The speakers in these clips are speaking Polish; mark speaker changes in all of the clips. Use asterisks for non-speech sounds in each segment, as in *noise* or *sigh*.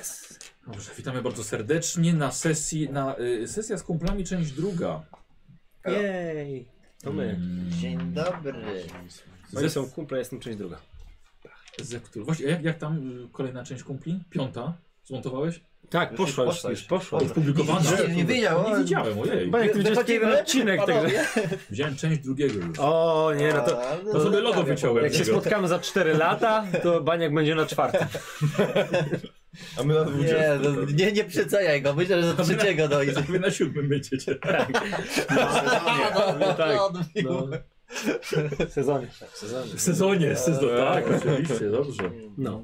Speaker 1: Yes.
Speaker 2: Dobrze, witamy bardzo serdecznie na sesji, na y, sesja z kumplami, część druga.
Speaker 3: Jej! To my.
Speaker 2: Mm,
Speaker 1: Dzień dobry.
Speaker 3: Oni
Speaker 2: Ze,
Speaker 3: są kumple, jestem część druga.
Speaker 2: ze których, właśnie, jak, jak tam y, kolejna część kumpli? Piąta? Zmontowałeś?
Speaker 3: Tak,
Speaker 1: Już-
Speaker 3: poszła,
Speaker 1: już
Speaker 3: już,
Speaker 1: poszła,
Speaker 3: już
Speaker 1: już
Speaker 3: poszła.
Speaker 1: poszła.
Speaker 2: Publikowana?
Speaker 1: Nie, nie, nie wiedział,
Speaker 2: Nie
Speaker 1: ale-
Speaker 2: widziałem, ojej.
Speaker 3: Panie, to jest
Speaker 1: Wychodzimy?
Speaker 3: jeden odcinek, także...
Speaker 1: Panowie.
Speaker 2: Wziąłem część drugiego już.
Speaker 3: O *laughs* nie, no to...
Speaker 1: A, no
Speaker 2: To sobie logo
Speaker 1: ciekawie,
Speaker 2: wyciąłem.
Speaker 3: Jak się
Speaker 2: Dlaczego?
Speaker 3: spotkamy za 4 lata, to Baniak będzie na *laughs* czwartym.
Speaker 4: A my na
Speaker 1: bo- Nie, no, nie, nie przeceniaj go, myślę, że do trzeciego dojdzie.
Speaker 3: *laughs*
Speaker 2: *laughs* Wy na siódmym będziecie.
Speaker 3: Tak. no, tak.
Speaker 1: Odbił.
Speaker 3: No. Tak, W sezonie.
Speaker 2: W sezonie, w
Speaker 3: *laughs*
Speaker 2: sezonie. Tak, oczywiście, dobrze.
Speaker 3: No.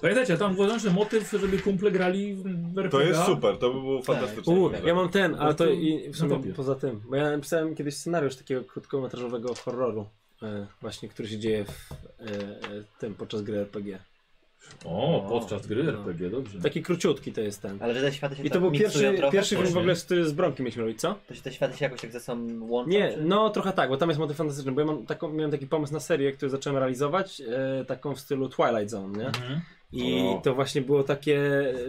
Speaker 2: Pamiętajcie, tam włączy motyw, żeby kumple grali w RPG.
Speaker 4: To jest super, to by było fantastyczne.
Speaker 3: U, ja mam ten, ale to i w
Speaker 2: No
Speaker 3: sumie
Speaker 2: lubię.
Speaker 3: poza tym, bo ja napisałem kiedyś scenariusz takiego krótkometrażowego horroru, e, właśnie, który się dzieje w e, e, tym, podczas gry RPG.
Speaker 2: O, podczas gry
Speaker 3: No.
Speaker 2: RPG, dobrze.
Speaker 3: Taki króciutki to jest ten.
Speaker 1: Ale że te światy się
Speaker 3: I to
Speaker 1: tak
Speaker 3: był
Speaker 1: miksują
Speaker 3: pierwszy,
Speaker 1: trochę,
Speaker 3: pierwszy film w
Speaker 2: Właśnie.
Speaker 3: ogóle, który z Bronkiem mieliśmy robić, co?
Speaker 1: To się te światy się jakoś tak ze sobą łączą?
Speaker 3: Nie,
Speaker 1: czy-
Speaker 3: no trochę tak, bo tam jest motyw fantastyczny, bo ja mam taką, miałem taki pomysł na serię, który zacząłem realizować, e, taką w stylu Twilight Zone, nie?
Speaker 2: Mhm.
Speaker 3: I
Speaker 4: O.
Speaker 3: to właśnie było takie,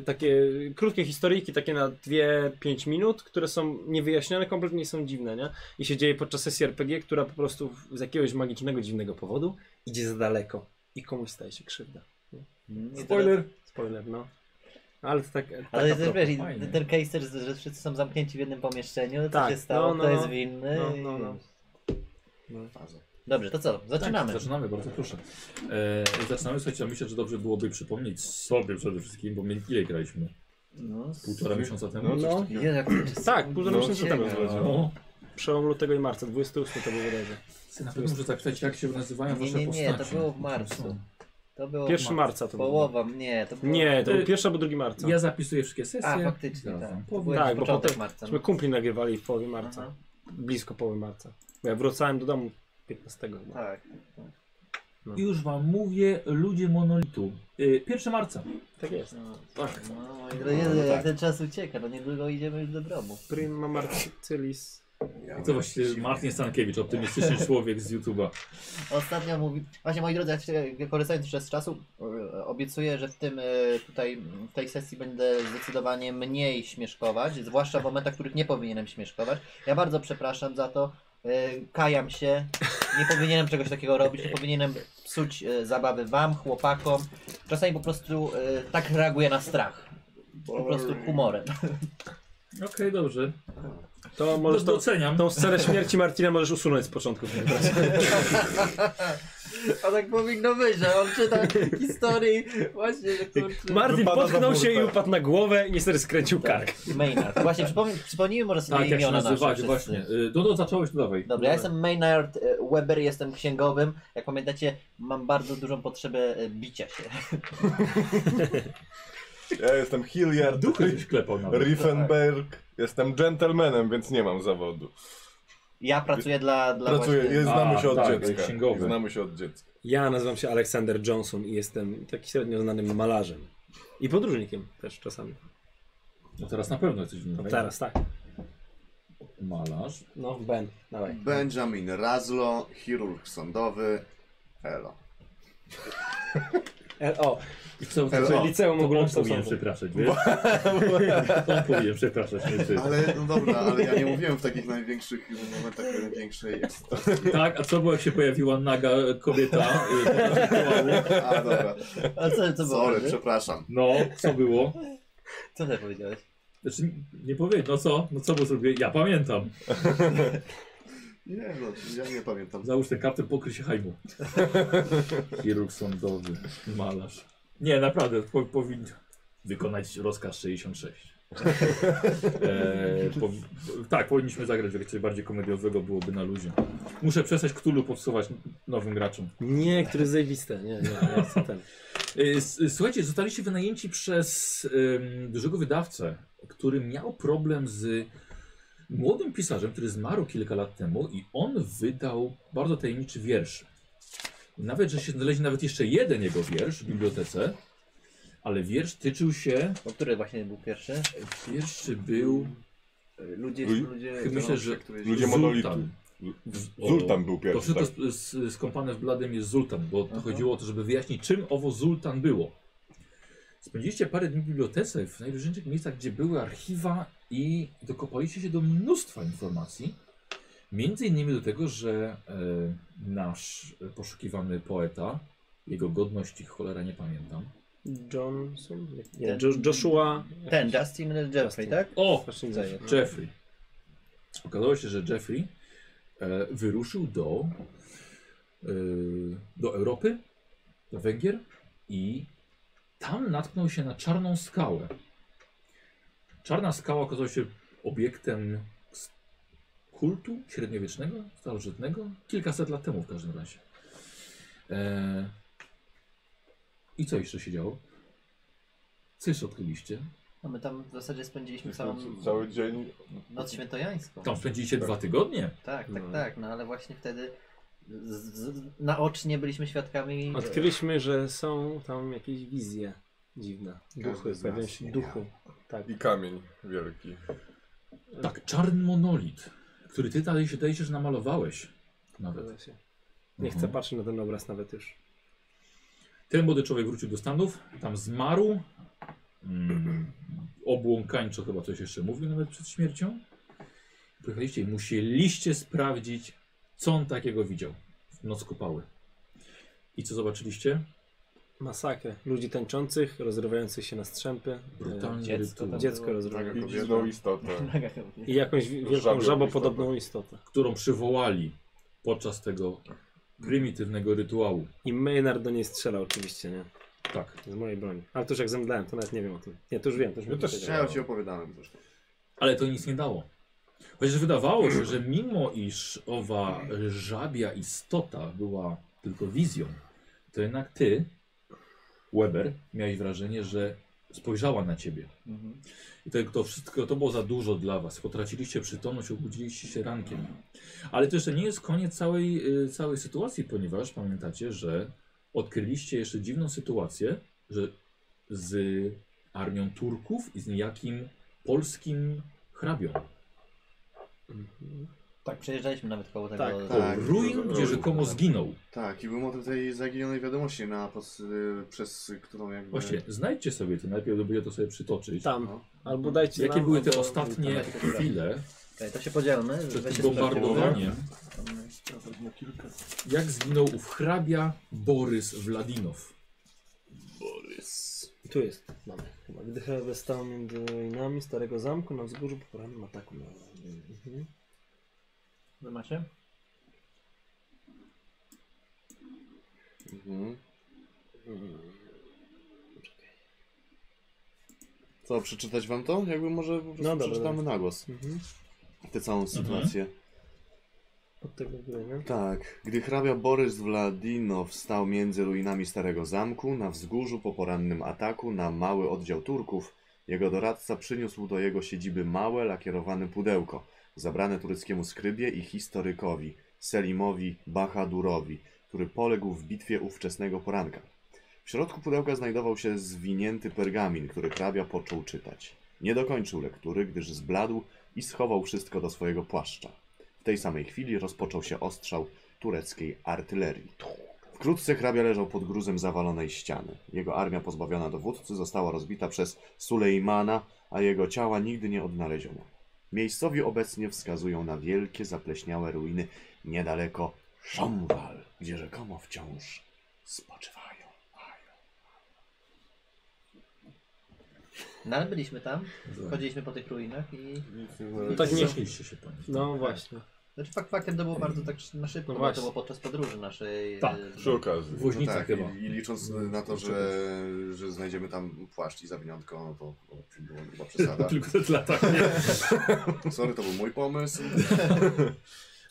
Speaker 3: takie krótkie historyjki, takie na 2-5 minut, które są niewyjaśnione, kompletnie są dziwne, nie? I się dzieje podczas sesji RPG, która po prostu w- z jakiegoś magicznego, dziwnego powodu idzie za daleko i komuś staje się krzywda.
Speaker 1: Mm, i teraz-
Speaker 3: Spoiler, no. Ale to tak...
Speaker 1: Ale
Speaker 3: taka
Speaker 1: jest, też,
Speaker 3: pro-
Speaker 1: wiesz, i
Speaker 2: fajnie.
Speaker 1: ten case też, że że wszyscy są zamknięci w jednym pomieszczeniu, co
Speaker 3: Tak,
Speaker 1: się stało,
Speaker 3: no, no,
Speaker 1: kto jest winny.
Speaker 3: no,
Speaker 1: i-
Speaker 3: no, no.
Speaker 1: No. Dobrze, to co? Zaczynamy.
Speaker 2: Tak, zaczynamy, bardzo proszę. E, zaczynamy, słuchajcie, myślę, że dobrze byłoby przypomnieć sobie przede wszystkim, bo my ile graliśmy?
Speaker 1: No,
Speaker 2: Półtora miesiąca temu?
Speaker 4: No, coś
Speaker 3: No.
Speaker 4: takiego.
Speaker 1: Jezu, jak to czas-
Speaker 3: Tak, półtora
Speaker 4: No,
Speaker 3: miesiąca temu
Speaker 1: ciekawe.
Speaker 3: zależy.
Speaker 2: No.
Speaker 3: Przełom lutego i marca, 28 to było wydarzenie.
Speaker 2: Na pewno muszę zapytać, jak się nazywają
Speaker 1: Nie,
Speaker 2: wasze
Speaker 1: nie, nie,
Speaker 2: postacie.
Speaker 1: to było w marcu. To było ma-
Speaker 3: Pierwszy marca to było.
Speaker 1: Połowa, nie, to było...
Speaker 3: Nie, to był
Speaker 2: Y-
Speaker 3: pierwszy albo drugi marca.
Speaker 2: Ja zapisuję wszystkie sesje.
Speaker 1: A, faktycznie,
Speaker 2: Zaraz wam
Speaker 1: tak. To
Speaker 2: powiem.
Speaker 1: był
Speaker 3: Tak,
Speaker 1: jakiś
Speaker 3: bo
Speaker 1: początek
Speaker 3: potem-
Speaker 1: marca. no.
Speaker 3: Myśmy kumpli nagrywali w połowie
Speaker 1: Aha,
Speaker 3: marca. blisko połowy marca. Bo ja wracałem do domu 15 chyba.
Speaker 1: Tak.
Speaker 2: Już wam mówię, ludzie monolitu. Y, 1 marca.
Speaker 3: Tak jest.
Speaker 1: No,
Speaker 2: Tak.
Speaker 1: no, moi drodzy, Jezu, jak ten czas ucieka, no niedługo idziemy już do grobu.
Speaker 3: Prima Marcylis.
Speaker 2: I to właściwie Martin Stankiewicz, optymistyczny
Speaker 1: *laughs*
Speaker 2: człowiek z YouTube'a.
Speaker 1: Ostatnio mówi... Właśnie, moi drodzy, jak się- korzystając jeszcze z czasu, e, obiecuję, że w tym e, tutaj, m, w tej sesji będę zdecydowanie mniej śmieszkować, zwłaszcza w momentach, w których nie powinienem śmieszkować. Ja bardzo przepraszam za to, e, kajam się, nie powinienem czegoś takiego robić, nie powinienem psuć e, zabawy wam, chłopakom. Czasami po prostu e, tak reaguję na strach. Po prostu humorem.
Speaker 2: Okej, dobrze.
Speaker 3: To
Speaker 2: Może
Speaker 3: możesz
Speaker 2: to
Speaker 3: tą,
Speaker 2: doceniam.
Speaker 3: tą scenę śmierci Martina możesz usunąć z początku.
Speaker 1: A tak powinno być, że on czyta historii właśnie, że kurczę...
Speaker 3: Martin
Speaker 4: Wypada za
Speaker 3: potknął się i
Speaker 4: burtę.
Speaker 3: upadł na głowę i niestety skręcił
Speaker 1: Tak.
Speaker 3: kark.
Speaker 1: Maynard. Właśnie, przypomnij, przypomnijmy może sobie
Speaker 2: Tak, jak się
Speaker 1: imiona nasze
Speaker 2: nazywać,
Speaker 1: wszyscy.
Speaker 2: właśnie. Y, No to zacząłeś, to dawaj.
Speaker 1: Dobra, ja jestem Maynard e, Weber, jestem księgowym. Jak pamiętacie, mam bardzo dużą potrzebę e, bicia się.
Speaker 4: Ja jestem Hilliard
Speaker 2: Duchy byś klepał nawet.
Speaker 4: Riefenberg. Jestem gentlemanem, więc nie mam zawodu.
Speaker 1: Ja pracuję dla, dla
Speaker 4: Pracuję,
Speaker 1: właśnie...
Speaker 4: je- znamy
Speaker 2: A,
Speaker 4: się od
Speaker 2: tak,
Speaker 4: dziecka.
Speaker 2: księgowy.
Speaker 4: Znamy się od dziecka.
Speaker 3: Ja nazywam się Aleksander Johnson i jestem taki średnio znanym malarzem. I podróżnikiem też czasami.
Speaker 2: No teraz na pewno jesteś
Speaker 3: No
Speaker 2: winny.
Speaker 3: teraz tak.
Speaker 2: Malarz.
Speaker 3: No, Ben, dawaj.
Speaker 5: Benjamin Razlo, chirurg sądowy. Elo.
Speaker 3: E, o,
Speaker 2: I co,
Speaker 5: Elo.
Speaker 2: co-
Speaker 3: liceum
Speaker 2: to on
Speaker 3: ogólnokształcące.
Speaker 2: powinien przepraszać, wiesz? To on powinien przepraszać, nie ty.
Speaker 5: Ale no dobra, ale ja nie mówiłem w takich największych momentach największej ekscytacji.
Speaker 2: Tak, a co było, jak się pojawiła naga kobieta? y, po naszym kołalu?
Speaker 5: A dobra,
Speaker 1: A co, co było?
Speaker 5: sorry,
Speaker 1: że?
Speaker 5: przepraszam.
Speaker 2: No, co było?
Speaker 1: Co ty powiedziałeś?
Speaker 2: Znaczy, nie powiem, no co? No co było zrobię? Ja pamiętam.
Speaker 5: Nie no, ja nie pamiętam.
Speaker 2: Załóż ten kaptur, pokryj się hajmu. Chirurg sądowy, malarz. Nie, naprawdę, po, powinien wykonać rozkaz 66. Eee, powi- tak, powinniśmy zagrać, żeby coś bardziej komediowego byłoby na luzie. Muszę przestać Ktulu podsuwać nowym graczom.
Speaker 3: Nie, który jest zajebiste. Nie, nie, ja chcę ten.
Speaker 2: E, s- Słuchajcie, zostaliście wynajęci przez em, dużego wydawcę, który miał problem z młodym pisarzem, który zmarł kilka lat temu i on wydał bardzo tajemniczy wiersz. Nawet, że się znaleźli nawet jeszcze jeden jego wiersz w bibliotece, ale wiersz tyczył się,
Speaker 1: Bo który właśnie był pierwszy?
Speaker 2: wiersz był,
Speaker 1: E, Ludzie,
Speaker 4: Lu-
Speaker 1: ludzie...
Speaker 2: myślę, że
Speaker 4: Ludzie
Speaker 2: Zultan.
Speaker 4: monolitu.
Speaker 2: W- o,
Speaker 4: Zultan był
Speaker 2: to
Speaker 4: pierwszy.
Speaker 2: wszystko
Speaker 4: Tak.
Speaker 2: z- z- skąpane w bladem jest Zultan, bo to
Speaker 1: Aha.
Speaker 2: chodziło o to, żeby wyjaśnić, czym owo Zultan było. Spędziliście parę dni w bibliotece, w najróżniejszych miejscach, gdzie były archiwa i dokopaliście się do mnóstwa informacji. Między innymi do tego, że e, nasz poszukiwany poeta, jego godności cholera nie pamiętam.
Speaker 3: Johnson? Nie,
Speaker 1: Ten.
Speaker 3: Jo- Joshua.
Speaker 1: Ten, Justin Jeffrey, tak?
Speaker 2: O!
Speaker 3: Właśnie zajęł.
Speaker 2: Jeffrey. Okazało się, że Jeffrey e, wyruszył do, e, do Europy, do Węgier i tam natknął się na czarną skałę. Czarna skała okazała się obiektem s- kultu średniowiecznego, starożytnego, kilkaset lat temu w każdym razie. E, I co jeszcze się działo? Co jeszcze odkryliście?
Speaker 1: No my tam w zasadzie spędziliśmy całą
Speaker 4: Cały, cały dzień.
Speaker 1: noc świętojańską.
Speaker 2: Tam spędziliście
Speaker 4: Tak.
Speaker 2: dwa tygodnie.
Speaker 1: Tak, tak,
Speaker 4: No.
Speaker 1: tak, no ale właśnie wtedy z, z, naocznie byliśmy świadkami...
Speaker 3: Odkryliśmy, że są tam jakieś wizje dziwne. Duchy,
Speaker 5: Każdy z nas
Speaker 3: pojawiają się
Speaker 5: nie
Speaker 3: duchy. Tak.
Speaker 4: I kamień wielki.
Speaker 2: Tak, czarny monolit, który ty dalej się dajesz, że namalowałeś nawet.
Speaker 3: Zgadza się. Nie chcę
Speaker 2: Mhm.
Speaker 3: patrzeć na ten obraz nawet już.
Speaker 2: Ten młody człowiek wrócił do Stanów, tam zmarł. Mm, obłąkańczo chyba coś jeszcze mówił nawet przed śmiercią. Pojechaliście i musieliście sprawdzić, co on takiego widział w noc kopały. I co zobaczyliście?
Speaker 3: Masakrę. Ludzi tańczących, rozrywających się na strzępy. e,
Speaker 2: Brutalny
Speaker 1: dziecko
Speaker 2: rytuał,
Speaker 1: tam.
Speaker 3: Dziecko
Speaker 1: było-
Speaker 3: rozrywa.
Speaker 5: Taka
Speaker 4: I
Speaker 5: kobieta.
Speaker 2: *laughs*
Speaker 4: dziwną istotę.
Speaker 3: I jakąś wi- wielką
Speaker 4: Żabią
Speaker 3: żabopodobną istotę.
Speaker 2: którą przywołali podczas tego prymitywnego rytuału.
Speaker 3: I Maynard do niej strzela oczywiście, nie?
Speaker 2: Tak.
Speaker 3: Z mojej broni. Ale to już jak zemdlałem, to nawet nie wiem o tym. Nie, to już wiem. To już
Speaker 4: Ja
Speaker 3: mi
Speaker 4: też
Speaker 3: powiedział.
Speaker 5: Ja ci opowiadałem zresztą.
Speaker 2: Ale to nic nie dało. Chociaż wydawało się, że mimo iż owa żabia istota była tylko wizją, to jednak ty, Weber, miałeś wrażenie, że spojrzała na ciebie.
Speaker 1: Mhm.
Speaker 2: I to, to wszystko to było za dużo dla was. Potraciliście przytomność, obudziliście się rankiem. Ale to jeszcze nie jest koniec całej, y, całej sytuacji, ponieważ pamiętacie, że odkryliście jeszcze dziwną sytuację, że z armią Turków i z niejakim polskim hrabią.
Speaker 3: Mhm.
Speaker 1: *laughs* Tak, przejeżdżaliśmy nawet koło tego.
Speaker 3: Tak,
Speaker 1: tego-
Speaker 5: tak.
Speaker 2: Ruin,
Speaker 4: Ruin,
Speaker 2: gdzie rzekomo
Speaker 1: tak.
Speaker 2: zginął.
Speaker 5: Tak, i był motyw tej zaginionej wiadomości na pod, y, przez y, którą jakby...
Speaker 2: Właśnie, znajdźcie sobie to, najpierw by to sobie przytoczyć.
Speaker 3: Tam.
Speaker 5: No.
Speaker 3: Albo dajcie
Speaker 2: Jakie
Speaker 3: nam,
Speaker 2: były te
Speaker 3: albo- Tak,
Speaker 2: ostatnie chwile
Speaker 1: Okej, E, to się podzielmy.
Speaker 2: przed
Speaker 1: weźcie
Speaker 2: tym
Speaker 1: sprawdźcie.
Speaker 2: bombardowaniem?
Speaker 5: Na kilka.
Speaker 2: Jak zginął ów hrabia Borys Wladinow?
Speaker 3: Tu jest. Mamy. Chyba. Gdy Hewe stał między ruinami starego zamku na wzgórzu po porannym ataku na... Mhm.
Speaker 1: Wy macie?
Speaker 5: Mhm. Co, przeczytać wam to? Jakby może po prostu
Speaker 3: No dobra,
Speaker 5: przeczytamy na głos
Speaker 3: Mhm.
Speaker 5: tę całą sytuację.
Speaker 3: Od tego ruiny.
Speaker 5: Tak. Gdy hrabia Borys Wladinow stał między ruinami Starego Zamku, na wzgórzu po porannym ataku na mały oddział Turków, jego doradca przyniósł do jego siedziby małe, lakierowane pudełko, zabrane tureckiemu skrybie i historykowi, Selimowi Bahadurowi, który poległ w bitwie ówczesnego poranka. W środku pudełka znajdował się zwinięty pergamin, który hrabia począł czytać. Nie dokończył lektury, gdyż zbladł i schował wszystko do swojego płaszcza. W tej samej chwili rozpoczął się ostrzał tureckiej artylerii. Wkrótce hrabia leżał pod gruzem zawalonej ściany. Jego armia pozbawiona dowódcy została rozbita przez Sulejmana, a jego ciała nigdy nie odnaleziono. Miejscowi obecnie wskazują na wielkie zapleśniałe ruiny niedaleko Szomwal, gdzie rzekomo wciąż spoczywają.
Speaker 1: No ale byliśmy tam,
Speaker 2: Tak.
Speaker 1: chodziliśmy po tych ruinach i...
Speaker 4: Nic nie znalazłem.
Speaker 3: tak nie-
Speaker 2: Zeszliście się panie.
Speaker 3: No właśnie.
Speaker 1: Znaczy fakt faktem to było bardzo tak na szybko, bo
Speaker 3: No właśnie.
Speaker 1: to było podczas podróży naszej.
Speaker 2: Tak,
Speaker 1: e,
Speaker 4: Przy okazji.
Speaker 2: W Woźnicach
Speaker 5: tak,
Speaker 2: chyba.
Speaker 5: I, I licząc na to, że, że znajdziemy tam płaszcz i zawiniątko, no to o, była gruba
Speaker 2: *laughs*
Speaker 5: przesada.
Speaker 2: *laughs* Tylko te lata.
Speaker 3: *laughs*
Speaker 5: Sorry, to był mój pomysł.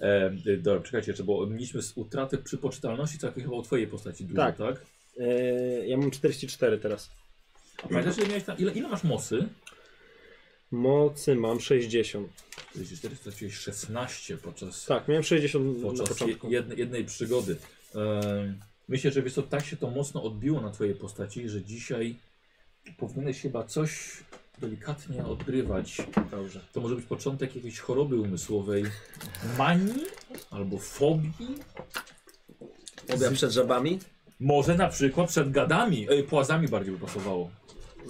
Speaker 2: E, dobra, czekajcie jeszcze, bo mieliśmy z utratę przypoczytalności, tak chyba o twojej postaci dużo, tak?
Speaker 3: Tak.
Speaker 2: tak?
Speaker 3: Eee, ja mam 44 teraz.
Speaker 2: A pamiętasz, ile, miałeś tam, ile, ile masz mocy?
Speaker 3: Mocy mam 60.
Speaker 2: 44 straciłeś 16 podczas,
Speaker 3: Tak, miałem 60 na
Speaker 2: podczas
Speaker 3: początku.
Speaker 2: jednej, jednej przygody. E, myślę, że wiesz co, tak się to mocno odbiło na twojej postaci, że dzisiaj powinieneś chyba coś delikatnie odgrywać.
Speaker 3: Dobrze.
Speaker 2: To może być początek jakiejś choroby umysłowej, manii albo fobii.
Speaker 3: Objaw przed żabami?
Speaker 2: Może na przykład przed gadami, e, płazami bardziej by pasowało.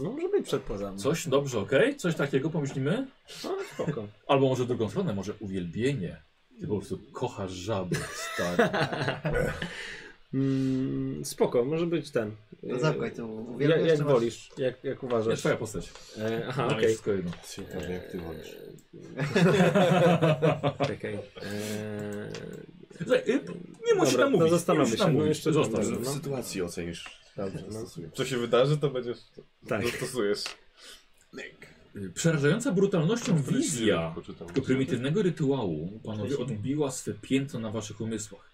Speaker 3: No może być przed pozami.
Speaker 2: Coś, dobrze, okej? Coś takiego pomyślimy?
Speaker 3: No, spoko.
Speaker 2: Albo może drugą stronę, może uwielbienie. Ty po prostu kochasz żaby,
Speaker 3: *laughs*
Speaker 2: stary.
Speaker 3: Mm, spoko, może być ten.
Speaker 1: No zamknij tu.
Speaker 3: Ja,
Speaker 1: Uwielbiam,
Speaker 3: jak
Speaker 1: że masz-
Speaker 3: wolisz, jak, jak
Speaker 2: Nie,
Speaker 3: uważasz.
Speaker 2: twoja postać.
Speaker 3: E, aha,
Speaker 2: Tam jest
Speaker 3: okej.
Speaker 2: wszystko jedno.
Speaker 5: Ciekawe jak ty wolisz.
Speaker 3: Czekaj. E,
Speaker 2: Słuchaj, y, nie musi
Speaker 3: Dobra,
Speaker 2: nam
Speaker 3: to
Speaker 2: mówić.
Speaker 3: zastanówmy
Speaker 2: nie musi
Speaker 3: się,
Speaker 2: nam
Speaker 3: bo
Speaker 2: mówić.
Speaker 3: jeszcze
Speaker 2: Zostaw.
Speaker 3: tam-
Speaker 5: W
Speaker 3: No.
Speaker 5: sytuacji ocenisz.
Speaker 3: Dobrze, no.
Speaker 4: Co się wydarzy, to będziesz.
Speaker 3: Tak.
Speaker 4: Tak. Zastosujesz.
Speaker 2: Y, Przerażająca brutalnością wizja
Speaker 4: Poczytam.
Speaker 2: tego prymitywnego rytuału, panowie, odbiła swe piętno na waszych umysłach.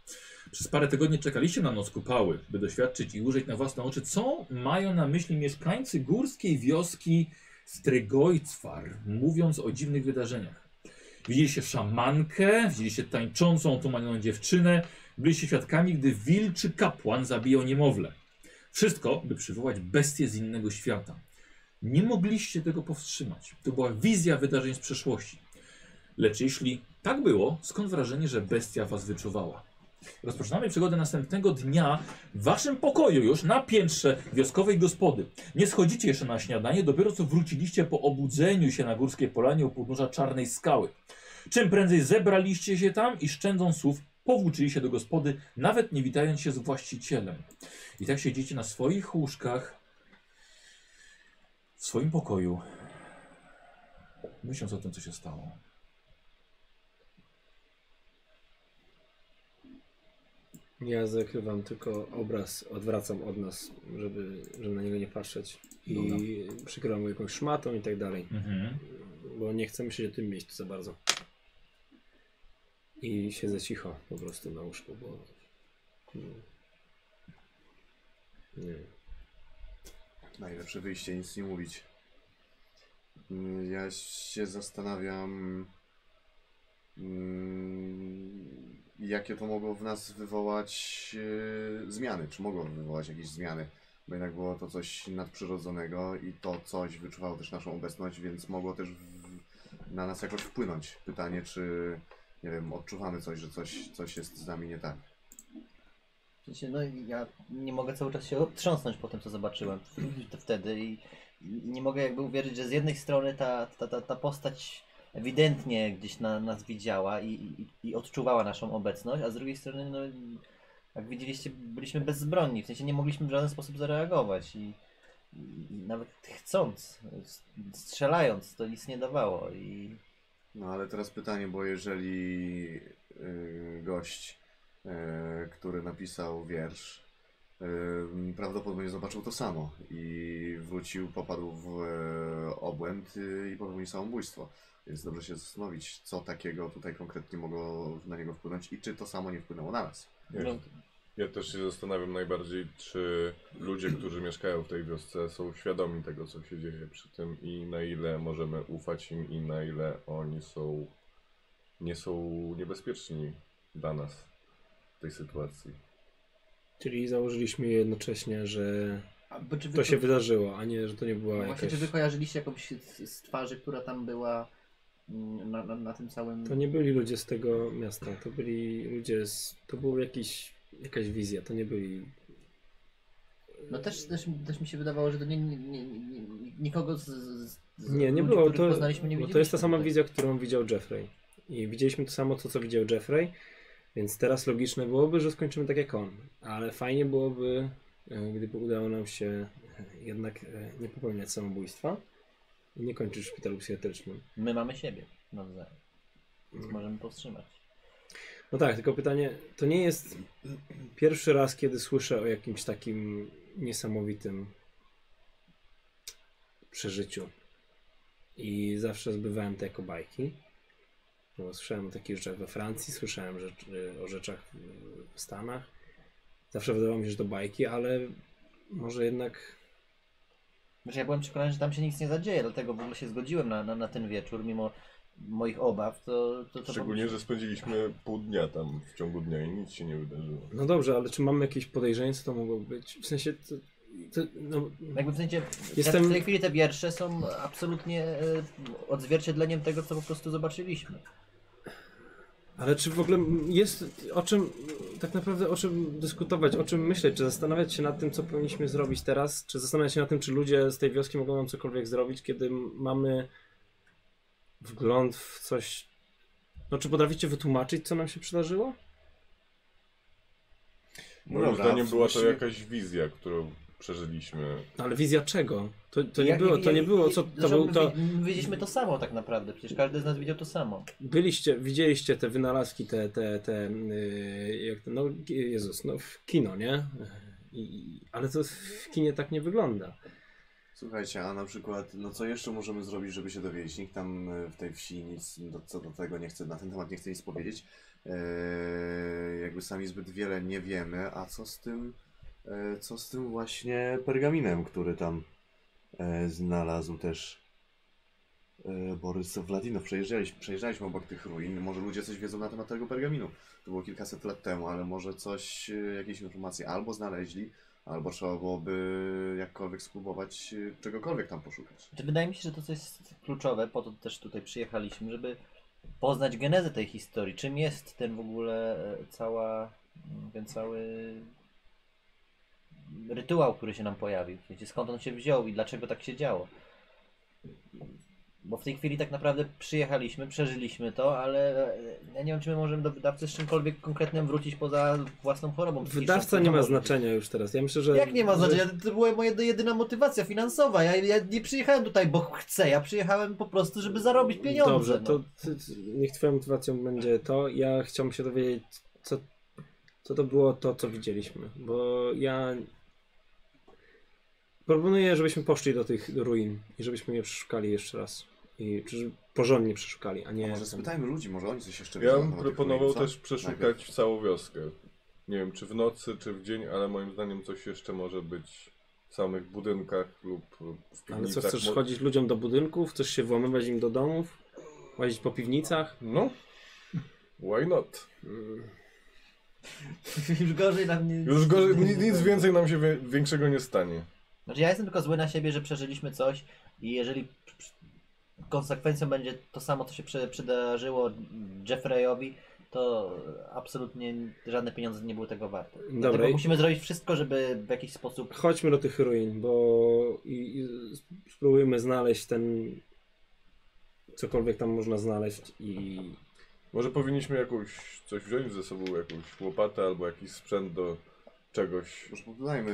Speaker 2: Przez parę tygodni czekaliście na noc kupały, by doświadczyć i ujrzeć na własne oczy, co mają na myśli mieszkańcy górskiej wioski Strygojcwar, mówiąc o dziwnych wydarzeniach. Widzieliście szamankę, widzieliście tańczącą, otumanioną dziewczynę, byliście świadkami, gdy wilczy kapłan zabijał niemowlę. Wszystko, by przywołać bestię z innego świata. Nie mogliście tego powstrzymać. To była wizja wydarzeń z przeszłości. Lecz jeśli tak było, skąd wrażenie, że bestia was wyczuwała? Rozpoczynamy przygodę następnego dnia w waszym pokoju już na piętrze wioskowej gospody. Nie schodzicie jeszcze na śniadanie, dopiero co wróciliście po obudzeniu się na górskiej polanie u podnóża czarnej skały. Czym prędzej zebraliście się tam i szczędząc słów powłóczyli się do gospody, nawet nie witając się z właścicielem. I tak siedzicie na swoich łóżkach, w swoim pokoju, myśląc o tym, co się stało.
Speaker 3: Ja zakrywam tylko obraz, odwracam od nas, żeby, żeby na niego nie patrzeć. I
Speaker 2: Dobra.
Speaker 3: przykrywam go jakąś szmatą i tak dalej.
Speaker 2: Mhm.
Speaker 3: Bo nie chcę myśleć o tym miejscu za bardzo. I siedzę cicho po prostu na łóżku, bo... mm, Nie wiem.
Speaker 5: Najlepsze wyjście, nic nie mówić. Mm, Ja się zastanawiam, mm, jakie to mogło w nas wywołać e, zmiany. Czy mogło wywołać jakieś zmiany? Bo jednak było to coś nadprzyrodzonego i to coś wyczuwało też naszą obecność, więc mogło też w, na nas jakoś wpłynąć. Pytanie, czy nie wiem, odczuwamy coś, że coś, coś jest z nami nie tak.
Speaker 1: W sensie, no ja nie mogę cały czas się otrząsnąć po tym, co zobaczyłem to wtedy i i nie mogę jakby uwierzyć, że z jednej strony ta, ta, ta, ta postać ewidentnie gdzieś na, nas widziała i, i, i odczuwała naszą obecność, a z drugiej strony, no jak widzieliście, byliśmy bezbronni, w sensie nie mogliśmy w żaden sposób zareagować i, i, i nawet chcąc, s- strzelając, to nic nie dawało i
Speaker 5: No ale teraz pytanie, bo jeżeli y, gość, y, który napisał wiersz, y, prawdopodobnie zobaczył to samo i wrócił, popadł w y, obłęd y, i popełnił samobójstwo. Więc dobrze się zastanowić, co takiego tutaj konkretnie mogło na niego wpłynąć i czy to samo nie wpłynęło na nas.
Speaker 1: no,
Speaker 4: Ja też się zastanawiam najbardziej, czy ludzie, którzy mieszkają w tej wiosce, są świadomi tego, co się dzieje przy tym i na ile możemy ufać im i na ile oni są nie są niebezpieczni dla nas w tej sytuacji.
Speaker 3: Czyli założyliśmy jednocześnie, że
Speaker 1: a, bo czy wy
Speaker 3: to się
Speaker 1: tu-
Speaker 3: wydarzyło, a nie, że to nie była
Speaker 1: No Właśnie,
Speaker 3: jakaś...
Speaker 1: czy wy kojarzyliście jakąś z, z twarzy, która tam była mm, na, na, na tym całym...
Speaker 3: To nie byli ludzie z tego miasta, to byli ludzie z... To był jakiś... jakaś wizja, to nie byli...
Speaker 1: No też, też, też mi się wydawało, że to nie, nie, nie, nie, nikogo z, z, z
Speaker 3: Nie, nie
Speaker 1: ludzi,
Speaker 3: było.
Speaker 1: których
Speaker 3: To,
Speaker 1: poznaliśmy, nie
Speaker 3: no to
Speaker 1: widzieliśmy
Speaker 3: jest ta sama
Speaker 1: tutaj.
Speaker 3: wizja, którą widział Jeffrey. I widzieliśmy to samo, co, co widział Jeffrey, więc teraz logiczne byłoby, że skończymy tak jak on. Ale fajnie byłoby, e, gdyby udało nam się e, jednak e, nie popełniać samobójstwa i nie kończyć w szpitalu psychiatrycznym.
Speaker 1: My mamy siebie nawzajem,
Speaker 3: Mhm.
Speaker 1: więc możemy powstrzymać.
Speaker 3: No tak, tylko pytanie, to nie jest pierwszy raz, kiedy słyszę o jakimś takim niesamowitym przeżyciu. I zawsze zbywałem te jako bajki. No, słyszałem o takich rzeczach we Francji, słyszałem rzecz, o rzeczach w- w Stanach. Zawsze wydawało mi się, że to bajki, ale może jednak
Speaker 1: Znaczy ja byłem przekonany, że tam się nic nie zadzieje, dlatego w ogóle się zgodziłem na, na, na ten wieczór, mimo moich obaw, to... to, to
Speaker 4: Szczególnie, że spędziliśmy pół dnia tam w ciągu dnia i nic się nie wydarzyło.
Speaker 3: No dobrze, ale czy mamy jakieś podejrzenie, co to mogło być? W sensie, to, to, no,
Speaker 1: Jakby w sensie,
Speaker 3: Jestem-
Speaker 1: w tej chwili te wiersze są absolutnie e, odzwierciedleniem tego, co po prostu zobaczyliśmy.
Speaker 3: Ale czy w ogóle jest o czym tak naprawdę o czym dyskutować, o czym myśleć, czy zastanawiać się nad tym, co powinniśmy zrobić teraz, czy zastanawiać się nad tym, czy ludzie z tej wioski mogą nam cokolwiek zrobić, kiedy mamy wgląd w coś. No czy potraficie wytłumaczyć, co nam się przydarzyło?
Speaker 5: No
Speaker 4: Moim
Speaker 5: dobra,
Speaker 4: zdaniem była to
Speaker 5: musimy-
Speaker 4: jakaś wizja, którą przeżyliśmy.
Speaker 3: No, Ale wizja czego? To, to nie
Speaker 1: Jak-
Speaker 3: było, to nie było, co to
Speaker 1: Zresztą
Speaker 3: był
Speaker 1: my
Speaker 3: to.
Speaker 1: wi- my Widzieliśmy to samo tak naprawdę, przecież każdy z nas widział to samo.
Speaker 3: Byliście, widzieliście te wynalazki, te, te, te, yy, jak to, no Jezus, no w kino, nie? I, ale to w kinie tak nie wygląda.
Speaker 5: Słuchajcie, a na przykład, no co jeszcze możemy zrobić, żeby się dowiedzieć? Nikt tam y, w tej wsi nic do, co do tego nie chce, na ten temat nie chce nic powiedzieć. Eee, jakby sami zbyt wiele nie wiemy, a co z tym, e, co z tym właśnie pergaminem, który tam e, znalazł też e, Borys Wladinow. Przejeżdżaliśmy, przejeżdżaliśmy obok tych ruin, może ludzie coś wiedzą na temat tego pergaminu. To było kilkaset lat temu, ale może coś, e, jakieś informacje albo znaleźli, Albo trzeba byłoby jakkolwiek spróbować y, czegokolwiek tam poszukać.
Speaker 1: Znaczy, Wydaje mi się, że to co jest kluczowe, po to też tutaj przyjechaliśmy, żeby poznać genezę tej historii. Czym jest ten w ogóle e, cała, mm, ten cały rytuał, który się nam pojawił. Wiecie, skąd on się wziął i dlaczego tak się działo. Bo w tej chwili tak naprawdę przyjechaliśmy, przeżyliśmy to, ale e, ja nie wiem, czy my możemy do wydawcy z czymkolwiek konkretnym wrócić poza własną chorobą. psychiczną,
Speaker 3: Wydawca
Speaker 1: co
Speaker 3: nie
Speaker 1: to
Speaker 3: ma
Speaker 1: może być.
Speaker 3: znaczenia już teraz. Ja myślę, że.
Speaker 1: Jak nie ma
Speaker 3: że-
Speaker 1: znaczenia? To była moja jedyna motywacja finansowa. Ja, ja nie przyjechałem tutaj, bo chcę. Ja przyjechałem po prostu, żeby zarobić pieniądze.
Speaker 3: Dobrze,
Speaker 1: no.
Speaker 3: to ty, ty, niech twoją motywacją będzie to. Ja chciałbym się dowiedzieć, co, co to było to, co widzieliśmy. Bo ja. Proponuję, żebyśmy poszli do tych ruin i żebyśmy je przeszukali jeszcze raz. I czy porządnie przeszukali, a
Speaker 5: A
Speaker 3: nie.
Speaker 5: może
Speaker 3: tam-
Speaker 5: spytajmy ludzi, może oni coś jeszcze
Speaker 4: Ja
Speaker 5: wiedzą na
Speaker 4: bym
Speaker 5: temat tych
Speaker 4: proponował
Speaker 5: ruin, co?
Speaker 4: też przeszukać
Speaker 5: Najpierw.
Speaker 4: całą wioskę. Nie wiem, czy w nocy, czy w dzień, ale moim zdaniem coś jeszcze może być w samych budynkach lub w
Speaker 3: Ale co
Speaker 1: tak,
Speaker 4: piwnicach.
Speaker 3: chcesz
Speaker 4: Mo-
Speaker 3: chodzić ludziom do budynków? Chcesz się włamywać im do domów? Łazić po piwnicach? Mm,
Speaker 4: No, why not?
Speaker 1: *laughs* Już gorzej nam nie...
Speaker 4: Już gorzej, nic, nic więcej nam się wie- większego nie stanie.
Speaker 1: Znaczy, ja jestem tylko zły na siebie, że przeżyliśmy coś i jeżeli p- p- konsekwencją będzie to samo, co się przy- przydarzyło Jeffreyowi, to absolutnie żadne pieniądze nie były tego warte.
Speaker 3: Dobra,
Speaker 1: Dlatego
Speaker 3: i-
Speaker 1: musimy zrobić wszystko, żeby w jakiś sposób
Speaker 3: Chodźmy do tych ruin, bo i, i spróbujmy znaleźć ten. cokolwiek tam można znaleźć i.
Speaker 4: Może powinniśmy jakąś coś wziąć ze sobą, jakąś łopatę albo jakiś sprzęt do czegoś.
Speaker 5: Może popytajmy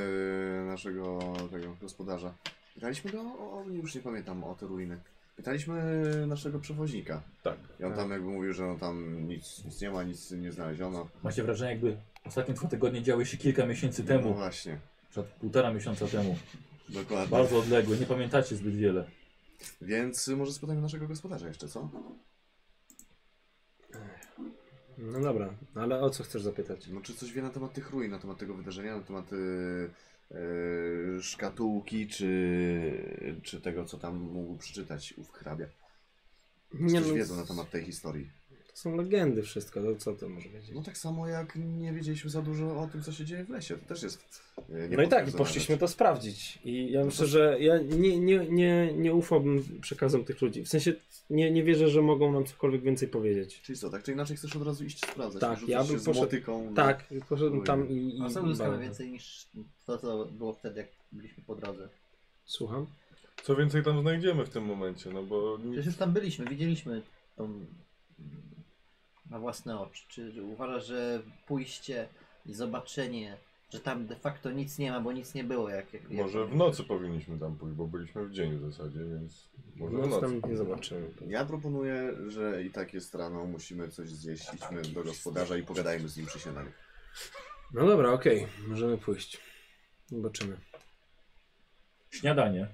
Speaker 5: y, naszego tego gospodarza. Pytaliśmy go, o, o, już nie pamiętam, o te ruiny. Pytaliśmy naszego przewoźnika.
Speaker 4: Tak.
Speaker 5: I on tam jakby mówił, że no tam nic, nic nie ma, nic nie znaleziono.
Speaker 2: Macie wrażenie, jakby ostatnie dwa tygodnie działy się kilka miesięcy
Speaker 5: No
Speaker 2: temu,
Speaker 5: właśnie,
Speaker 2: czy od półtora miesiąca temu.
Speaker 5: dokładnie.
Speaker 2: Bardzo odległe, nie pamiętacie zbyt wiele.
Speaker 5: Więc y, może spytajmy naszego gospodarza jeszcze, co?
Speaker 3: No dobra, ale o co chcesz zapytać?
Speaker 5: No czy coś wie na temat tych ruin, na temat tego wydarzenia, na temat y, y, szkatułki, czy, czy tego, co tam mógł przeczytać ów hrabia? Czy
Speaker 3: no,
Speaker 5: coś wiedzą na temat tej historii?
Speaker 3: To są legendy wszystko, to co to może wiedzieć?
Speaker 5: No tak samo jak nie wiedzieliśmy za dużo o tym, co się dzieje w lesie. To też jest y,
Speaker 3: No i tak, i
Speaker 5: niepotwierdzona
Speaker 3: poszliśmy
Speaker 5: rzecz.
Speaker 3: to sprawdzić. I ja myślę, że ja nie, nie, nie, nie ufałbym przekazom tych ludzi. W sensie nie, nie wierzę, że mogą nam cokolwiek więcej powiedzieć.
Speaker 5: Czyli co, tak czy inaczej chcesz od razu iść sprawdzać?
Speaker 3: Tak,
Speaker 5: nie rzucać
Speaker 3: ja bym
Speaker 5: się z
Speaker 3: poszedł-
Speaker 5: motyką na-
Speaker 3: Tak, poszedłem tam i. i
Speaker 1: A co uzyskamy
Speaker 3: badałem.
Speaker 1: więcej niż to, co było wtedy, jak byliśmy po drodze?
Speaker 3: Słucham?
Speaker 4: Co więcej tam znajdziemy w tym momencie, no bo
Speaker 1: Przecież już tam byliśmy, widzieliśmy tą mm, na własne oczy. Czy uważasz, że pójście i zobaczenie, że tam de facto nic nie ma, bo nic nie było, jak... jak
Speaker 4: może
Speaker 1: jak...
Speaker 4: w nocy powinniśmy tam pójść, bo byliśmy w dzień w zasadzie, więc może
Speaker 3: Noc
Speaker 4: w nocy.
Speaker 3: No, tam nie zobaczymy.
Speaker 5: Ja proponuję, że i tak jest rano, musimy coś zjeść, idźmy do gospodarza i pogadajmy z nim przy śniadaniu.
Speaker 3: No dobra, okej, możemy pójść. Zobaczymy.
Speaker 2: Śniadanie.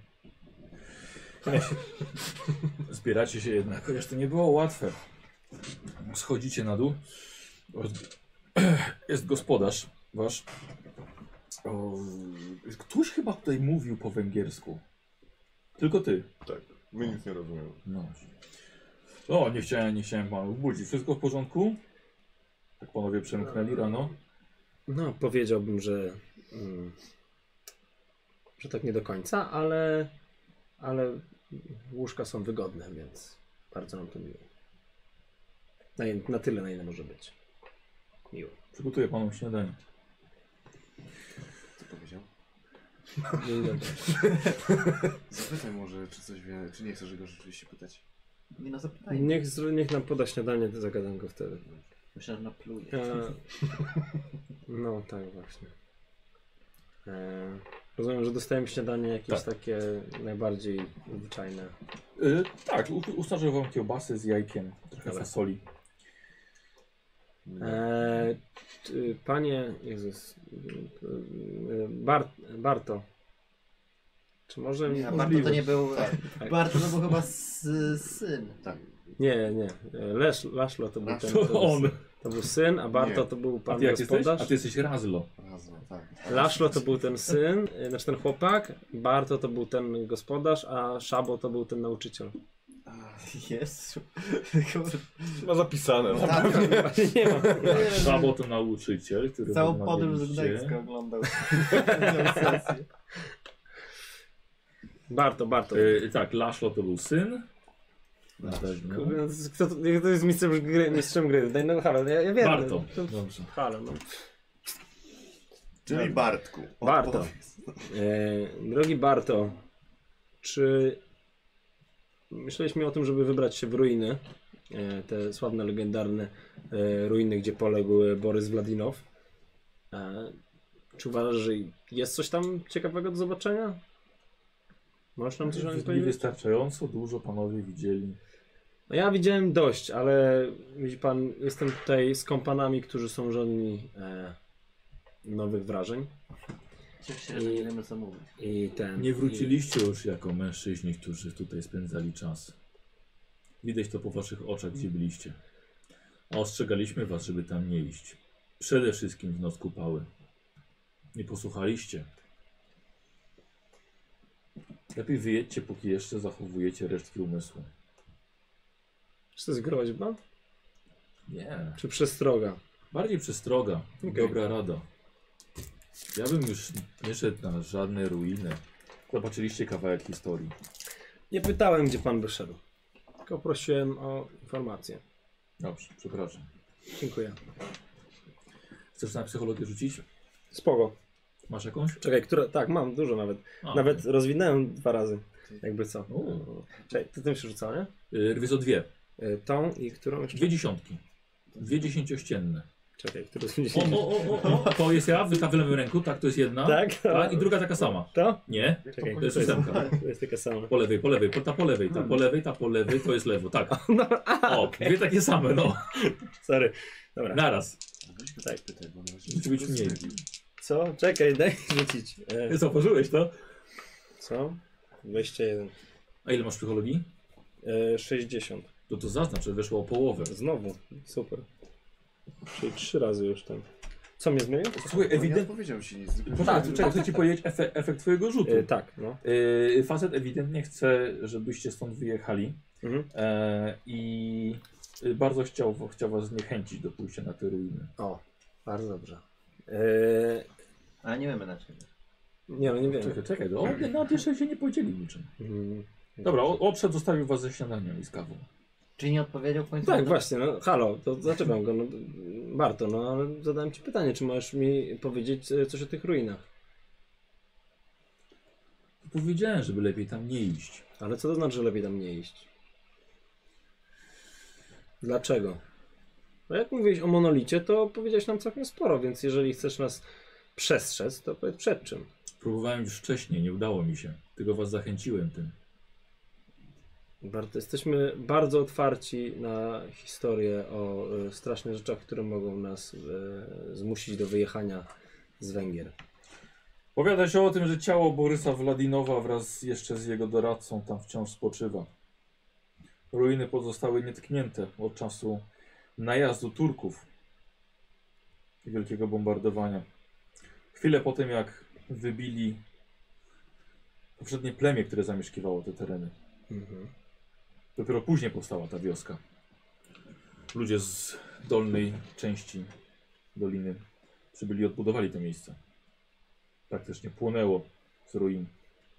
Speaker 2: *laughs* Zbieracie się jednak, chociaż to nie było łatwe. Schodzicie na dół. Roz- *clears throat* Jest gospodarz wasz. O, Ktoś chyba tutaj mówił po węgiersku. Tylko ty.
Speaker 4: Tak. My nic nie rozumiemy.
Speaker 2: No. O, nie chciałem, nie chciałem panu budzić. Wszystko w porządku? Tak panowie przemknęli rano.
Speaker 3: No, powiedziałbym, że. Mm, że tak nie do końca, ale. ale łóżka są wygodne, więc bardzo nam to miło. Na, na tyle, na ile może być. Miło.
Speaker 2: Przygotuję panu śniadanie.
Speaker 5: Co powiedział?
Speaker 3: Dzień dobry.
Speaker 5: Zapytaj może, czy coś wie, czy nie chcesz go rzeczywiście pytać.
Speaker 1: Nie no zapytaj.
Speaker 3: Niech, zro- niech nam poda śniadanie, to zagadam go wtedy.
Speaker 1: Myślę, że napluje.
Speaker 3: E, no tak właśnie. E, rozumiem, że dostałem śniadanie jakieś takie najbardziej zwyczajne.
Speaker 2: Y, tak, u- ustarzę wam kiełbasy z jajkiem, trochę
Speaker 3: Dobra.
Speaker 2: fasoli.
Speaker 3: E, czy- panie Jezus, e, Bart, Barto, czy może mi...
Speaker 1: Nie, Barto to nie był.
Speaker 3: *laughs* Tak.
Speaker 1: Barto to był chyba s- syn.
Speaker 5: Tak.
Speaker 3: Nie, nie. Lesz, Laszlo to był ten,
Speaker 5: Laszlo,
Speaker 3: to
Speaker 2: *laughs*
Speaker 3: był- To był syn, a Barto
Speaker 5: Nie.
Speaker 3: to był
Speaker 2: A
Speaker 3: pan
Speaker 2: ty jak jesteś? A
Speaker 3: gospodarz.
Speaker 2: ty jesteś Razlo.
Speaker 5: Razem, tak.
Speaker 3: Laszlo to był ten syn, y, znaczy ten chłopak, Barto to był ten gospodarz, a Szabo to był ten nauczyciel.
Speaker 1: Jezu.
Speaker 4: Ma zapisane. no.
Speaker 1: Tak,
Speaker 3: Nie ma.
Speaker 2: Tak, Szabo to nauczyciel, który
Speaker 1: Całą podróż z
Speaker 2: rozmawialiście.
Speaker 1: Gdańska oglądał.
Speaker 3: Barto, Barto.
Speaker 2: Y, tak, Laszlo to był syn. Na pewno.
Speaker 3: Kurde, no to jest- Kto to, to jest mistrzem gry, mistrzem gry. Daj, No halo, ja, ja wiem.
Speaker 2: Barto.
Speaker 3: To,
Speaker 2: Dobrze.
Speaker 3: halo, no.
Speaker 5: *laughs* Czyli Bartku.
Speaker 3: Barto.
Speaker 5: Odpowiedz.
Speaker 3: E, drogi Barto, czy myśleliśmy o tym, żeby wybrać się w ruiny, e, te sławne, legendarne e, ruiny, gdzie poległ e, Borys Wladinow. E, czy uważasz, że jest coś tam ciekawego do zobaczenia? Możesz nam coś o nim powiedzieć?
Speaker 2: Niewystarczająco dużo panowie widzieli.
Speaker 3: No ja widziałem dość, ale widzi pan, jestem tutaj z kompanami, którzy są żądni e, nowych wrażeń.
Speaker 1: Cieszę się, że nie wiemy co mówić.
Speaker 3: I ten.
Speaker 2: Nie wróciliście już jako mężczyźni, którzy tutaj spędzali czas. Widać to po waszych oczach, gdzie byliście. A ostrzegaliśmy was, żeby tam nie iść. Przede wszystkim w noc kupały. Nie posłuchaliście. Lepiej wyjedźcie, póki jeszcze zachowujecie resztki umysłu.
Speaker 3: I, czy to jest groźba?
Speaker 2: Nie.
Speaker 3: Czy przestroga?
Speaker 2: Bardziej przestroga.
Speaker 3: Okej.
Speaker 2: Dobra rada. Ja bym już nie szedł na żadne ruiny. Zobaczyliście kawałek historii.
Speaker 3: Nie pytałem, gdzie pan by szedł. Tylko prosiłem o informację.
Speaker 2: Dobrze, przepraszam.
Speaker 3: Dziękuję.
Speaker 2: Chcesz na psychologię rzucić?
Speaker 3: Spoko.
Speaker 2: Masz jakąś?
Speaker 3: Czekaj, które. Tak, mam dużo nawet.
Speaker 2: A,
Speaker 3: Nawet rozwinąłem dwa razy. Jakby co.
Speaker 2: O.
Speaker 3: Czekaj, ty tym się rzucał, nie?
Speaker 2: Y, Rwizo dwie.
Speaker 3: Y, Tą i którą jeszcze.
Speaker 2: Dwie dziesiątki. Dwie dziesięciościenne.
Speaker 3: Czekaj, którą
Speaker 2: O, no. o, o, o, o. *laughs* To jest ja, wy- wylewem ręku, tak, to jest jedna.
Speaker 3: *laughs* Tak?
Speaker 2: Tak, i druga taka sama.
Speaker 3: To?
Speaker 2: Nie,
Speaker 3: Czekaj,
Speaker 2: to jest
Speaker 3: to jest-
Speaker 2: ósemka.
Speaker 3: To jest taka sama.
Speaker 2: Po lewej, po lewej, po, ta po lewej, ta po lewej, ta po lewej, to jest lewo, tak.
Speaker 3: *laughs* No, a,
Speaker 2: O,
Speaker 3: okej.
Speaker 2: dwie takie same, no.
Speaker 3: Sorry. Dobra.
Speaker 2: Naraz.
Speaker 5: Weź go
Speaker 3: Tak.
Speaker 5: tak pytaj, bo na razie
Speaker 2: Musi być
Speaker 5: nie
Speaker 2: mniej.
Speaker 5: stwierdził.
Speaker 3: Co? Czekaj, daj rzucić. E,
Speaker 2: Zauważyłeś to?
Speaker 3: co? 21.
Speaker 2: A ile masz psychologii?
Speaker 3: E, 60.
Speaker 2: To to zaznacz, że weszło o połowę.
Speaker 3: Znowu. Super. Czyli trzy razy już ten. Co mnie zmienił?
Speaker 2: Słuchaj,
Speaker 5: No nie
Speaker 2: ewidentnie...
Speaker 5: odpowiedział ci nic. tylko-
Speaker 2: Tak, czekaj, chcę ci powiedzieć efe, efekt twojego rzutu.
Speaker 3: E, tak, no.
Speaker 2: Yy, facet ewidentnie chce, żebyście stąd wyjechali
Speaker 3: Mhm.
Speaker 2: e, i y, bardzo chciał, chciał was zniechęcić do pójścia na te ruiny.
Speaker 3: O, bardzo dobrze. E,
Speaker 1: Ale nie wiemy na czym.
Speaker 3: nie no, nie wiem.
Speaker 2: Czekaj, czekaj, no, on nawet jeszcze się nie podzielił niczym.
Speaker 3: Mm,
Speaker 2: Dobra, o- odszedł, zostawił was ze śniadaniem i z kawą.
Speaker 1: Czy nie odpowiedział w końcu?
Speaker 3: Tak, właśnie, no halo, to zaczepiam go. No, warto, no ale zadałem ci pytanie, czy możesz mi powiedzieć e, coś o tych ruinach?
Speaker 2: Powiedziałem, żeby lepiej tam nie iść.
Speaker 3: Ale co to znaczy, że lepiej tam nie iść? Dlaczego? No jak mówiłeś o monolicie, to powiedziałeś nam całkiem sporo, więc jeżeli chcesz nas przestrzec, to powiedz przed czym.
Speaker 2: Próbowałem już wcześniej, nie udało mi się. Tylko was zachęciłem tym.
Speaker 3: Bardzo, jesteśmy bardzo otwarci na historię o e, strasznych rzeczach, które mogą nas e, zmusić do wyjechania z Węgier.
Speaker 2: Powiada się o tym, że ciało Borysa Wladinowa wraz jeszcze z jego doradcą tam wciąż spoczywa. Ruiny pozostały nietknięte od czasu najazdu Turków i wielkiego bombardowania. Chwilę po tym, jak wybili poprzednie plemię, które zamieszkiwało te tereny. Dopiero później powstała ta wioska. Ludzie z dolnej części doliny przybyli i odbudowali to miejsce. Praktycznie płonęło z ruin.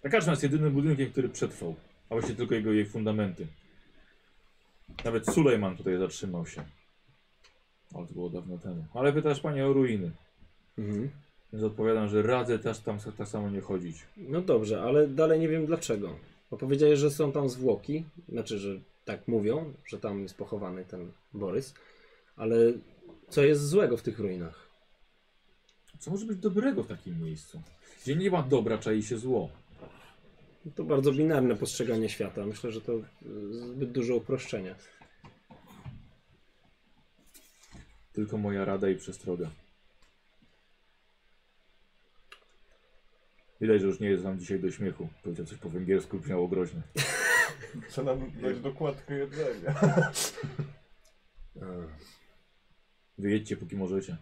Speaker 2: Takarza jest jedynym budynkiem, który przetrwał, a właściwie tylko jego jej fundamenty. Nawet Sulejman tutaj zatrzymał się. Ale to było dawno temu. Ale pytasz panie o ruiny. Więc odpowiadam, że radzę też tam tak samo nie chodzić.
Speaker 3: No dobrze, ale dalej nie wiem dlaczego. Bo powiedziałeś, że są tam zwłoki, znaczy, że tak mówią, że tam jest pochowany ten Borys, ale co jest złego w tych ruinach?
Speaker 2: Co może być dobrego w takim miejscu? Gdzie nie ma dobra, czai się zło.
Speaker 3: To bardzo binarne postrzeganie świata. Myślę, że to y, zbyt duże uproszczenie.
Speaker 2: Tylko moja rada i przestroga. Widać, że już nie jest wam dzisiaj do śmiechu. Powiedział coś po węgiersku, brzmiało groźnie.
Speaker 4: Chcę nam dać dokładkę jedzenia.
Speaker 2: Wyjedźcie, póki możecie.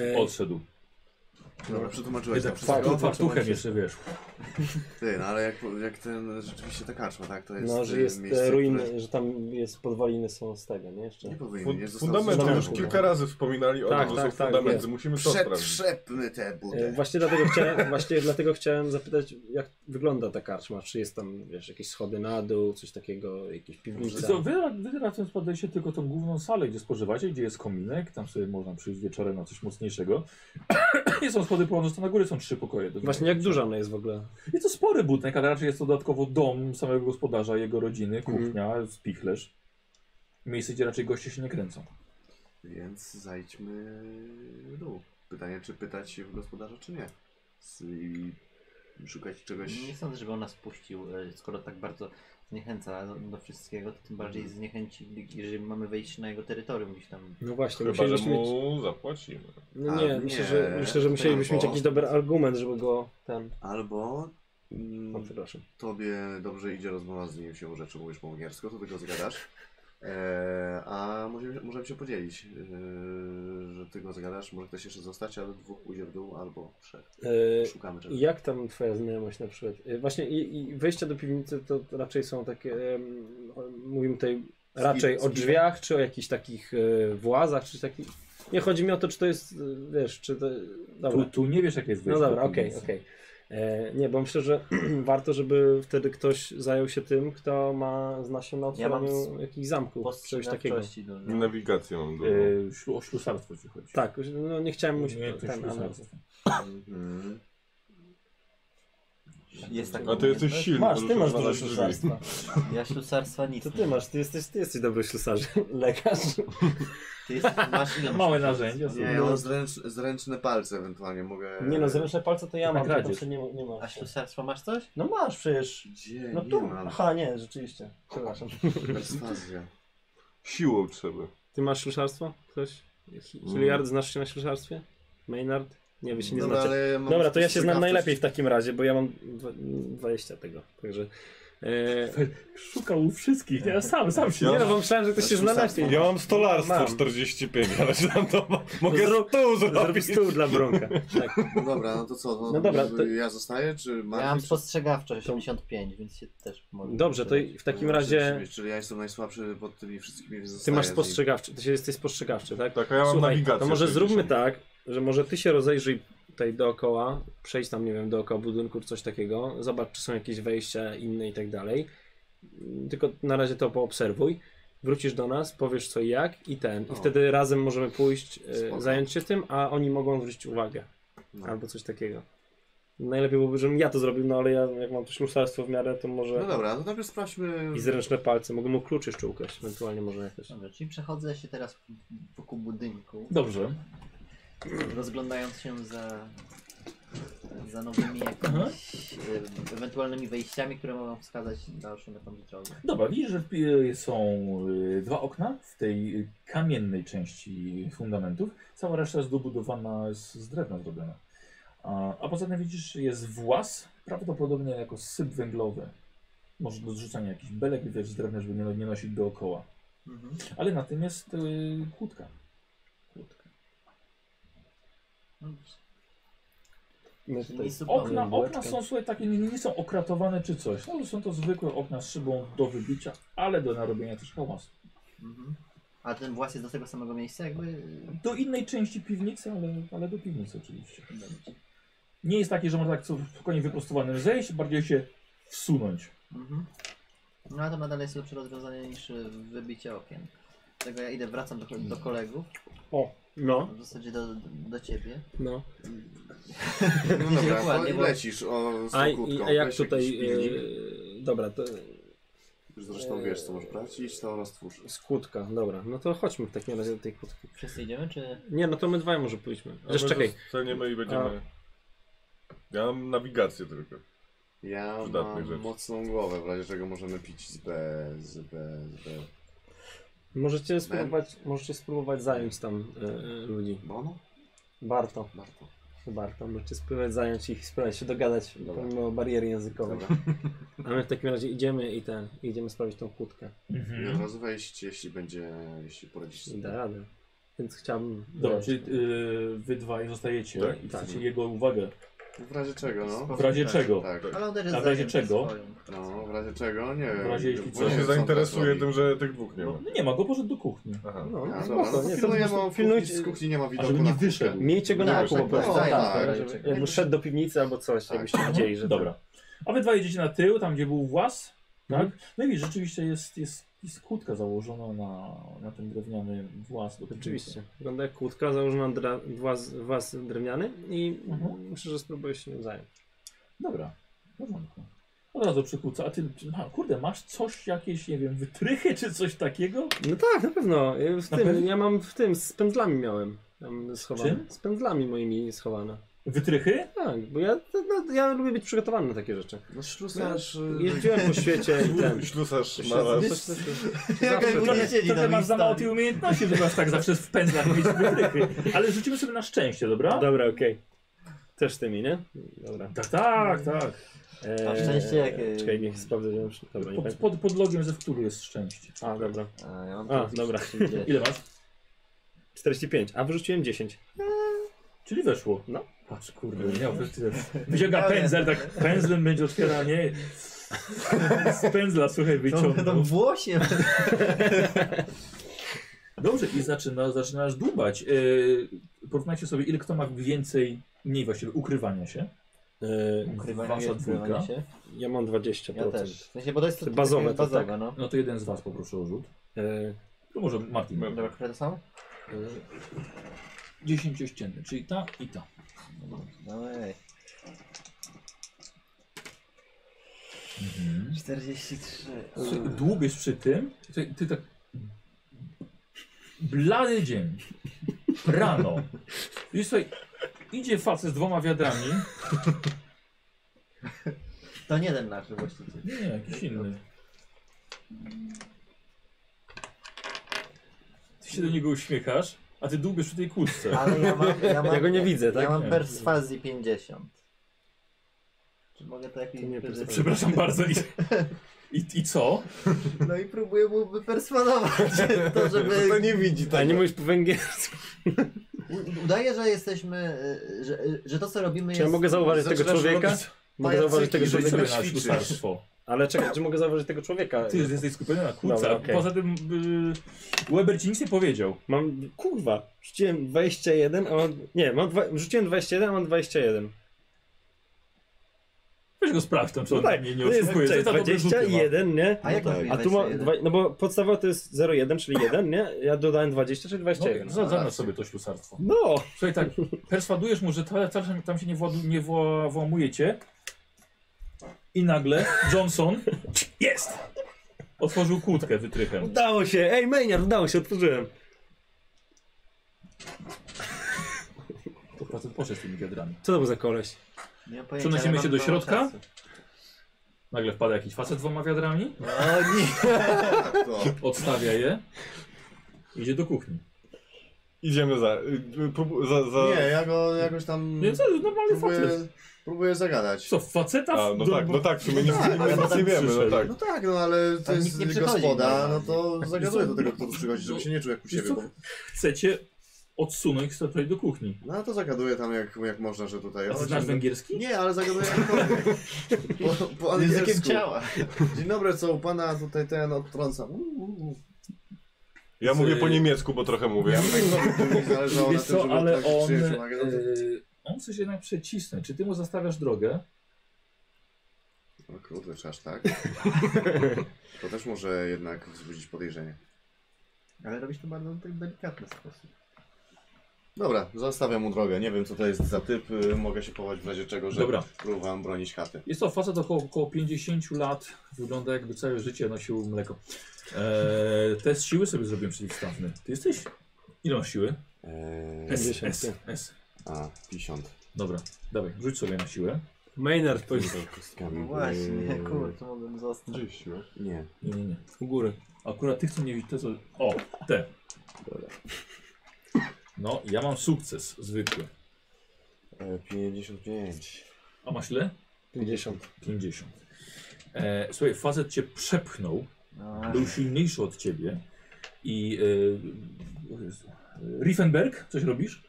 Speaker 3: E,
Speaker 2: Odszedł.
Speaker 5: Dobra, przetłumaczyłeś
Speaker 2: Jednak
Speaker 5: tak wszystko.
Speaker 2: fartu- fartuchem jeszcze, wiesz.
Speaker 5: Ty, no ale jak, jak ten, rzeczywiście ta kaczma, tak? To jest
Speaker 3: no,
Speaker 5: y,
Speaker 3: że jest
Speaker 5: miejsce,
Speaker 3: e, ruiny,
Speaker 5: które-
Speaker 3: że tam jest podwaliny są z tego, nie? Jeszcze. E,
Speaker 5: Nie powinien, nie
Speaker 4: Fund,
Speaker 5: został
Speaker 4: fundament
Speaker 3: został
Speaker 4: już
Speaker 3: zniszczony.
Speaker 4: kilka razy wspominali o
Speaker 3: Tak,
Speaker 4: tym, że
Speaker 3: tak,
Speaker 4: są
Speaker 3: tak,
Speaker 4: fundamenty.
Speaker 3: jest.
Speaker 4: Musimy to sprawdzić.
Speaker 5: Przetrzepmy tę
Speaker 3: E,
Speaker 5: budę.
Speaker 3: Właśnie dlatego, chciałem, *laughs* właśnie dlatego chciałem zapytać, jak wygląda ta karczma. Czy jest tam, wiesz, jakieś schody na dół, coś takiego, jakieś
Speaker 2: Wiesz
Speaker 3: piwnice?
Speaker 2: Co, wy, wy razem spadacie tylko tą główną salę, gdzie spożywacie, gdzie jest kominek, tam sobie można przyjść wieczorem na coś mocniejszego. *coughs* Nie są schody prowadzące na górę, są trzy pokoje. do
Speaker 3: Właśnie
Speaker 2: wynajęcia.
Speaker 3: jak duża ona jest w ogóle?
Speaker 2: Jest to spory budynek, ale raczej jest to dodatkowo dom samego gospodarza, jego rodziny,
Speaker 3: Mhm.
Speaker 2: kuchnia, spichlerz. Miejsce, gdzie raczej goście się nie kręcą.
Speaker 5: Więc zajdźmy w dół. Pytanie, czy pytać się w gospodarza, czy nie. S- I szukać czegoś...
Speaker 1: Nie sądzę, żeby on nas puścił, e, skoro tak bardzo zniechęca do, do wszystkiego, to tym bardziej zniechęci, jeżeli mamy wejść na jego terytorium gdzieś tam.
Speaker 3: No właśnie,
Speaker 4: Chyba, że
Speaker 3: musieliśmy mieć...
Speaker 4: mu zapłacimy.
Speaker 3: No
Speaker 5: A,
Speaker 3: nie,
Speaker 5: nie.
Speaker 3: myślę, że, myślę, że musielibyśmy mieć
Speaker 5: Albo-
Speaker 3: jakiś dobry argument, żeby go ten...
Speaker 5: Albo... mm,
Speaker 3: O, przepraszam.
Speaker 5: Tobie dobrze idzie rozmowa z nim się rzeczy, mówisz po angielsku, to tylko zgadasz. Eee, a możemy, możemy się podzielić, eee, że ty go zgadasz, może ktoś jeszcze zostać, ale dwóch pójdzie w dół albo trzech.
Speaker 3: E,
Speaker 5: Szukamy
Speaker 3: I
Speaker 5: czegoś.
Speaker 3: Jak tam twoja znajomość na przykład? Y, Właśnie i, i wejścia do piwnicy to raczej są takie, em, o- mówimy tutaj raczej o
Speaker 5: Skip- skip.
Speaker 3: drzwiach, czy o jakichś takich e, włazach, czy takich... Nie chodzi mi o to, czy to jest, e, wiesz, czy to...
Speaker 2: Tu,
Speaker 3: Dobra,
Speaker 2: tu nie wiesz, jak jest
Speaker 3: no
Speaker 2: wejście.
Speaker 3: dobra,
Speaker 2: do
Speaker 3: okej,
Speaker 2: piwnicy.
Speaker 3: okej. E, Nie, bo myślę, że *clears throat* warto, żeby wtedy ktoś zajął się tym, kto ma, zna się na
Speaker 1: Ja mam
Speaker 3: otwieraniu jakichś zamków, czegoś takiego.
Speaker 1: Postrzegawczości dużo.
Speaker 4: I nawigację mam do.
Speaker 2: Yy, ślu- O ślusarstwo ci chodzi.
Speaker 3: Tak, no nie chciałem mu
Speaker 2: nie, znaczy. to
Speaker 3: ten, ale-
Speaker 2: ślusarstwo.
Speaker 5: Mhm.
Speaker 1: Jest taka
Speaker 4: A ty jesteś
Speaker 1: umiejętność.
Speaker 4: silny.
Speaker 3: Masz, ty
Speaker 4: możesz
Speaker 3: masz dużo
Speaker 4: odwalać drzwi.
Speaker 3: ślusarstwa.
Speaker 1: Ja ślusarstwa nic.
Speaker 3: To
Speaker 1: nie
Speaker 3: ty
Speaker 1: mam.
Speaker 3: masz, ty jesteś, ty jesteś dobry ślusarzem, lekarz.
Speaker 1: Ty jest, masz ile masz
Speaker 2: Małe
Speaker 1: ślusarstwa?
Speaker 2: narzędzia są.
Speaker 5: Nie,
Speaker 1: No,
Speaker 5: ja mam zręcz, zręczne palce ewentualnie, mogę...
Speaker 3: Nie no, zręczne palce to ja
Speaker 2: Tak
Speaker 3: mam, tak
Speaker 2: radzisz.
Speaker 3: to nie, ma- nie masz.
Speaker 1: A ślusarstwa masz coś?
Speaker 3: No masz przecież.
Speaker 5: Gdzie?
Speaker 3: No
Speaker 5: nie
Speaker 3: tu.
Speaker 5: mam.
Speaker 3: Aha, nie, rzeczywiście. Przepraszam.
Speaker 5: Perswazja.
Speaker 4: Siłą trzeba.
Speaker 3: Ty masz ślusarstwo? Ktoś?
Speaker 4: Hilliard,
Speaker 3: znasz się na ślusarstwie? Maynard? Nie, wy się *laughs* nie
Speaker 5: Dobra,
Speaker 3: znacie.
Speaker 5: ale mam
Speaker 3: Dobra, to ja się znam
Speaker 5: spostrzegawczość.
Speaker 3: najlepiej w takim razie, bo ja mam dwa- 20 tego, także... e,
Speaker 2: Szukał u wszystkich, nie? sam, sam się.
Speaker 3: Nie no, bo myślałem, że ktoś się zna lepiej.
Speaker 5: Ja
Speaker 4: mam
Speaker 3: stolarstwo Mam.
Speaker 4: 45, ale tam to
Speaker 3: mogę Zrób-
Speaker 4: tu
Speaker 3: Zrobisz stół dla Bronka. Tak.
Speaker 5: No dobra, no to co, no,
Speaker 3: No dobra, to-
Speaker 5: ja zostaję, czy
Speaker 1: Ja mam
Speaker 5: Martin,
Speaker 1: spostrzegawczość 85, więc się też mogę.
Speaker 3: Dobrze, to i w takim
Speaker 5: No,
Speaker 3: razie...
Speaker 5: Czyli- Czyli ja jestem najsłabszy pod tymi wszystkimi, więc
Speaker 3: Ty
Speaker 5: zostaję
Speaker 3: masz
Speaker 5: z nim.
Speaker 3: spostrzegawczy, ty się jesteś spostrzegawczy, tak?
Speaker 4: Tak, a ja mam
Speaker 3: Słuchaj,
Speaker 4: nawigację.
Speaker 3: to może
Speaker 4: 60.
Speaker 3: zróbmy tak, że może ty się rozejrzyj tutaj dookoła, przejdź tam, nie wiem, dookoła budynku czy coś takiego, zobacz, czy są jakieś wejścia inne i tak dalej. Mm, Tylko na razie to poobserwuj. Wrócisz do nas, powiesz co i jak i ten. I
Speaker 5: O.
Speaker 3: wtedy razem możemy pójść, e,
Speaker 5: Spoko.
Speaker 3: zająć się tym, a oni mogą zwrócić uwagę.
Speaker 5: No.
Speaker 3: Albo coś takiego. Najlepiej byłoby, żebym ja to zrobił, no ale ja jak mam to ślusarstwo w miarę, to może...
Speaker 5: No dobra, to najpierw sprawdźmy.
Speaker 3: I zręczne palce, mogę mu klucz jeszcze ukraść, ewentualnie może jakoś.
Speaker 2: Znaczy,
Speaker 1: Dobrze, czyli przechodzę się teraz wokół budynku,
Speaker 2: Dobrze.
Speaker 1: rozglądając się za, za nowymi jakimiś, e, ewentualnymi wejściami, które mogą wskazać dalszą jakąś drogę.
Speaker 2: Dobra, widzisz, że y, są y, dwa okna w tej y, kamiennej części fundamentów. Cała reszta jest dobudowana z, z drewna zrobiona. A, a poza tym widzisz, jest włas, prawdopodobnie jako syp węglowy. Może do zrzucania jakichś belek, wiesz, z drewna, żeby nie, nie nosić dookoła.
Speaker 1: Mhm.
Speaker 2: Ale na tym jest y, kłódka.
Speaker 1: Dobrze.
Speaker 3: No,
Speaker 1: Czyli nic
Speaker 2: Okna,
Speaker 1: zupełnie.
Speaker 2: okna są słuchaj, takie, nie, nie są okratowane czy coś. No, są to zwykłe okna z szybą do wybicia, ale do narobienia też hałasu.
Speaker 1: Mhm. A ten włas jest do tego samego miejsca jakby?
Speaker 2: Do innej części piwnicy, ale, ale do piwnicy oczywiście. Nie jest takie, że można tak co- spokojnie wyprostowanym zejść, bardziej się wsunąć.
Speaker 1: Mhm. No a to ma dalej jest lepsze rozwiązanie niż e, wybicie okien. Tego ja idę, wracam do, do kolegów,
Speaker 3: O, no,
Speaker 1: w zasadzie do, do, do ciebie.
Speaker 3: no.
Speaker 5: No dobra,
Speaker 1: *laughs* Dokładnie,
Speaker 5: to
Speaker 1: bo-
Speaker 5: lecisz o, z tą
Speaker 3: A, i,
Speaker 5: kurtką.
Speaker 3: a jak
Speaker 5: Weź jakiś
Speaker 3: tutaj...
Speaker 5: pilnik.
Speaker 3: Yy, dobra, to
Speaker 5: Zresztą wiesz, co możesz brać. Idź to oraz twórz.
Speaker 3: skłódka, dobra. No to chodźmy w takim razie do tej kłódki.
Speaker 1: Wszyscy idziemy, czy...
Speaker 3: Nie, no to my dwaj może pójdźmy.
Speaker 4: A
Speaker 3: Zresztą
Speaker 4: my
Speaker 3: czekaj.
Speaker 4: Zostaniemy i będziemy... Ja mam nawigację tylko.
Speaker 5: Ja
Speaker 4: Przydatnej
Speaker 5: mam
Speaker 4: rzeczy.
Speaker 5: mocną głowę, w razie czego możemy pić z B, z B, z B.
Speaker 3: Możecie spróbować, możecie spróbować zająć tam e, e, ludzi.
Speaker 5: Bono?
Speaker 3: Warto,
Speaker 5: Marto.
Speaker 3: warto. Możecie spróbować zająć ich, spróbować się dogadać
Speaker 5: Dobra.
Speaker 3: pomimo bariery językowej.
Speaker 5: Dobra.
Speaker 3: A my w takim razie idziemy i ten, idziemy sprawdzić tą kłódkę.
Speaker 5: I
Speaker 2: Mhm.
Speaker 5: od razu wejść, jeśli będzie, jeśli poradzisz
Speaker 3: Jeśli
Speaker 5: sobie.
Speaker 3: da radę. Więc chciałbym...
Speaker 2: Dobra,
Speaker 3: wiesz,
Speaker 2: czyli y, wy dwaj zostajecie
Speaker 4: Tak,
Speaker 2: i
Speaker 5: tak.
Speaker 2: chcecie jego uwagę.
Speaker 5: W razie czego, no?
Speaker 2: W razie czego?
Speaker 5: Tak.
Speaker 1: Ale on też jest
Speaker 2: A w razie
Speaker 1: zajęty
Speaker 2: czego?
Speaker 1: swoją pracą.
Speaker 5: No, w razie czego? Nie wiem.
Speaker 2: razie jeśli
Speaker 5: Bo
Speaker 2: coś
Speaker 5: nie
Speaker 4: Co się
Speaker 5: wiem, co on
Speaker 4: zainteresuje
Speaker 5: teraz
Speaker 4: tym,
Speaker 5: robi.
Speaker 4: że tych dwóch nie
Speaker 2: No,
Speaker 4: ma.
Speaker 2: no nie ma go, poszedł do kuchni.
Speaker 4: Aha.
Speaker 3: No, no,
Speaker 5: A, dobra,
Speaker 3: spoko,
Speaker 5: no,
Speaker 3: nie,
Speaker 5: nie,
Speaker 3: to po
Speaker 5: pilnujemy,
Speaker 3: prostu
Speaker 5: on
Speaker 3: pilnujcie-
Speaker 5: pilnujcie... z kuchni nie ma widoku
Speaker 2: żeby
Speaker 5: na
Speaker 2: nie
Speaker 5: kuchnię.
Speaker 2: wyszedł.
Speaker 3: Miejcie go
Speaker 5: No,
Speaker 3: na oku po
Speaker 5: tak,
Speaker 3: prostu.
Speaker 5: tak,
Speaker 3: Tak,
Speaker 5: tak.
Speaker 3: żeby- Jakby szedł do piwnicy albo coś,
Speaker 5: Tak.
Speaker 3: jakbyście widzieli, że...
Speaker 2: Dobra. A wy dwa jedziecie na tył, tam gdzie był włas. Tak?
Speaker 3: Mhm.
Speaker 2: No i rzeczywiście jest, jest, jest kłódka założona na, na ten drewniany włas. Do piwnicy.
Speaker 3: Oczywiście. Wygląda jak kłódka założona dla was, was drewniany i
Speaker 2: Mhm.
Speaker 3: myślę, że spróbuję się nią zająć.
Speaker 2: Dobra, w porządku. Od razu przykłóca. A ty, ma, kurde, masz coś, jakieś, nie wiem, wytrychy czy coś takiego?
Speaker 3: No tak, na pewno. Ja W *laughs*
Speaker 2: Na
Speaker 3: tym,
Speaker 2: pewno?
Speaker 3: Ja mam w tym, z pędzlami miałem. Tam schowane.
Speaker 2: Czym?
Speaker 3: Z pędzlami moimi schowane.
Speaker 2: Wytrychy?
Speaker 3: Tak, bo ja, no, ja lubię być przygotowany na takie rzeczy.
Speaker 5: No ślusarz...
Speaker 3: Jeździłem po świecie i *laughs* ten.
Speaker 4: Ślusarz
Speaker 3: Coś-
Speaker 4: malarz.
Speaker 3: y, coś- coś- coś-
Speaker 1: Jaka
Speaker 3: zawsze-
Speaker 1: Nie
Speaker 2: Trochę,
Speaker 1: siedzi
Speaker 2: trochę
Speaker 1: tam
Speaker 2: masz
Speaker 1: i
Speaker 2: za mało
Speaker 1: stoi.
Speaker 2: tej umiejętności, żeby aż tak zawsze w pędzlach mieć wytrychy. Ale rzucimy sobie na szczęście, dobra?
Speaker 3: Dobra, okej. Też tymi, nie? Dobra.
Speaker 2: Tak, tak, tak.
Speaker 3: Eee,
Speaker 1: A szczęście jakie?
Speaker 3: Czekaj, niech sprawdzę, że już... Dobra, nie
Speaker 2: Pod,
Speaker 3: pamiętam.
Speaker 2: pod, pod logiem ze wtóru jest szczęście.
Speaker 3: A, dobra.
Speaker 1: A, ja mam
Speaker 3: A,
Speaker 1: tu-
Speaker 3: dobra.
Speaker 2: *laughs* Ile masz?
Speaker 3: 45, a wyrzuciłem 10.
Speaker 2: Czyli weszło.
Speaker 3: No.
Speaker 2: Patrz,
Speaker 1: *laughs*
Speaker 2: kurde, miał Wyciąga pędzel, tak pędzlem będzie otwieranie. Z pędzla, słuchaj,
Speaker 1: To, to
Speaker 2: wyciągnął.
Speaker 1: włosie.
Speaker 2: Dobrze, i zaczyna, zaczynasz dłubać. Yy, porównajcie sobie, ile kto ma więcej, mniej właściwie, ukrywania się. E,
Speaker 3: Eee,
Speaker 1: Ukrywanie,
Speaker 2: Wasza
Speaker 1: ukrywanie
Speaker 2: dwójka.
Speaker 1: się.
Speaker 3: ja mam 20%.
Speaker 1: Ja też. W sensie, bo to jest
Speaker 3: Te bazowe
Speaker 1: takie
Speaker 3: to
Speaker 1: bazowe,
Speaker 3: tak.
Speaker 1: no.
Speaker 2: No to jeden z was poproszę o rzut.
Speaker 3: Eee,
Speaker 2: To może Martin.
Speaker 4: My.
Speaker 1: Dobra, które to są?
Speaker 2: Dziesięciościenny, czyli ta i ta.
Speaker 1: Dawaj.
Speaker 3: Mhm.
Speaker 1: 43.
Speaker 2: Słuchaj, Dłubiesz przy tym, ty, ty tak... Blady dzień. Rano. I słuchaj, idzie facet z dwoma wiadrami.
Speaker 1: To nie ten nasz właściciel.
Speaker 2: Nie, nie, jakiś inny. Ty się do niego uśmiechasz, a ty dłubiesz przy tej kłódce.
Speaker 1: Ale ja mam... Ja, mam,
Speaker 3: Ja go nie widzę, tak?
Speaker 1: Ja mam
Speaker 2: Nie.
Speaker 1: perswazji 50. Czy mogę to jakiś...
Speaker 3: To nie perswazji.
Speaker 2: Przepraszam bardzo. I, i, i co?
Speaker 1: No i próbuję mu
Speaker 3: *laughs*
Speaker 1: wyperswadować to, żeby...
Speaker 4: To nie widzi
Speaker 3: A No nie
Speaker 4: tego.
Speaker 3: mówisz po węgiersku.
Speaker 1: U- Udaje, że jesteśmy... y, Że, że to, co robimy
Speaker 3: Czy
Speaker 1: No jest...
Speaker 3: ja mogę zauważyć tego
Speaker 5: Zaczynasz
Speaker 3: człowieka?
Speaker 5: robić
Speaker 3: Mogę zauważyć tego
Speaker 5: pajacyki,
Speaker 2: Rzuć
Speaker 3: człowieka.
Speaker 2: sobie
Speaker 5: żeby-
Speaker 2: na
Speaker 5: ćwiczysz.
Speaker 2: ślusarstwo.
Speaker 3: Ale czekaj, czy mogę zauważyć tego człowieka?
Speaker 2: Ty już jesteś skupiony na kłódce.
Speaker 3: Dobra, okej.
Speaker 2: Poza tym y, Weber ci nic nie powiedział.
Speaker 3: Mam, kurwa, rzuciłem 21, a mam, nie, mam dwa, rzuciłem 21, a mam 21.
Speaker 2: Weź go sprawdź tam, czy
Speaker 3: No
Speaker 2: on
Speaker 3: tak,
Speaker 2: nie, nie
Speaker 3: to jest
Speaker 2: oszukuje. Co
Speaker 3: czekaj,
Speaker 2: tam dobre rzuty ma?
Speaker 3: 21, nie?
Speaker 1: A jak
Speaker 5: No tak.
Speaker 1: robię
Speaker 3: A tu ma,
Speaker 1: 21?
Speaker 3: dwa, no bo podstawowa to jest 0,1, czyli 1, nie? Ja dodałem 20, czyli
Speaker 2: No,
Speaker 3: 21.
Speaker 2: za- Zaznacz sobie to ślusarstwo.
Speaker 3: No!
Speaker 2: Słuchaj tak, perswadujesz mu, że ta- ta- tam się nie, władu, nie wła, włamujecie. I nagle Johnson jest! Otworzył kłódkę wytrychem.
Speaker 3: Udało się! Ej, Maynard, udało się, otworzyłem.
Speaker 2: To facet poszedł z tymi wiadrami.
Speaker 3: Co to był za koleś?
Speaker 1: Nie mam pojęcia,
Speaker 2: Przenosimy
Speaker 1: ale
Speaker 2: się
Speaker 1: mam
Speaker 2: do
Speaker 1: mało
Speaker 2: środka?
Speaker 1: czasu.
Speaker 2: Nagle wpada jakiś facet z dwoma wiadrami,
Speaker 1: O nie!
Speaker 5: To.
Speaker 2: odstawia je, idzie do kuchni.
Speaker 4: Idziemy za... y, próbu- za, za...
Speaker 5: Nie, ja go jakoś tam
Speaker 2: Nie, co, normalny facet.
Speaker 5: próbuję, próbuję zagadać.
Speaker 2: Co, faceta?
Speaker 4: A,
Speaker 2: w-
Speaker 4: no
Speaker 2: do-
Speaker 4: tak, no tak, w sumie nic,
Speaker 5: Tak,
Speaker 4: nic, nic nie wiemy, no
Speaker 2: przyszedł.
Speaker 4: tak.
Speaker 5: No tak, no ale to
Speaker 1: Tam nikt nie
Speaker 5: jest
Speaker 1: przychodzi,
Speaker 5: gospoda, no
Speaker 1: normalnie.
Speaker 5: to zagaduję do tego, kto tu
Speaker 2: No,
Speaker 5: przychodzi, żeby się nie czuł jak u
Speaker 2: wiesz
Speaker 5: siebie.
Speaker 2: co?
Speaker 5: Bo...
Speaker 2: Chcecie odsunąć tutaj do kuchni.
Speaker 5: No to zagaduję tam jak, jak można, że tutaj.
Speaker 2: A
Speaker 5: O,
Speaker 2: ty znasz
Speaker 5: dzień-
Speaker 2: węgierski?
Speaker 5: Nie, ale zagaduję jakkolwiek. Po, po
Speaker 1: Językiem
Speaker 5: angielsku.
Speaker 1: ciała.
Speaker 5: Dzień dobry, co u pana tutaj ten odtrąca. Uuu, uuu.
Speaker 4: Ja
Speaker 2: Z-
Speaker 4: mówię po niemiecku, bo trochę mówię.
Speaker 5: Ja *laughs* bym tak zrobił, gdyby mi zależało na
Speaker 2: Wiesz
Speaker 5: tym,
Speaker 2: co,
Speaker 5: żeby
Speaker 2: ale
Speaker 5: odtracić
Speaker 2: on,
Speaker 5: czyjąś uwagę. No to-
Speaker 2: yy, on coś jednak przecisnąć. Czy ty mu zastawiasz drogę?
Speaker 5: O kurde, czy aż tak? To też może jednak wzbudzić podejrzenie.
Speaker 1: Ale robisz to bardzo tak delikatny sposób.
Speaker 5: Dobra, zostawiam mu drogę. Nie wiem, co to jest za typ. y, Mogę się powołać w razie czego, że
Speaker 2: Dobra.
Speaker 5: próbowałem bronić chaty.
Speaker 2: Jest to facet około, około 50 lat. Wygląda jakby całe życie nosił mleko. Eee, test siły sobie zrobiłem przeciwstawny. Ty jesteś? Ile masz siły?
Speaker 5: Eee,
Speaker 2: S,
Speaker 3: 50,
Speaker 2: S, S.
Speaker 5: a, 50.
Speaker 2: Dobra, dawaj, rzuć sobie na siłę.
Speaker 3: Maynard to
Speaker 5: Rzucam kostkami.
Speaker 1: No właśnie, *laughs*
Speaker 5: Eee,
Speaker 1: kurczę, mogłem zostać. *laughs*
Speaker 4: Dziesiu.
Speaker 5: Nie.
Speaker 2: Nie, nie, nie.
Speaker 3: u góry.
Speaker 2: Akurat tych, co nie widzę, co... O, te.
Speaker 5: Dobra.
Speaker 2: No, ja mam sukces zwykły.
Speaker 5: Eee, 55.
Speaker 2: A masz ile?
Speaker 3: 50.
Speaker 2: 50. E, słuchaj, facet cię przepchnął,
Speaker 1: No,
Speaker 2: był silniejszy od ciebie i... E, o Jezu. Riefenberg, coś robisz?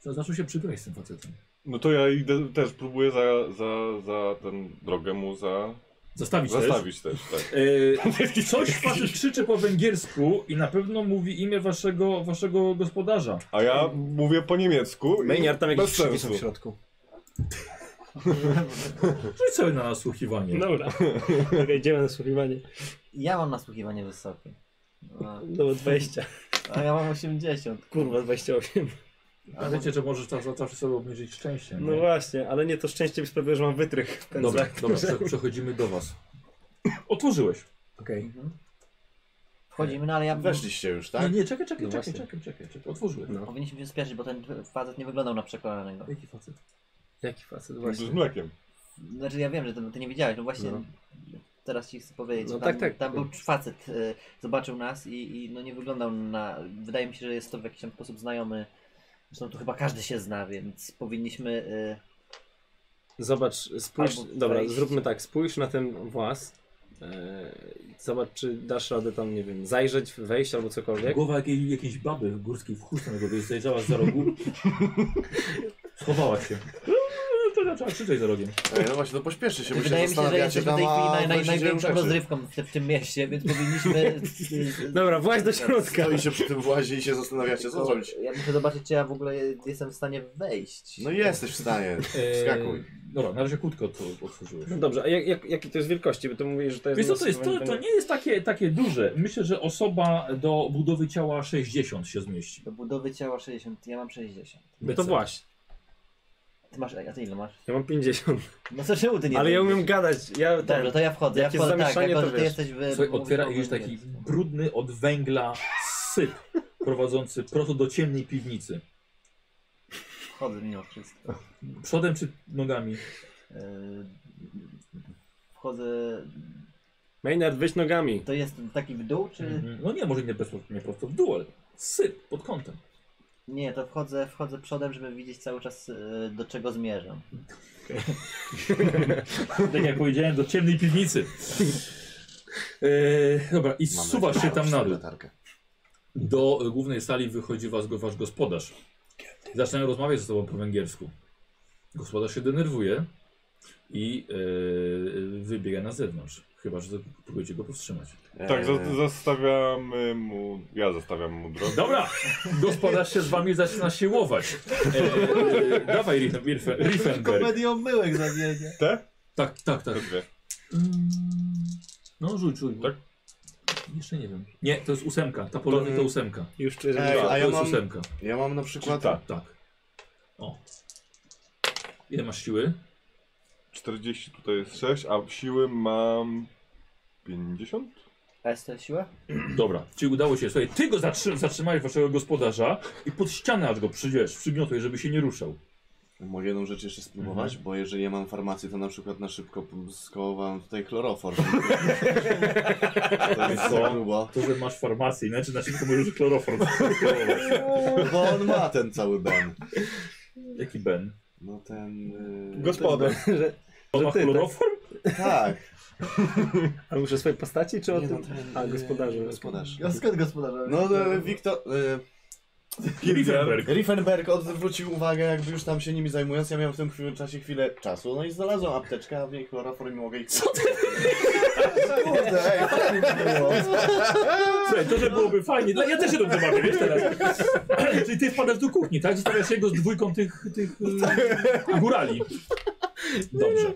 Speaker 2: Zaczął się przybrać z tym facetem.
Speaker 4: No to ja idę, też próbuję za, za, za ten drogę mu za...
Speaker 2: Zastawić też.
Speaker 4: zastawić też, tak.
Speaker 2: E, coś facet krzyczy po węgiersku i na pewno mówi imię waszego, waszego gospodarza.
Speaker 4: A ja mówię po niemiecku i
Speaker 3: Maynard tam
Speaker 4: bez
Speaker 3: jakieś krzyki są w
Speaker 4: sensu.
Speaker 3: środku.
Speaker 2: Rzuć sobie na nasłuchiwanie.
Speaker 3: Dobra. Okej, idziemy na słuchiwanie.
Speaker 1: Ja mam nasłuchiwanie wysokie. No,
Speaker 3: No 20.
Speaker 1: a ja mam 80.
Speaker 3: Kurwa, 28.
Speaker 2: A wiecie, że możesz zawsze, zawsze sobie obniżyć szczęście.
Speaker 3: No
Speaker 2: nie?
Speaker 3: właśnie, ale nie, to szczęście mi sprawiło, że mam wytrych. w pędzlach.
Speaker 2: Dobra, dobra prze, przechodzimy do was. Otworzyłeś.
Speaker 3: Okej.
Speaker 1: Mhm. Wchodzimy, no ale ja
Speaker 5: Weszliście już,
Speaker 2: Nie,
Speaker 5: tak?
Speaker 2: nie, czekaj, czekaj,
Speaker 3: No
Speaker 2: czekaj,
Speaker 3: właśnie.
Speaker 2: czekaj, czekaj, czekaj. Otworzyłeś.
Speaker 3: No.
Speaker 1: powinniśmy się spieszyć, bo ten facet nie wyglądał na przekonanego.
Speaker 2: Jaki facet?
Speaker 3: Jaki facet
Speaker 4: Z mlekiem.
Speaker 1: Znaczy ja wiem, że ty, ty nie wiedziałeś, no właśnie
Speaker 3: No.
Speaker 1: teraz ci chcę powiedzieć.
Speaker 3: No
Speaker 1: tam,
Speaker 3: tak, tak.
Speaker 1: tam był facet, y, zobaczył nas i, i no nie wyglądał na... Wydaje mi się, że jest to w jakiś tam sposób znajomy. Zresztą tu chyba każdy się zna, więc powinniśmy... Y,
Speaker 3: Zobacz, spójrz.
Speaker 1: Albo
Speaker 3: dobra,
Speaker 1: wejść.
Speaker 3: zróbmy tak, spójrz na ten włas. E, zobacz, czy dasz radę tam, nie wiem, zajrzeć, wejść albo cokolwiek.
Speaker 2: Głowa jakiej, jakiejś baby górskiej w chustę, go zajrzała za rogu. Schowała się. No, To trzeba krzyczeć za rogiem.
Speaker 5: Eee, no właśnie, to pośpieszcie się, bo się
Speaker 1: wydaje mi się, że
Speaker 5: zastanawiacie
Speaker 1: jesteśmy w tej
Speaker 5: tam,
Speaker 1: chwili naj, naj,
Speaker 5: a wejście dzieją
Speaker 1: największą
Speaker 5: rzeczy.
Speaker 1: rozrywką w, w tym mieście, więc powinniśmy...
Speaker 3: *laughs* Dobra, właź do środka.
Speaker 5: Stoicie przy tym włazie i się zastanawiacie, co
Speaker 1: Tylko
Speaker 5: zrobić.
Speaker 1: Ja muszę zobaczyć, czy ja w ogóle jestem w stanie wejść.
Speaker 5: No jesteś w stanie.
Speaker 1: eee,
Speaker 5: Wskakuj.
Speaker 2: E, Dobra, na razie krótko to otworzyłeś.
Speaker 3: No dobrze, a jak, jak, jakie to jest wielkości? Bo to mówisz, że to jest.
Speaker 2: Wiesz co, to, jest, to, to nie jest takie, takie duże. Myślę, że osoba do budowy ciała 60 się zmieści.
Speaker 1: Do budowy ciała 60, ja mam 60.
Speaker 3: No to właśnie.
Speaker 1: Ty masz, a ty ile masz?
Speaker 3: Ja mam 50.
Speaker 1: No co czemu ty nie
Speaker 3: Ale ja
Speaker 1: wejdziesz?
Speaker 3: umiem gadać. Ja,
Speaker 1: Dobra,
Speaker 3: ten,
Speaker 1: to ja wchodzę, ja
Speaker 3: Jakie
Speaker 1: wchodzę tak,
Speaker 3: zamieszanie,
Speaker 1: jako
Speaker 3: to
Speaker 1: że ty
Speaker 3: wiesz.
Speaker 1: jesteś w...
Speaker 2: Słuchaj,
Speaker 1: mówisz
Speaker 2: otwiera
Speaker 1: po
Speaker 2: i już taki
Speaker 1: angielsku.
Speaker 2: brudny od węgla syp prowadzący prosto do ciemnej piwnicy.
Speaker 1: Wchodzę mimo wszystko.
Speaker 2: Przodem czy nogami?
Speaker 1: Yy, Wchodzę...
Speaker 3: Maynard, wyjdź nogami.
Speaker 1: To jest taki w dół, czy...
Speaker 2: Mhm. No nie, może nie, prosto, nie prosto w dół, ale syp pod kątem.
Speaker 1: Nie, to wchodzę, wchodzę przodem, żeby widzieć cały czas yy, do czego zmierzam.
Speaker 2: Tak jak powiedziałem, do ciemnej piwnicy. E, dobra, i
Speaker 5: Mam
Speaker 2: zsuwasz się
Speaker 5: nadzieję,
Speaker 2: tam
Speaker 5: że
Speaker 2: na
Speaker 5: masz
Speaker 2: dół.
Speaker 5: latarkę.
Speaker 2: Do e, głównej sali wychodzi was, go- wasz gospodarz. Zaczynają rozmawiać ze sobą po węgiersku. Gospodarz się denerwuje i e, wybiega na zewnątrz. Chyba, że próbujecie go powstrzymać.
Speaker 3: E,
Speaker 4: Tak, za,
Speaker 5: Eee,
Speaker 4: zastawiamy mu... Ja zastawiam mu drogę.
Speaker 2: Dobra, gospodarz się z wami zaczyna siłować. E, e, e, dawaj, Riefen- Riefen- Riefenberg.
Speaker 1: myłek zamienia.
Speaker 4: Te?
Speaker 2: Tak, tak, tak.
Speaker 4: Te dwie.
Speaker 2: Mm. No rzuć, rzuć.
Speaker 4: Tak?
Speaker 2: Jeszcze nie wiem. Nie, to jest ósemka. Ta polony to ósemka.
Speaker 3: Już czy
Speaker 5: Ej,
Speaker 2: To
Speaker 5: a ja
Speaker 2: jest
Speaker 5: mam,
Speaker 2: ósemka.
Speaker 5: ja mam na przykład
Speaker 4: Czyta.
Speaker 2: Tak. O. Ile masz siły?
Speaker 4: 40 tutaj jest 6, a siły mam 50?
Speaker 1: A jest to siła?
Speaker 2: Dobra, ci udało się. Słuchaj, ty go zatrzy zatrzymałeś, waszego gospodarza i pod ścianę aż go przydziesz, przygniotłeś, żeby się nie ruszał.
Speaker 5: Mogę jedną rzecz jeszcze spróbować,
Speaker 1: Mhm.
Speaker 5: bo jeżeli ja mam farmację, to na przykład na szybko p- skołowałem tutaj chloroform.
Speaker 1: *laughs*
Speaker 5: to jest za grubo.
Speaker 2: To, że masz farmację, inaczej na szybko możesz chloroform.
Speaker 5: Bo on ma ten cały ben.
Speaker 2: Jaki Ben?
Speaker 5: No ten... Yy,
Speaker 3: Gospodarz. *laughs* Że,
Speaker 2: On ma
Speaker 3: że ty, tak?
Speaker 2: chloroform?
Speaker 5: Tak.
Speaker 3: A muszę swojej postaci czy o
Speaker 5: Nie, no,
Speaker 3: tym?
Speaker 5: ten,
Speaker 3: A,
Speaker 5: yy,
Speaker 3: gospodarzu.
Speaker 5: Gospodarz.
Speaker 1: skąd gospodarza?
Speaker 5: No, yy, Wiktor... Yy,
Speaker 2: Riefenberg.
Speaker 5: Riefenberg odwrócił uwagę, jakby już tam się nimi zajmując. Ja miałem w tym chwili- czasie chwilę czasu, no i znalazłem apteczkę, a w niej chloroform i mogę ich... Co ty? *laughs* Kurde, ej, fajnie by było.
Speaker 2: Słuchaj, to, że byłoby fajnie. Dla... Ja też się dobrze bawię, wiesz teraz.
Speaker 1: *clears throat*
Speaker 2: Czyli ty wpadasz do kuchni, tak? Zostawiasz jego z dwójką tych, tych e, y, górali. Dobrze.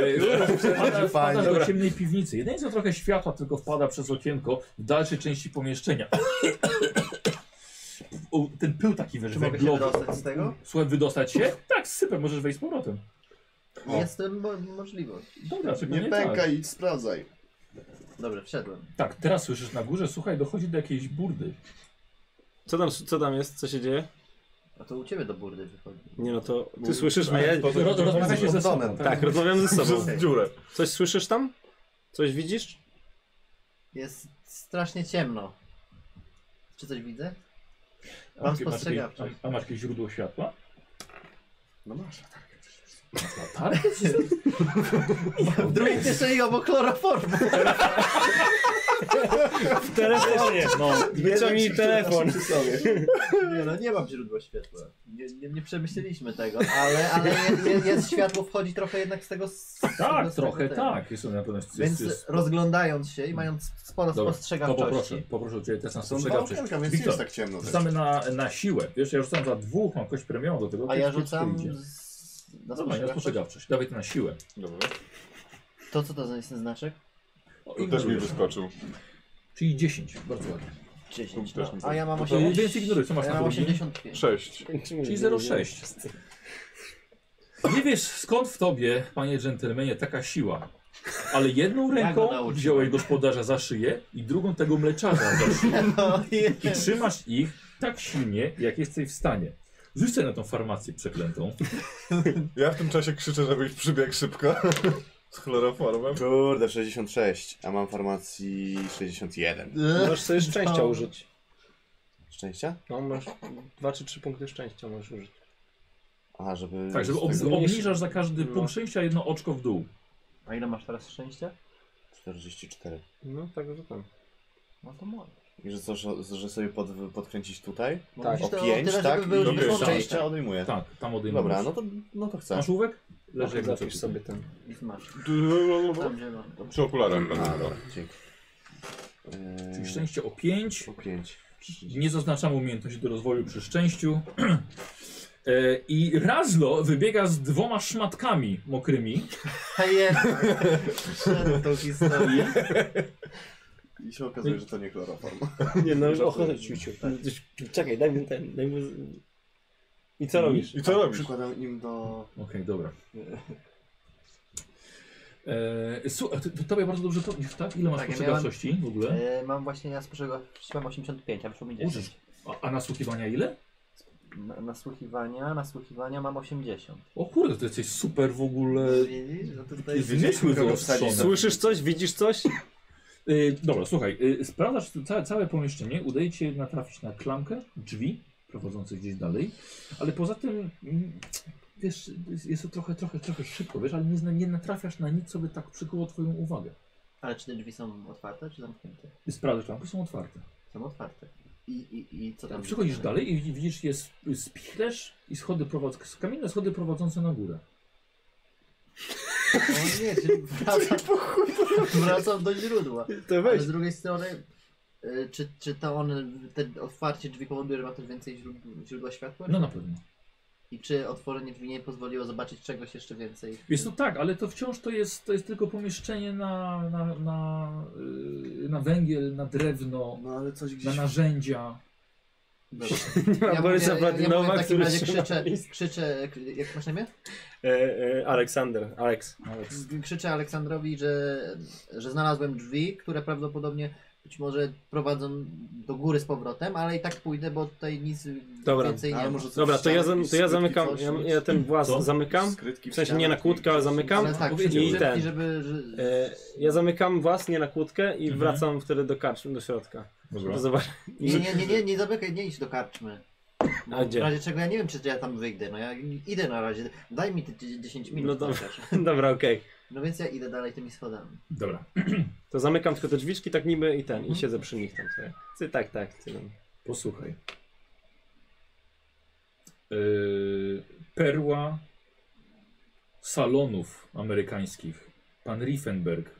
Speaker 2: E, Wpada, wpada do
Speaker 5: Dobra.
Speaker 2: ciemnej piwnicy. Jedynie co trochę światła tylko wpada przez okienko w dalszej części pomieszczenia. U, Ten pył taki wiesz,
Speaker 1: Czy mogę się
Speaker 2: węglowy.
Speaker 1: dostać z tego?
Speaker 2: Słuchaj, wydostać się? Tak, sypę, możesz wejść z powrotem.
Speaker 5: O.
Speaker 1: Jest to mo- możliwość.
Speaker 2: Dobra, czego nie,
Speaker 5: Nie
Speaker 2: tak.
Speaker 5: pękaj, idź sprawdzaj.
Speaker 1: Dobrze, wszedłem.
Speaker 2: tak, teraz słyszysz na górze, słuchaj, dochodzi do jakiejś burdy.
Speaker 3: Co tam, co tam jest? Co się dzieje?
Speaker 1: A to u ciebie do burdy wychodzi.
Speaker 3: Nie no to ty słyszysz, a
Speaker 4: Ale
Speaker 3: ja...
Speaker 4: poza-
Speaker 2: Ro- Rozmawia się ze
Speaker 1: Pod domem.
Speaker 2: sobą.
Speaker 3: Tak, rozmawiam ze sobą.
Speaker 4: Przez dziurę.
Speaker 3: *laughs* Coś słyszysz tam? Coś widzisz?
Speaker 1: Jest strasznie ciemno. Czy coś widzę? Mam
Speaker 2: A masz jakieś-
Speaker 1: spostrzegawczość.
Speaker 2: A, a masz jakieś źródło światła? No
Speaker 5: No masz.
Speaker 2: Latarkę?
Speaker 1: *laughs*
Speaker 2: Tak.
Speaker 1: W drugiej kieszeni obok chloroformu.
Speaker 3: W *laughs* telefonie! No, wyciągnij telefon.
Speaker 1: Nie no, nie mam źródła światła. Nie, nie, nie przemyśleliśmy tego, ale, ale je, je, jest światło wchodzi trochę jednak z tego... Z,
Speaker 2: Tak,
Speaker 1: z tego
Speaker 2: trochę
Speaker 1: tego.
Speaker 2: tak. Jest to na pewno jest,
Speaker 1: Więc
Speaker 2: jest...
Speaker 1: rozglądając się i mając sporo
Speaker 2: Dobra, to poproszę,
Speaker 1: spostrzegawczości...
Speaker 2: poproszę Cię też na
Speaker 5: Są dwa
Speaker 2: spostrzegawczość.
Speaker 5: okienka, więc nie
Speaker 2: Wiktor,
Speaker 5: jest tak ciemno. też.
Speaker 2: rzucamy na, na siłę. Wiesz, ja rzucam za dwóch, mam kość premiową do tego.
Speaker 1: A
Speaker 2: ty-
Speaker 1: ja
Speaker 2: ty- ty
Speaker 1: rzucam...
Speaker 2: idzie.
Speaker 1: Z... na
Speaker 2: Dobra, na
Speaker 1: spostrzegawczość.
Speaker 2: spostrzegawczość. Dawaj to na siłę.
Speaker 4: Dobra.
Speaker 1: To co to jest ten znaczek?
Speaker 2: O,
Speaker 4: To też mi
Speaker 2: ignorujesz.
Speaker 4: wyskoczył.
Speaker 2: Czyli 10, bardzo ładnie.
Speaker 1: 10.
Speaker 4: Też
Speaker 1: No.
Speaker 4: mi tak.
Speaker 1: A ja mam
Speaker 4: To
Speaker 1: 8.
Speaker 2: Więc ignoruj, co masz
Speaker 1: ja
Speaker 2: na
Speaker 1: mam
Speaker 2: drugi?
Speaker 1: 85.
Speaker 4: Sześć.
Speaker 2: Czyli 0,6. Nie wiesz skąd w tobie, panie dżentelmenie, taka siła. Ale jedną
Speaker 1: Ja go
Speaker 2: ręką
Speaker 1: nauczyłem.
Speaker 2: wziąłeś gospodarza za szyję i drugą tego mleczarza za szyję.
Speaker 1: No,
Speaker 2: I
Speaker 1: jest.
Speaker 2: trzymasz ich tak silnie, jak jesteś w stanie. Rzuć sobie na tą farmację przeklętą.
Speaker 4: Ja w tym czasie krzyczę, żebyś przybiegł szybko. *laughs* Z chloroformem.
Speaker 5: Kurde, 66, a mam farmacji 61.
Speaker 3: Możesz sobie szczęścia
Speaker 1: No.
Speaker 3: użyć.
Speaker 5: Szczęścia?
Speaker 3: No, masz dwa czy trzy punkty szczęścia możesz użyć.
Speaker 5: A, żeby...
Speaker 2: Tak, żeby ob
Speaker 5: z tego-
Speaker 2: obniżasz za każdy
Speaker 3: No.
Speaker 2: punkt szczęścia jedno oczko w dół.
Speaker 1: A ile masz teraz szczęścia?
Speaker 5: 44.
Speaker 3: No, tak rzucam.
Speaker 1: No to moje.
Speaker 5: I że co, że, że sobie pod, podkręcić tutaj?
Speaker 1: Bo
Speaker 3: Tak,
Speaker 5: O
Speaker 1: musisz to-
Speaker 5: 5,
Speaker 1: tyle,
Speaker 5: tak?
Speaker 1: żeby były
Speaker 5: I
Speaker 4: Dobra,
Speaker 1: dwie
Speaker 5: szczęścia
Speaker 1: szczęścia.
Speaker 5: odejmuję.
Speaker 2: Tak, tam odejmujesz.
Speaker 5: Dobra, no to, no to chcę.
Speaker 2: Masz łówek? Leży
Speaker 3: Leży
Speaker 2: jak
Speaker 3: zapisz
Speaker 2: zapisz
Speaker 3: sobie ten.
Speaker 1: I masz. Tam zielony.
Speaker 4: Przy okularach.
Speaker 5: A, dobra, dzięki. Eee,
Speaker 2: Czyli szczęście o 5.
Speaker 5: O 5.
Speaker 2: Nie zaznaczam umiejętności do rozwoju przy szczęściu. *clears throat* E, I Razlo wybiega z dwoma szmatkami mokrymi.
Speaker 1: A jednak. Przed tą historię.
Speaker 5: I się okazuje, że to nie chloroform.
Speaker 3: *laughs* Nie no,
Speaker 5: ochotę
Speaker 3: ochotę
Speaker 5: ci uciął.
Speaker 3: Czekaj, daj mi ten, daj mu... I co robisz?
Speaker 4: I co robisz?
Speaker 5: Przykładam im do...
Speaker 2: Okej, dobra. *laughs* E, słuchaj, to, to tobie bardzo dobrze to tak? Ile masz
Speaker 1: Tak, ja
Speaker 2: spostrzegawczości w ogóle?
Speaker 1: E, Mam właśnie, ja słyszałem, mam 85, a wyszło mi
Speaker 2: Użysz.
Speaker 1: 10.
Speaker 2: A, a nasłuchiwania ile?
Speaker 1: Na- Nasłuchiwania, nasłuchiwania mam 80.
Speaker 2: O kurde, to jesteś super w ogóle.
Speaker 1: Widzisz, że tutaj...
Speaker 2: Takie Zmysły
Speaker 5: kogo
Speaker 2: wyostrzone.
Speaker 5: wsadzić.
Speaker 3: Słyszysz coś? Widzisz coś?
Speaker 2: Y, dobra, słuchaj, y, sprawdzasz tu całe, całe pomieszczenie, udaje ci się natrafić na klamkę, drzwi prowadzące gdzieś dalej, ale poza tym, mm, wiesz, jest- jest to trochę, trochę, trochę szybko, wiesz, ale nie, zna- nie natrafiasz na nic, co by tak przykuło twoją uwagę.
Speaker 1: Ale czy te drzwi są otwarte, czy zamknięte?
Speaker 2: Y, Sprawdzasz klamkę, są otwarte.
Speaker 1: Są otwarte. I, i, i co tam?
Speaker 2: Przechodzisz dalej i widzisz, jest spichlerz i schody prowadzące, kamienne schody prowadzące na górę.
Speaker 1: No nie, czyli
Speaker 5: *laughs*
Speaker 1: wracam, wracam do źródła.
Speaker 3: To
Speaker 1: Ale z drugiej strony, y, czy, czy to on, te otwarcie drzwi powoduje, że ma też więcej źródł, źródła światła?
Speaker 2: No na pewno.
Speaker 1: I czy otworzenie drzwi nie pozwoliło zobaczyć czegoś jeszcze więcej?
Speaker 2: Jest to tak, ale to wciąż to jest, to jest tylko pomieszczenie na, na, na, y, na węgiel, na drewno,
Speaker 5: No ale coś
Speaker 2: na
Speaker 5: gdzieś...
Speaker 2: narzędzia.
Speaker 1: Dobra.
Speaker 3: *laughs* Nie ma Borysa
Speaker 1: mówię- ja, ja
Speaker 3: Platynowa,
Speaker 1: mówię w takim
Speaker 3: który
Speaker 1: razie
Speaker 3: trzyma *laughs*
Speaker 1: krzyczę,
Speaker 3: list.
Speaker 1: krzyczę, k- jak masz na imię?
Speaker 3: E, e, Aleksander, Alex.
Speaker 2: Nawet
Speaker 1: Z- Krzyczę Aleksandrowi, że, że znalazłem drzwi, które prawdopodobnie być może prowadzą do góry z powrotem, ale i tak pójdę, bo tutaj nic
Speaker 3: Dobra,
Speaker 1: więcej nie
Speaker 5: ale
Speaker 1: ma.
Speaker 5: może coś
Speaker 3: Dobra, to ja, zam,
Speaker 5: ściany,
Speaker 3: to ja
Speaker 5: jakieś
Speaker 3: zamykam,
Speaker 5: skrytki,
Speaker 3: ja,
Speaker 5: coś.
Speaker 3: ja ten włas
Speaker 2: Co?
Speaker 3: zamykam.
Speaker 5: Skrytki
Speaker 3: W sensie
Speaker 5: ścianach,
Speaker 3: nie na kłódkę, ale
Speaker 5: jakieś-
Speaker 3: zamykam.
Speaker 1: Ale tak,
Speaker 2: powiedział.
Speaker 1: i
Speaker 2: I
Speaker 1: ten.
Speaker 3: ten.
Speaker 1: żeby... Że...
Speaker 3: E, ja zamykam włas, nie na kłódkę i
Speaker 2: Mhm.
Speaker 3: wracam wtedy do karczmy, do środka.
Speaker 2: Dobra.
Speaker 3: Zobacz.
Speaker 1: Nie, nie, nie, nie, nie zamykaj, nie idź do karczmy.
Speaker 3: A
Speaker 1: W
Speaker 3: gdzie?
Speaker 1: razie czego ja nie wiem, czy ja tam wyjdę. No ja idę na razie. Daj mi te 10 minut.
Speaker 3: No dobra.
Speaker 1: chociaż.
Speaker 3: *laughs* Dobra, okej.
Speaker 1: no więc ja idę dalej tymi schodami.
Speaker 2: Dobra.
Speaker 3: To zamykam tylko te drzwiczki tak niby i ten, i
Speaker 2: Mhm.
Speaker 3: siedzę przy nich tam sobie. Ty tak, tak, ty tam.
Speaker 2: Posłuchaj. Yy, perła salonów amerykańskich. Pan Riefenberg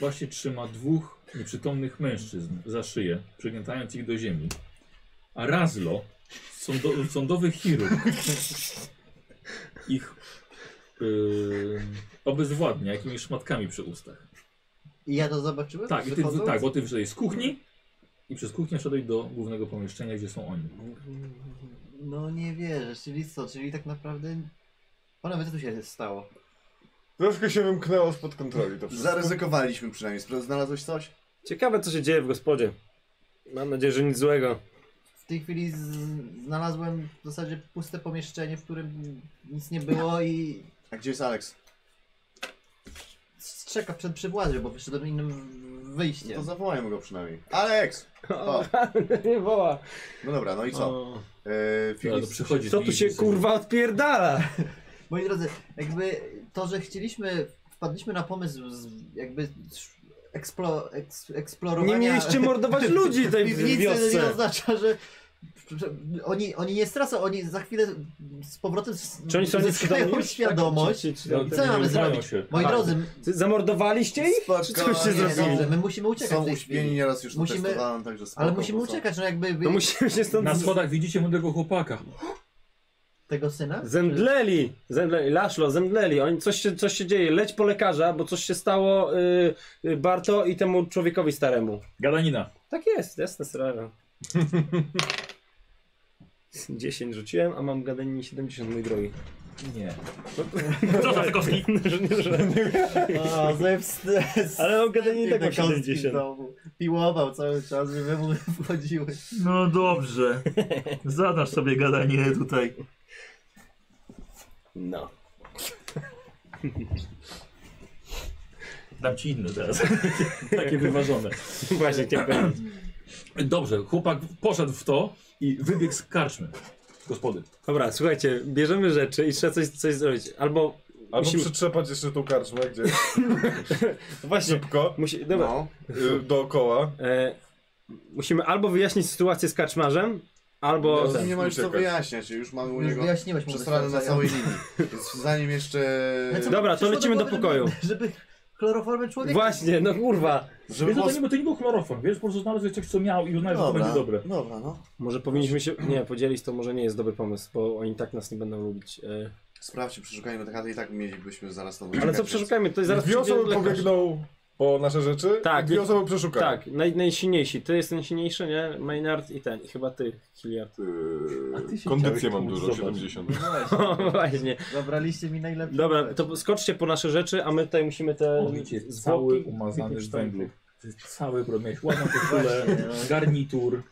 Speaker 2: właśnie trzyma dwóch nieprzytomnych mężczyzn za szyję, przygnętając ich do ziemi. A Razlo, sądo, sądowy chirurg, ich yy, obezwładnia jakimiś szmatkami przy ustach.
Speaker 1: I ja to zobaczyłem?
Speaker 2: Tak, i ty,
Speaker 1: wychodząc?
Speaker 2: tak, bo ty wyszedłeś z kuchni i przez kuchnię szedłeś do głównego pomieszczenia, gdzie są oni.
Speaker 1: No nie wierzę, czyli co, czyli tak naprawdę... Panowie, co tu się stało?
Speaker 4: Troszkę się wymknęło spod kontroli to wszystko.
Speaker 5: Zaryzykowaliśmy przynajmniej. Spra- Znalazłeś coś?
Speaker 3: Ciekawe, co się dzieje w gospodzie. Mam nadzieję, że nic złego.
Speaker 1: W tej chwili z... znalazłem w zasadzie puste pomieszczenie, w którym nic nie było i
Speaker 5: A gdzie jest Alex?
Speaker 1: strzeka przed przy władzy, bo wyszedłem innym
Speaker 5: No
Speaker 1: wyjściem.
Speaker 5: to zawołajmy go przynajmniej. Alex! O.
Speaker 3: nie woła.
Speaker 5: No dobra, no i co?
Speaker 3: O.
Speaker 5: Yy,
Speaker 2: Dobra, to
Speaker 5: Filip,
Speaker 2: przychodzi
Speaker 3: Co tu
Speaker 2: Filip
Speaker 3: się
Speaker 2: z-
Speaker 3: kurwa odpierdala?
Speaker 1: Moi drodzy, jakby to, że chcieliśmy, wpadliśmy na pomysł z, jakby z- eksplo, eks, eksplorowania...
Speaker 3: Nie
Speaker 1: *laughs*
Speaker 3: mieliście mordować ludzi tej
Speaker 1: Piwnicy nie
Speaker 3: wiosce.
Speaker 1: oznacza, że... że Oni, oni nie stracą, oni za chwilę z powrotem z-
Speaker 3: Czy oni są
Speaker 1: zyskają
Speaker 3: nieświadomi?
Speaker 1: *laughs*
Speaker 5: Tak,
Speaker 1: świadomość.
Speaker 3: Czy- czy-
Speaker 2: No,
Speaker 3: czy-
Speaker 1: Co ja mamy
Speaker 2: nie
Speaker 1: zrobić?
Speaker 2: mają się.
Speaker 1: Moi
Speaker 2: Tak.
Speaker 1: drodzy,
Speaker 3: Ty Zamordowaliście ich? Czy coś się
Speaker 5: Spokojnie,
Speaker 1: nie,
Speaker 3: zrobiło?
Speaker 1: dobrze, my musimy uciekać
Speaker 5: są
Speaker 1: w tej
Speaker 5: uśpieni,
Speaker 1: chwili.
Speaker 5: nieraz już
Speaker 1: Musimy-
Speaker 5: musimy... testowałem, także spoko,
Speaker 1: Ale musimy
Speaker 5: to co?
Speaker 1: uciekać, no jakby wy...
Speaker 3: No musimy się stąd...
Speaker 2: Na
Speaker 3: z-
Speaker 2: schodach widzicie młodego chłopaka.
Speaker 1: tego
Speaker 5: *laughs*
Speaker 1: syna?
Speaker 3: Zemdleli, zemdleli, Laszlo, zemdleli, oni, coś, się, coś się dzieje, leć po lekarza, bo coś się stało y, y, Barto i temu człowiekowi staremu.
Speaker 2: Gadanina.
Speaker 3: Tak jest, jasna sprawa. *laughs* 10 rzuciłem, a mam gadanie 70, mój drogi. *laughs*
Speaker 2: Nie.
Speaker 6: Co za tykowski?
Speaker 3: Że nie, że-
Speaker 1: A, zemsty.
Speaker 3: Ale on gadanie i tak ma
Speaker 1: Piękne kostki
Speaker 3: 70.
Speaker 1: w domu. Piłował cały czas, żeby mu *laughs* wchodziły.
Speaker 6: No dobrze. Zadasz sobie gadanie tutaj.
Speaker 3: No. *laughs*
Speaker 2: Dam ci inny teraz. *laughs* Takie wyważone.
Speaker 3: Właśnie chciałem powiedzieć.
Speaker 2: Dobrze, chłopak poszedł w to i wybiegł z karczmy. Gospody.
Speaker 3: Dobra, słuchajcie, bierzemy rzeczy i trzeba coś, coś zrobić. Albo
Speaker 4: Albo
Speaker 3: musimy... No
Speaker 4: przytrzepać jeszcze tą karczmę
Speaker 3: *laughs*
Speaker 4: gdzieś
Speaker 3: Właśnie,
Speaker 4: szybko,
Speaker 3: musi... dobra.
Speaker 5: No,
Speaker 4: y, dookoła.
Speaker 3: E, musimy albo wyjaśnić sytuację z kaczmarzem, albo...
Speaker 4: No,
Speaker 5: z
Speaker 3: ten.
Speaker 5: nim nie ma już co
Speaker 4: uciekać.
Speaker 5: wyjaśniać, już mamy u
Speaker 1: Już
Speaker 5: niego
Speaker 1: wyjaśniłeś mu
Speaker 5: przesrane na
Speaker 1: wystarczająco.
Speaker 5: całej linii. Więc Zanim jeszcze...
Speaker 1: Ale No co,
Speaker 3: Dobra, to
Speaker 1: przyszło
Speaker 3: lecimy do
Speaker 1: głowy,
Speaker 3: pokoju.
Speaker 1: Żeby, żeby chloroformem człowieka...
Speaker 3: Właśnie, no kurwa.
Speaker 5: Żeby
Speaker 2: Wiesz, no
Speaker 5: było...
Speaker 2: to nie, bo to nie był chloroform, wiesz, po prostu znalazłeś coś, co miał i uznałeś, że to będzie dobre.
Speaker 5: dobra, no.
Speaker 3: Może powinniśmy się. Nie, podzielić to może nie jest dobry pomysł, bo oni tak nas nie będą lubić. e.
Speaker 5: Sprawdźcie, przeszukajmy te chaty i tak mielibyśmy zaraz to
Speaker 3: Ale co
Speaker 5: wyciekać, więc-
Speaker 3: przeszukajmy? To zaraz przyjdzie
Speaker 4: Dwie
Speaker 3: lekarz.
Speaker 4: osoby pobiegną po nasze rzeczy,
Speaker 3: Tak,
Speaker 4: tak, dwie
Speaker 3: nie-
Speaker 4: osoby przeszukają.
Speaker 3: Tak, naj, najsilniejsi. Ty jesteś najsilniejszy, nie? Maynard i ten. I chyba ty, Hilliard. *laughs*
Speaker 4: Yy,
Speaker 2: się
Speaker 4: kondycję
Speaker 2: chciałeś
Speaker 4: mam
Speaker 2: tu
Speaker 4: dużo,
Speaker 2: zobaczyć.
Speaker 4: 70.
Speaker 3: O, Właśnie.
Speaker 1: Zabraliście mi najlepsze.
Speaker 3: Dobra,
Speaker 1: rzeczy.
Speaker 3: to skoczcie po nasze rzeczy, a my tutaj musimy te.
Speaker 2: Mówicie,
Speaker 3: zwłoki-
Speaker 2: cały umazany w
Speaker 3: kształty.
Speaker 2: węglu. no. To jest Cały problem, miałeś ładną koszulę, garnitur.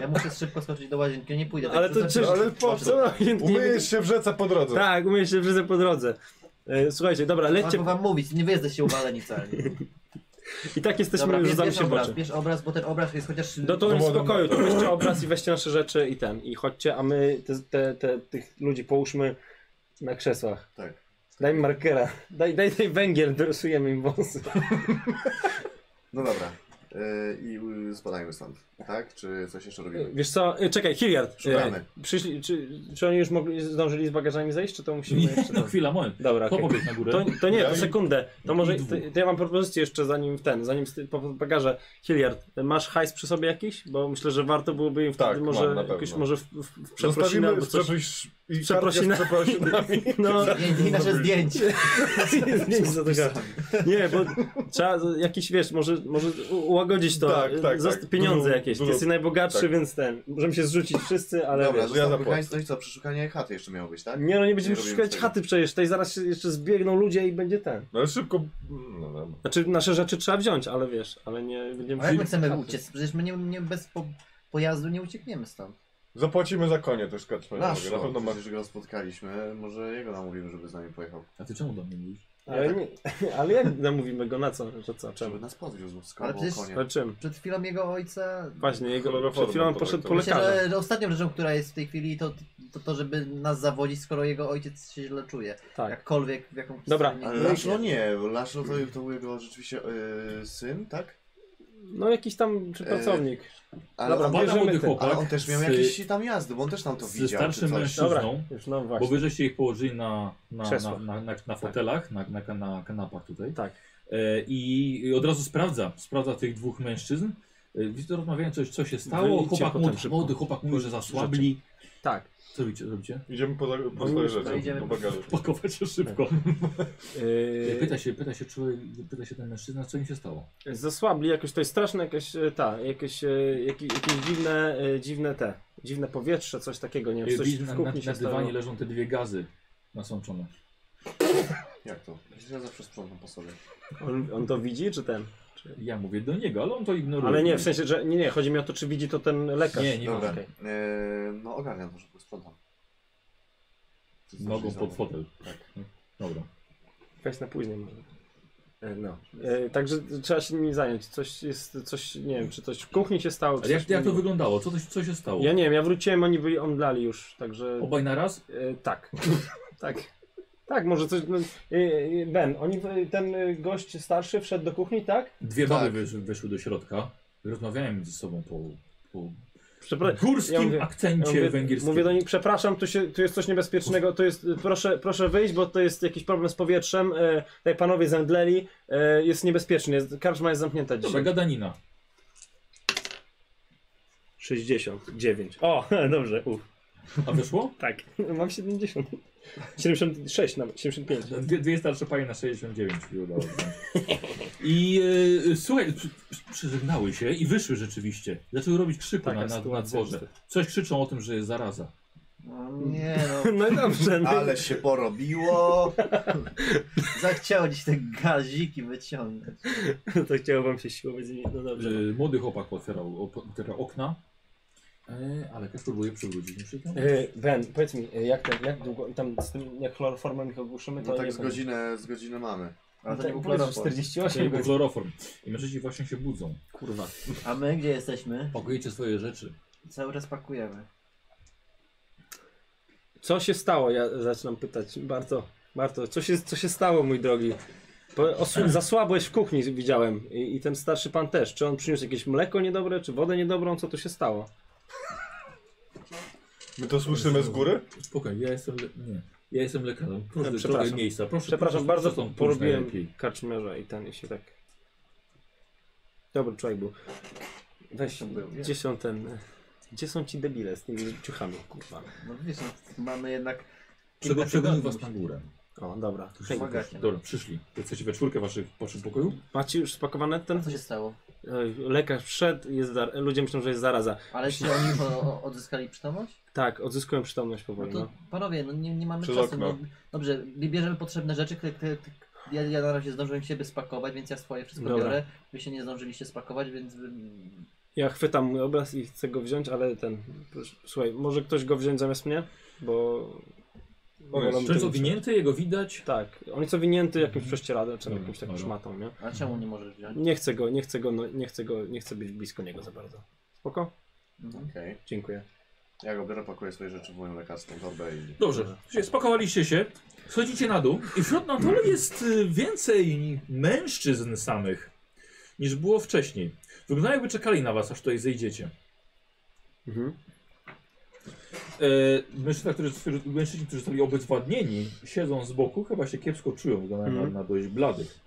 Speaker 1: Ja muszę szybko skoczyć do łazienki, nie pójdę. tak znaczy,
Speaker 3: Ale to czy.
Speaker 4: ale po co? Umyjesz się w rzece po drodze.
Speaker 3: Tak, umyjesz się wszyscy po drodze. E, Słuchajcie, dobra, lećcie.
Speaker 1: Chcę wam mówić, nie wy jesteście uwaleni
Speaker 3: *laughs*
Speaker 1: wcale.
Speaker 3: I tak
Speaker 1: Dobra,
Speaker 3: jesteśmy,
Speaker 1: bierz,
Speaker 3: rzucamy
Speaker 1: bierz
Speaker 3: się w
Speaker 1: obraz,
Speaker 3: oczy.
Speaker 1: bierz obraz, bo ten obraz jest chociaż...
Speaker 3: No to już
Speaker 4: Dowodem.
Speaker 3: spokoju, to weźcie obraz i weźcie nasze rzeczy i ten. I chodźcie, a my te, te, te, tych ludzi połóżmy na krzesłach.
Speaker 5: Tak.
Speaker 3: Daj mi markera. Daj, daj, daj węgiel, dorysujemy im wąsy.
Speaker 5: No dobra. Yy, I yy, spadajmy stąd, tak? Czy coś jeszcze robimy?
Speaker 3: Wiesz co, y, czekaj, Hilliard. y,
Speaker 5: Szukamy.
Speaker 3: Przyszli, czy, czy oni już mogli, zdążyli z bagażami zejść, czy to musimy jeszcze...
Speaker 2: No chwila, moment.
Speaker 3: Dobra,
Speaker 2: To
Speaker 3: okej.
Speaker 2: pobiegł na górę.
Speaker 3: To, to nie,
Speaker 4: Ja
Speaker 3: to
Speaker 4: i-
Speaker 3: sekundę. To może,
Speaker 2: i
Speaker 3: to,
Speaker 2: dwóch.
Speaker 3: to ja mam propozycję jeszcze zanim w ten, zanim z ty- po po bagaże. Hilliard, masz hajs przy sobie jakiś? Bo myślę, że warto byłoby im wtedy
Speaker 4: Tak, mam,
Speaker 3: może,
Speaker 4: na pewno.
Speaker 3: jakoś, może w, w, w przeprosiny
Speaker 4: Zostawimy
Speaker 3: albo
Speaker 4: z
Speaker 3: coś.
Speaker 4: przeproś... i
Speaker 3: Przeprosina.
Speaker 4: kartkę
Speaker 3: *laughs*
Speaker 4: z przeprosinami.
Speaker 3: No,
Speaker 1: I nasze zdjęcie.
Speaker 3: Zdjęć za tego. Nie, bo trzeba z- jakiś, wiesz, może, może u- ułagodzić to.
Speaker 4: Tak, tak,
Speaker 3: Zost-
Speaker 4: tak.
Speaker 3: Pieniądze
Speaker 4: Dużo-
Speaker 3: jakieś. Ty
Speaker 4: dużo-
Speaker 3: jesteś najbogatszy,
Speaker 4: tak.
Speaker 3: więc ten. Możemy się zrzucić wszyscy, ale
Speaker 5: Dobra,
Speaker 3: wiesz.
Speaker 4: ja
Speaker 5: zostawmy
Speaker 4: zapłacę.
Speaker 5: hajs, no i co? Przeszukanie chaty jeszcze miało być, tak?
Speaker 3: Nie no, nie będziemy
Speaker 5: robimy
Speaker 3: szukać
Speaker 5: tego.
Speaker 3: chaty przecież, tutaj zaraz się jeszcze zbiegną ludzie i będzie ten.
Speaker 4: No ale szybko... No dobra.
Speaker 3: Znaczy nasze rzeczy trzeba wziąć, ale wiesz, ale nie będziemy...
Speaker 1: A jak my
Speaker 3: szukać
Speaker 1: chcemy
Speaker 3: chaty.
Speaker 1: uciec? Przecież my nie, nie bez po, pojazdu nie uciekniemy stąd.
Speaker 4: Zapłacimy za konie też karczmę. Na
Speaker 5: Nasz,
Speaker 4: pewno ma...
Speaker 5: przecież go spotkaliśmy, może jego namówimy, żeby z nami pojechał.
Speaker 2: A ty czemu do mnie mówisz?
Speaker 3: Ale, nie, *laughs* ale jak namówimy go na co, że co,
Speaker 5: Żeby
Speaker 3: czemu?
Speaker 5: nas podwiózł z
Speaker 1: Ale przecież-
Speaker 5: konia.
Speaker 3: Ale czym?
Speaker 1: Przed chwilą jego ojca
Speaker 3: Właśnie, jego,
Speaker 4: Chloroformem
Speaker 3: przed chwilą
Speaker 4: to
Speaker 3: poszedł po
Speaker 4: tak to.
Speaker 1: Myślę,
Speaker 3: lekarza.
Speaker 1: że ostatnią rzeczą, która jest w tej chwili, to to, to żeby nas zawodzić, skoro jego ojciec się źle czuje.
Speaker 3: Tak.
Speaker 1: Jakkolwiek, w jaką
Speaker 3: Dobra,
Speaker 1: stronę
Speaker 2: No
Speaker 5: Ale
Speaker 1: idzie.
Speaker 5: Laszlo nie, Laszlo to, to był jego rzeczywiście yy, syn, tak?
Speaker 3: No jakiś tam czy
Speaker 5: E,
Speaker 3: pracownik.
Speaker 5: Ale
Speaker 3: Dobra,
Speaker 5: on,
Speaker 2: Biega
Speaker 3: bierzemy
Speaker 2: młody
Speaker 3: ten.
Speaker 2: chłopak
Speaker 5: ale on też miał
Speaker 2: tak, z,
Speaker 5: jakieś tam jazdy, bo on też tam to
Speaker 2: ze
Speaker 5: widział, czy
Speaker 2: starszym
Speaker 5: coś.
Speaker 2: mężczyzną,
Speaker 3: Dobra, już no
Speaker 2: bo
Speaker 3: właśnie.
Speaker 2: wy żeście ich położyli na, na, na,
Speaker 3: Krzesła.
Speaker 2: na, na, na fotelach, na, na, na kanapach tutaj.
Speaker 3: Tak.
Speaker 2: E, I od razu sprawdza, sprawdza tych dwóch mężczyzn. E, Widzę, rozmawiają coś, co się stało.
Speaker 3: Wyjdźcie
Speaker 2: Chłopak
Speaker 3: potem
Speaker 2: młody,
Speaker 3: szybko.
Speaker 2: młody chłopak mówi, że zasłabli.
Speaker 3: Tak.
Speaker 2: Co robicie, co robicie?
Speaker 4: Idziemy po, za- po
Speaker 3: No
Speaker 4: swoje
Speaker 3: już,
Speaker 1: to
Speaker 4: rzeczy,
Speaker 1: idziemy.
Speaker 4: po bagaże.
Speaker 2: Pakować się szybko.
Speaker 3: Tak.
Speaker 2: E,
Speaker 3: Yy,
Speaker 2: Pyta się, pyta się człowiek, pyta się ten mężczyzna, co im się stało.
Speaker 3: Zasłabli jakoś, to jest straszne jakieś, e, ta, jakieś, e, jaki- jakieś dziwne, e, dziwne te, dziwne powietrze, coś takiego, nie wiem, coś
Speaker 2: Widzisz, E, na,
Speaker 3: w
Speaker 2: na,
Speaker 3: kuchni
Speaker 2: na
Speaker 3: się stało.
Speaker 2: dywanie leżą te dwie gazy nasączone.
Speaker 5: Jak to? Ja zawsze sprzątam po sobie.
Speaker 3: On, on to widzi, czy ten?
Speaker 2: Ja mówię do niego, ale on to ignoruje.
Speaker 3: Ale nie, w sensie, że, nie, nie, chodzi mi o to, czy widzi to ten lekarz.
Speaker 2: Nie, nie
Speaker 5: Dobra.
Speaker 2: ma.
Speaker 3: Okej.
Speaker 5: Eee, no ogarniam to, że sprzątam. To jest
Speaker 2: Nogą
Speaker 5: zawsze Tak.
Speaker 2: pod
Speaker 5: za-
Speaker 2: fotel. Dobra.
Speaker 3: Weź na później może. E, No. E, także trzeba się nimi zająć. Coś jest, coś, nie wiem, czy coś w kuchni się stało,
Speaker 2: Ale
Speaker 3: czy
Speaker 2: jak,
Speaker 3: coś
Speaker 2: jak to wyglądało? Co, to, co się stało?
Speaker 3: Ja nie wiem, ja wróciłem, oni byli omdlali już, także...
Speaker 2: Obaj naraz?
Speaker 3: E, tak. *laughs* tak. Tak, może coś... No, e, e, ben, oni, ten e, gość starszy wszedł do kuchni, tak?
Speaker 2: Dwie
Speaker 1: Tak.
Speaker 2: baby wesz, weszły do środka. Rozmawiałem ze sobą po, po
Speaker 3: Przepraszam.
Speaker 2: górskim
Speaker 3: ja mówię-
Speaker 2: akcencie
Speaker 3: Mówię,
Speaker 2: węgierskim.
Speaker 3: mówię do nich, przepraszam, tu, się, tu jest coś niebezpiecznego, to jest, proszę, proszę wyjść, bo to jest jakiś problem z powietrzem, e, tutaj panowie zemdleli, e, jest niebezpiecznie, jest, karczma jest zamknięta
Speaker 2: Dobra,
Speaker 3: dzisiaj.
Speaker 2: gadanina.
Speaker 3: 69. O, *laughs* dobrze, uff,
Speaker 2: A wyszło?
Speaker 3: tak, *laughs* mam 70. 76 nawet, 75.
Speaker 2: Dwie, dwie starsze panie na 69 mi udało się. I e, słuchaj, przy- przy- przeżegnały się i wyszły rzeczywiście. Zaczęły robić krzyku
Speaker 3: Taka
Speaker 2: na, na, na
Speaker 3: sytuacja
Speaker 2: dworze. Coś krzyczą o tym, że jest zaraza.
Speaker 1: No, nie no.
Speaker 3: *laughs* No dobrze, no. *laughs*
Speaker 5: Ale się porobiło!
Speaker 1: Zachciało dziś te gaziki wyciągnąć.
Speaker 3: No to chciało wam się siłować, z nimi, no dobrze.
Speaker 2: E, młody chłopak otwierał, op- otwierał okna, e, ale też próbuje przywrócić mu
Speaker 3: E, Ben, powiedz mi, e, jak, ten, jak długo, tam z tym, jak chloroformem ich ogłuszymy, to
Speaker 5: No tak
Speaker 3: nie Tak,
Speaker 5: z godzinę, z godzinę mamy.
Speaker 1: Ale to nie był
Speaker 3: powiedz, że
Speaker 1: chloroform.
Speaker 3: 48
Speaker 2: Jego
Speaker 3: godzin.
Speaker 2: chloroform. I mężczyźni właśnie się budzą.
Speaker 3: Kurwa.
Speaker 1: A my gdzie jesteśmy?
Speaker 2: Pakujecie swoje rzeczy.
Speaker 1: Cały czas pakujemy.
Speaker 3: Co się stało? Ja zaczynam pytać. Barto, Barto, co się, co się stało, mój drogi? Bo osu- Zasłabłeś w kuchni, widziałem. I, I ten starszy pan też. Czy on przyniósł jakieś mleko niedobre, czy wodę niedobrą? Co tu się stało?
Speaker 4: My to słyszymy z góry?
Speaker 2: Spokojnie, ja jestem. Le- nie. Ja jestem lekarzem. Proszę,
Speaker 3: Przepraszam.
Speaker 2: trochę miejsca. Proszę,
Speaker 3: Przepraszam
Speaker 2: proszę,
Speaker 3: bardzo,
Speaker 2: proszę, proszę,
Speaker 3: porobiłem
Speaker 2: najlepiej.
Speaker 3: karczmiarza i ten, jeśli tak. Dobry człowiek był. Weź,
Speaker 1: Był, nie?
Speaker 3: gdzie są ten... e, Gdzie są ci debile z tymi ciuchami, kurwa?
Speaker 1: No wiesz, no, mamy jednak...
Speaker 2: Przego-
Speaker 1: kilka
Speaker 2: Przegonił
Speaker 1: tygodni.
Speaker 2: was na górę.
Speaker 3: O, dobra.
Speaker 1: Pomagacie.
Speaker 2: Dobra, przyszli. Jesteście we czwórkę waszych, w waszym pokoju?
Speaker 3: Macie już spakowane ten?
Speaker 1: A co się stało?
Speaker 3: Oj, Lekarz wszedł, jest zar... ludzie myślą, że jest zaraza.
Speaker 1: Ale czy oni o- o- odzyskali przytomność?
Speaker 3: Tak, odzyskują przytomność
Speaker 1: No
Speaker 3: powoli.
Speaker 1: to panowie, no nie, nie mamy
Speaker 4: Przez
Speaker 1: czasu.
Speaker 4: okno.
Speaker 1: No, dobrze, bierzemy potrzebne rzeczy. Ty, ty, ty, ja, ja na razie zdążyłem siebie spakować, więc ja swoje wszystko
Speaker 3: Dobra.
Speaker 1: biorę. Wy się nie zdążyliście spakować, więc wy-
Speaker 3: Ja chwytam mój obraz i chcę go wziąć, ale ten. Słuchaj, może ktoś go wziąć zamiast mnie? Bo. bo
Speaker 4: jest
Speaker 3: wolę
Speaker 2: Część
Speaker 3: tym-
Speaker 2: owinięty, jego widać.
Speaker 3: Tak, on jest owinięty jakimś prześcieradłem, czy
Speaker 2: Dobra,
Speaker 3: jakimś taką
Speaker 2: dobra.
Speaker 3: szmatą, nie?
Speaker 1: A czemu nie możesz wziąć?
Speaker 3: Nie chcę go, nie chcę go, no, nie chcę go, nie chcę być blisko niego za bardzo. Spoko?
Speaker 1: Mhm.
Speaker 5: Okej.
Speaker 3: Dziękuję.
Speaker 5: Ja go biorę, pakuję swoje rzeczy w moją lekarską torbę i...
Speaker 2: Dobrze, Słuchajcie, spakowaliście się, schodzicie na dół i wśród na dole jest y, więcej mężczyzn samych niż było wcześniej. Wygląda jakby czekali na was, aż tutaj zejdziecie.
Speaker 3: Mhm.
Speaker 2: E, mężczyzna, którzy, mężczyźni, którzy zostali obezwładnieni, siedzą z boku, chyba się kiepsko czują, wyglądają
Speaker 3: Mhm.
Speaker 2: na, na dość bladych.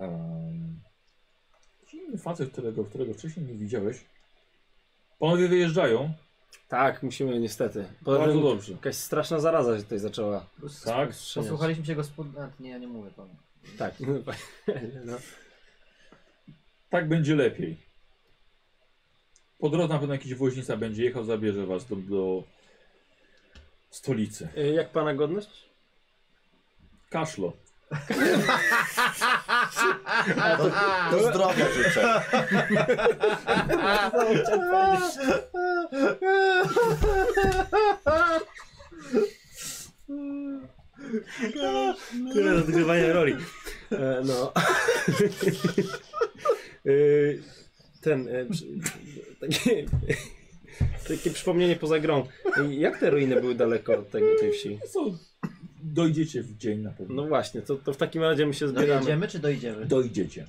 Speaker 2: Um, inny facet, którego, którego wcześniej nie widziałeś. Panowie wyjeżdżają,
Speaker 3: Tak, musimy niestety. Poza
Speaker 2: bardzo
Speaker 3: tym
Speaker 2: dobrze.
Speaker 3: jakaś straszna zaraza się tutaj zaczęła.
Speaker 2: Tak,
Speaker 1: Posłuchaliśmy się go spod... A, nie, ja nie mówię panu.
Speaker 2: *laughs*
Speaker 3: Tak. *laughs* no.
Speaker 2: tak będzie lepiej. Po drodze na pewno jakiś woźnica będzie jechał, zabierze was do, do stolicy.
Speaker 3: Y, Jak pana godność?
Speaker 2: Kaszlo.
Speaker 5: To, to zdrowia
Speaker 2: *laughs*
Speaker 5: życzę.
Speaker 3: Tyle odgrywania roli. E, no. E, Ten. e, przy- Takie, takie przypomnienie poza grą. E, Jak te ruiny były daleko od tego, tej wsi?
Speaker 2: No Co? Dojdziecie w dzień na pewno.
Speaker 3: No właśnie, to, to w takim razie my
Speaker 1: No,
Speaker 3: się zbieramy.
Speaker 1: Dojedziemy czy
Speaker 3: No.
Speaker 1: dojdziemy?
Speaker 2: Dojdziecie.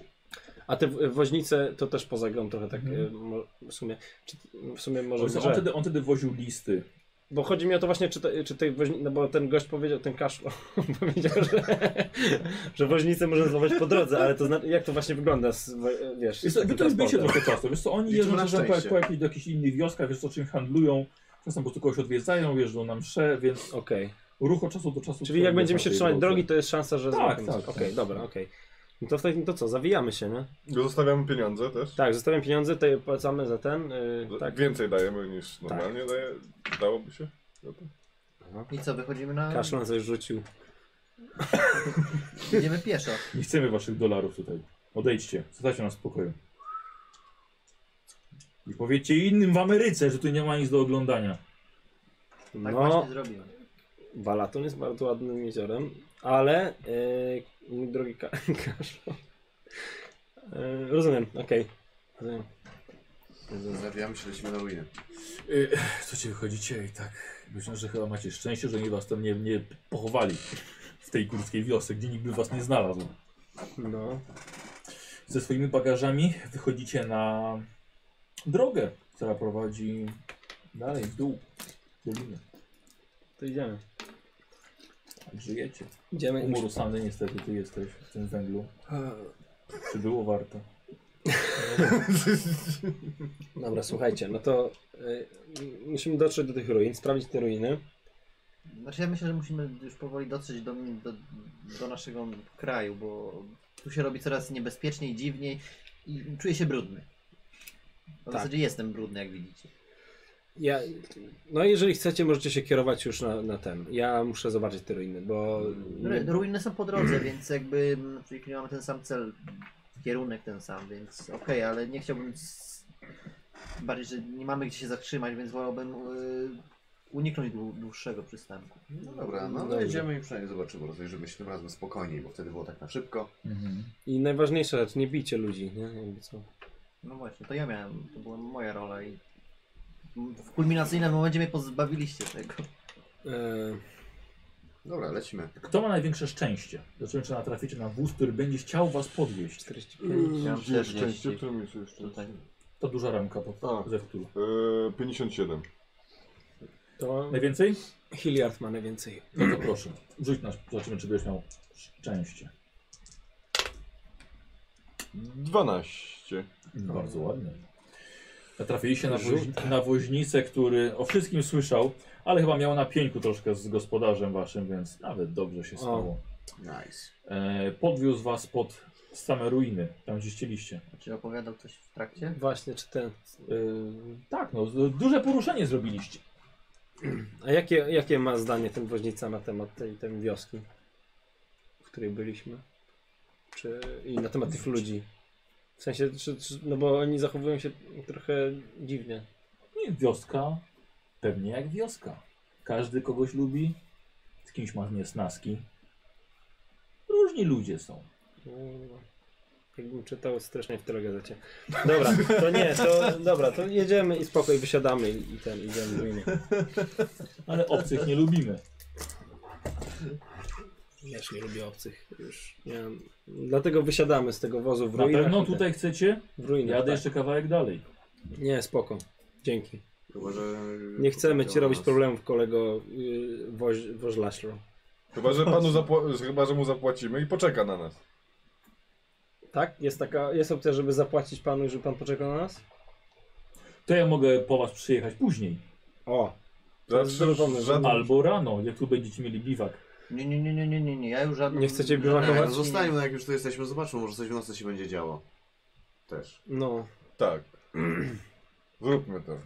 Speaker 3: A te w- woźnice to też poza grą trochę tak
Speaker 2: Mhm.
Speaker 3: e, mo- w sumie. Czy, w sumie może.
Speaker 2: On,
Speaker 3: w
Speaker 2: on,
Speaker 3: grze.
Speaker 2: wtedy, on wtedy woził listy.
Speaker 3: Bo chodzi mi o to właśnie, czy, te, czy tej woźni... no bo ten gość powiedział, ten kasz *laughs* powiedział, że, że woźnicę można złapać po drodze, ale to zna... jak to właśnie wygląda, z, wo- wiesz,
Speaker 2: Wiesz
Speaker 3: z
Speaker 2: co,
Speaker 3: takim
Speaker 2: wy to już
Speaker 3: transportem?
Speaker 2: byliście trochę czasu. Wiesz co, oni
Speaker 5: Liczymy
Speaker 2: jeżdżą
Speaker 5: na
Speaker 2: że po,
Speaker 5: szczęście.
Speaker 2: po jakichś, do jakichś innych wioskach, wiesz co, czym handlują. Czasem po prostu kogoś odwiedzają, jeżdżą na msze, więc
Speaker 3: Okej.
Speaker 2: ruch od czasu do czasu.
Speaker 3: Czyli jak będziemy się
Speaker 2: na tej
Speaker 3: trzymać
Speaker 2: drodze.
Speaker 3: drogi, to jest szansa, że...
Speaker 2: Tak,
Speaker 3: złapiemy
Speaker 2: tak,
Speaker 3: coś.
Speaker 2: tak.
Speaker 3: Okej, dobra, okej. No to w takim, to co, zawijamy się, nie?
Speaker 4: Zostawiamy pieniądze też?
Speaker 3: Tak, zostawiam pieniądze, tutaj płacamy za ten, yy,
Speaker 4: Z-
Speaker 3: tak.
Speaker 4: Więcej dajemy niż normalnie daje. Dałoby się? No to-
Speaker 1: I co, wychodzimy na...
Speaker 3: Kaszlan coś rzucił.
Speaker 1: Idziemy pieszo.
Speaker 2: Nie chcemy waszych dolarów tutaj. Odejdźcie, zostawcie nas w spokoju. I powiedzcie innym w Ameryce, że tu nie ma nic do oglądania.
Speaker 1: Tak
Speaker 3: No,
Speaker 1: właśnie zrobiłem.
Speaker 3: Balaton jest bardzo ładnym jeziorem, ale yy, mój drogi ka *laughs* Kaszlan... Yy, rozumiem, okej. Rozumiem.
Speaker 5: Zawijamy się, lecimy na ruinę.
Speaker 2: Yy, słuchajcie, wychodzicie i tak myślę, że chyba macie szczęście, że nie was tam nie, nie pochowali w tej górskiej wiosce, gdzie nikt by was nie znalazł.
Speaker 3: No.
Speaker 2: Ze swoimi bagażami wychodzicie na drogę, która prowadzi dalej w dół doliny.
Speaker 3: To idziemy.
Speaker 2: Tak żyjecie.
Speaker 3: Idziemy. E,
Speaker 2: Umurusany niestety ty jesteś w tym węglu. Czy było warto?
Speaker 3: Dobra, słuchajcie, no to y, musimy dotrzeć do tych ruin, sprawdzić te ruiny.
Speaker 1: Znaczy ja myślę, że musimy już powoli dotrzeć do, do, do naszego kraju, bo tu się robi coraz niebezpieczniej, dziwniej i czuję się brudny. Bo W
Speaker 3: Tak.
Speaker 1: zasadzie jestem brudny, jak widzicie.
Speaker 3: Ja, no jeżeli chcecie, możecie się kierować już na, na ten. Ja muszę zobaczyć te ruiny, bo...
Speaker 1: Ru- Ruiny są po drodze, *clears throat* więc jakby mm, czyli mamy ten sam cel, kierunek ten sam, więc okej, ale nie chciałbym s- bardziej, że nie mamy gdzie się zatrzymać, więc wolałbym y, uniknąć dłu- dłuższego przystanku.
Speaker 5: No dobra, no
Speaker 3: Dobrze.
Speaker 5: dojedziemy i przynajmniej zobaczymy, rozejrzymy się tym razem spokojniej, bo wtedy było tak na szybko.
Speaker 3: I najważniejsza rzecz, nie bijcie ludzi, nie? Jakby co.
Speaker 1: No właśnie, to ja miałem, to była moja rola i w kulminacyjnym momencie mnie pozbawiliście tego.
Speaker 3: E,
Speaker 5: Dobra, lecimy.
Speaker 2: Kto ma największe szczęście? Zacząłem, czy natraficie na wóz, który będzie chciał was podwieźć.
Speaker 3: 45...
Speaker 1: Ja mam
Speaker 4: Gdzie jest
Speaker 1: 40.
Speaker 4: szczęście, w którym jest jeszcze?
Speaker 1: Tutaj.
Speaker 2: To duża ramka pod
Speaker 4: A.
Speaker 2: zewtór.
Speaker 4: Eee, 57.
Speaker 3: To
Speaker 2: Najwięcej?
Speaker 3: Hilliard ma najwięcej.
Speaker 2: No to proszę. Rzuć nas, zobaczymy, czy będziesz miał szczęście.
Speaker 4: 12.
Speaker 2: Bardzo ładnie. Natrafiliście na, woź, na woźnicę, który o wszystkim słyszał, ale chyba miał na pieńku troszkę z gospodarzem waszym, więc nawet dobrze się stało.
Speaker 5: Nice.
Speaker 2: E, podwiózł was pod same ruiny, tam gdzie chcieliście.
Speaker 1: Czy Znaczy, opowiadał coś w trakcie?
Speaker 3: Właśnie, czy ten... y,
Speaker 2: E, tak, no, z- duże poruszenie zrobiliście.
Speaker 3: A jakie, jakie ma zdanie ten woźnica na temat tej, tej wioski, w której byliśmy? Czy, I na temat tych ludzi? W sensie, czy, czy, no bo oni zachowują się trochę dziwnie.
Speaker 2: Nie, wioska, pewnie jak wioska. Każdy kogoś lubi, z kimś ma niesnaski. Różni ludzie są.
Speaker 3: No, Jakbym czytał strasznie w telegazecie. Dobra, to nie, to dobra, to jedziemy i spokoj wysiadamy i, i ten, idziemy w ruiny.
Speaker 2: Ale obcych nie lubimy.
Speaker 3: Ja już nie lubię obcych już. Nie, wiem. dlatego wysiadamy z tego wozu w
Speaker 2: Na
Speaker 3: ruinach.
Speaker 2: pewno
Speaker 3: i ten-
Speaker 2: tutaj chcecie?
Speaker 3: w ruinach,
Speaker 2: Jadę
Speaker 3: tak.
Speaker 2: jeszcze kawałek dalej.
Speaker 3: Nie, spoko. Dzięki.
Speaker 5: Chyba, że...
Speaker 3: Nie chcemy ci robić
Speaker 5: nas.
Speaker 3: problemów, kolego yy, woź, woźlaszro.
Speaker 4: Chyba, że panu zapła- chyba, że mu zapłacimy i poczeka na nas.
Speaker 3: Tak? Jest taka, jest opcja, żeby zapłacić panu i żeby pan poczekał na nas?
Speaker 2: To ja mogę po was przyjechać później.
Speaker 3: O, To jest
Speaker 4: Zawsze
Speaker 3: dobry pomysł.
Speaker 4: żadna
Speaker 2: Albo rano, jak tu będziecie mieli biwak.
Speaker 1: Nie, nie, nie, nie, nie, nie, nie, ja już żadną...
Speaker 3: Nie chcecie
Speaker 5: Nie,
Speaker 3: biwakować?
Speaker 5: no zostańmy, no jak już tu jesteśmy, zobaczmy, może coś w nocy się będzie działo.
Speaker 3: *clears throat*
Speaker 5: Też.
Speaker 3: no.
Speaker 4: Tak. Zróbmy to.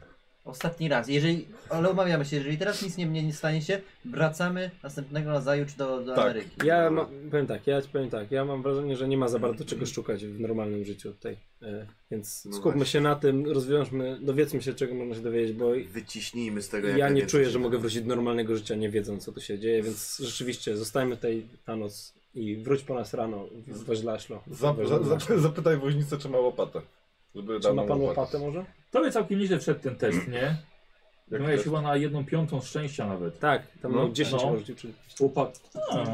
Speaker 1: Ostatni raz, jeżeli, ale omawiamy się, jeżeli teraz nic nie, nie, nie stanie się, wracamy następnego nazajutrz do, do
Speaker 4: Tak.
Speaker 1: Ameryki.
Speaker 3: Ja ma, powiem tak, ja ci powiem tak, ja mam wrażenie, że nie ma za bardzo czego szukać w normalnym życiu tutaj. E, więc
Speaker 5: No
Speaker 3: skupmy
Speaker 5: właśnie.
Speaker 3: się na tym, rozwiążmy, dowiedzmy się czego można się dowiedzieć, bo
Speaker 5: Wyciśnijmy z tego jak
Speaker 3: ja nie
Speaker 5: najwięcej
Speaker 3: czuję,
Speaker 5: się
Speaker 3: że
Speaker 5: da.
Speaker 3: mogę wrócić do normalnego życia nie wiedząc co tu się dzieje, więc rzeczywiście zostańmy tutaj na noc i wróć po nas rano w Woźlaszlo.
Speaker 4: Zap- za- za- *laughs* zapytaj woźnicę, czy ma łopatę. Żeby
Speaker 3: Czy
Speaker 4: dał
Speaker 3: ma
Speaker 4: nam
Speaker 3: pan łopatę może?
Speaker 2: Tobie całkiem nieźle wszedł ten test, nie?
Speaker 4: Jak
Speaker 3: No,
Speaker 2: Jak miałeś
Speaker 4: test?
Speaker 2: chyba na jedną piątą szczęścia nawet.
Speaker 3: Tak, tam
Speaker 2: No,
Speaker 3: no, 10
Speaker 2: no.
Speaker 3: może rzucić.
Speaker 2: Chłopak. A.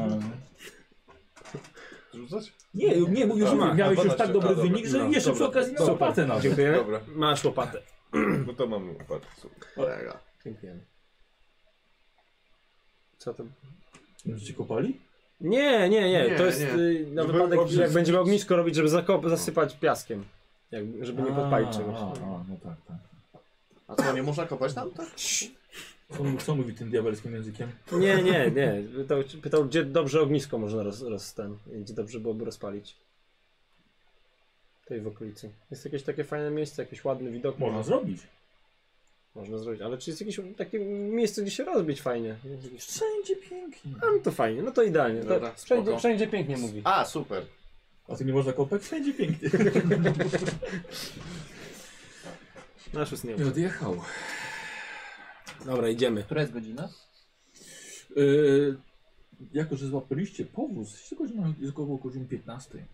Speaker 4: Rzucać? *clears throat*
Speaker 2: Nie, nie, bo już
Speaker 4: A,
Speaker 2: ma, miałeś już
Speaker 4: 12,
Speaker 2: tak dobry
Speaker 4: a, dobra.
Speaker 2: wynik, że
Speaker 3: No,
Speaker 2: jeszcze przy
Speaker 4: dobra.
Speaker 2: okazji miał
Speaker 4: Super.
Speaker 2: łopatę nawet.
Speaker 3: Dziękuję.
Speaker 4: Dobra.
Speaker 3: Masz łopatę.
Speaker 4: No to mamy łopatę.
Speaker 5: Kolega.
Speaker 3: Dziękuję. Co to?
Speaker 2: Będziecie kopali?
Speaker 3: Nie, nie, nie,
Speaker 5: Nie,
Speaker 3: to jest
Speaker 5: nie.
Speaker 3: Y, na
Speaker 4: Żeby
Speaker 3: wypadek,
Speaker 4: ognisko-
Speaker 3: jak będziemy ognisko robić, żeby zakop, zasypać piaskiem. Jak, żeby nie podpalić
Speaker 2: A,
Speaker 3: czegoś.
Speaker 2: A, a, no tak, tak.
Speaker 5: A co, nie można kopać tam? Tak?
Speaker 2: Co, co mówi tym diabelskim językiem?
Speaker 3: Nie, nie, nie. Pytał, pytał gdzie dobrze ognisko można roz, roz ten, gdzie dobrze byłoby rozpalić. Tej w okolicy. Jest jakieś takie fajne miejsce, jakiś ładny widok.
Speaker 2: Można zrobić.
Speaker 3: Można zrobić, ale czy jest jakieś takie miejsce, gdzie się rozbić fajnie? Jest jakieś-
Speaker 2: Wszędzie pięknie.
Speaker 3: A no to fajnie, no to idealnie. To,
Speaker 5: Dobra,
Speaker 3: wszędzie,
Speaker 5: spoko.
Speaker 3: wszędzie pięknie mówi.
Speaker 5: Tak. A, super.
Speaker 2: A ty nie można kopać? Wszędzie pięknie.
Speaker 3: Nasz jest nie
Speaker 2: I odjechał.
Speaker 3: Dobra, idziemy.
Speaker 1: Która jest godzina?
Speaker 2: Yy, jako, że złapaliście powóz, jest godzina, jest około godziny 15.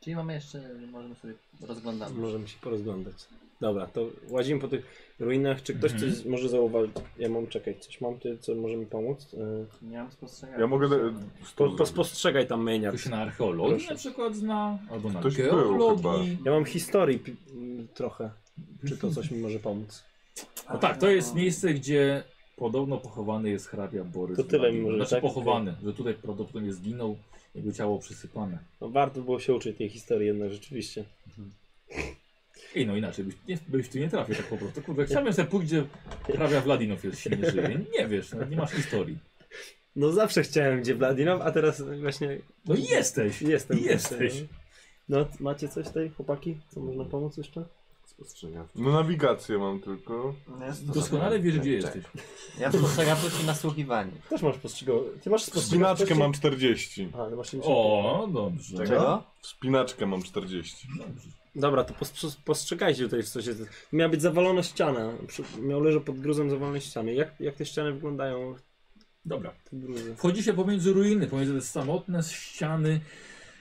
Speaker 1: Czyli mamy jeszcze, możemy sobie rozglądać.
Speaker 3: Możemy się porozglądać. Dobra, to łazimy po tych ruinach. Czy ktoś coś może zauważyć? Ja mam, czekaj, coś mam, ty, co może mi pomóc? Yy,
Speaker 1: Nie mam spostrzegania.
Speaker 4: Ja mogę... e,
Speaker 3: Po,
Speaker 4: stół
Speaker 3: po,
Speaker 4: zrobić.
Speaker 3: spostrzegaj tam menia.
Speaker 2: Ktoś się na archeologii
Speaker 3: Proszę.
Speaker 2: na przykład zna, albo na
Speaker 4: Ktoś był
Speaker 2: geologii.
Speaker 3: Ja mam historii pi- m, trochę. Czy to coś mi może pomóc?
Speaker 2: No tak, to jest miejsce, gdzie podobno pochowany jest hrabia Borys.
Speaker 3: To tyle mi
Speaker 2: Wladimir.
Speaker 3: może,
Speaker 2: Znaczy
Speaker 3: tak?
Speaker 2: pochowany, że tutaj prawdopodobnie zginął, jego ciało przysypane.
Speaker 3: No, warto było się uczyć tej historii jednak rzeczywiście.
Speaker 2: I no inaczej, byś, nie, byś tu nie trafił tak po prostu. Kurde, chciałbym sobie pójść, gdzie hrabia Wladinow jest się nie żyje. Nie wiesz, nawet nie masz historii.
Speaker 3: No zawsze chciałem gdzie Wladinow, a teraz właśnie
Speaker 2: No i jesteś!
Speaker 3: jestem.
Speaker 2: Jesteś!
Speaker 3: No, macie coś tutaj, chłopaki? Co można pomóc jeszcze?
Speaker 5: Spostrzegawczy.
Speaker 4: No nawigację mam tylko.
Speaker 2: Doskonale wiesz, gdzie
Speaker 5: Czek.
Speaker 2: jesteś.
Speaker 1: Ja spostrzegam tylko nasłuchiwanie.
Speaker 3: Też masz postrzegał. Ty masz
Speaker 4: Wspinaczkę mam 40.
Speaker 3: Aha, no ty masz
Speaker 2: O, dobrze.
Speaker 1: Czego?
Speaker 4: Wspinaczkę mam 40.
Speaker 3: Dobra, to postrz- postrzegajcie tutaj w coś. jest. Miała być zawalona ściana. Przy- Miał leżeć pod gruzem zawalonej ściany. Jak, jak te ściany wyglądają?
Speaker 2: Dobra.
Speaker 3: Te gruzy.
Speaker 2: Wchodzi się pomiędzy ruiny, pomiędzy te samotne ściany.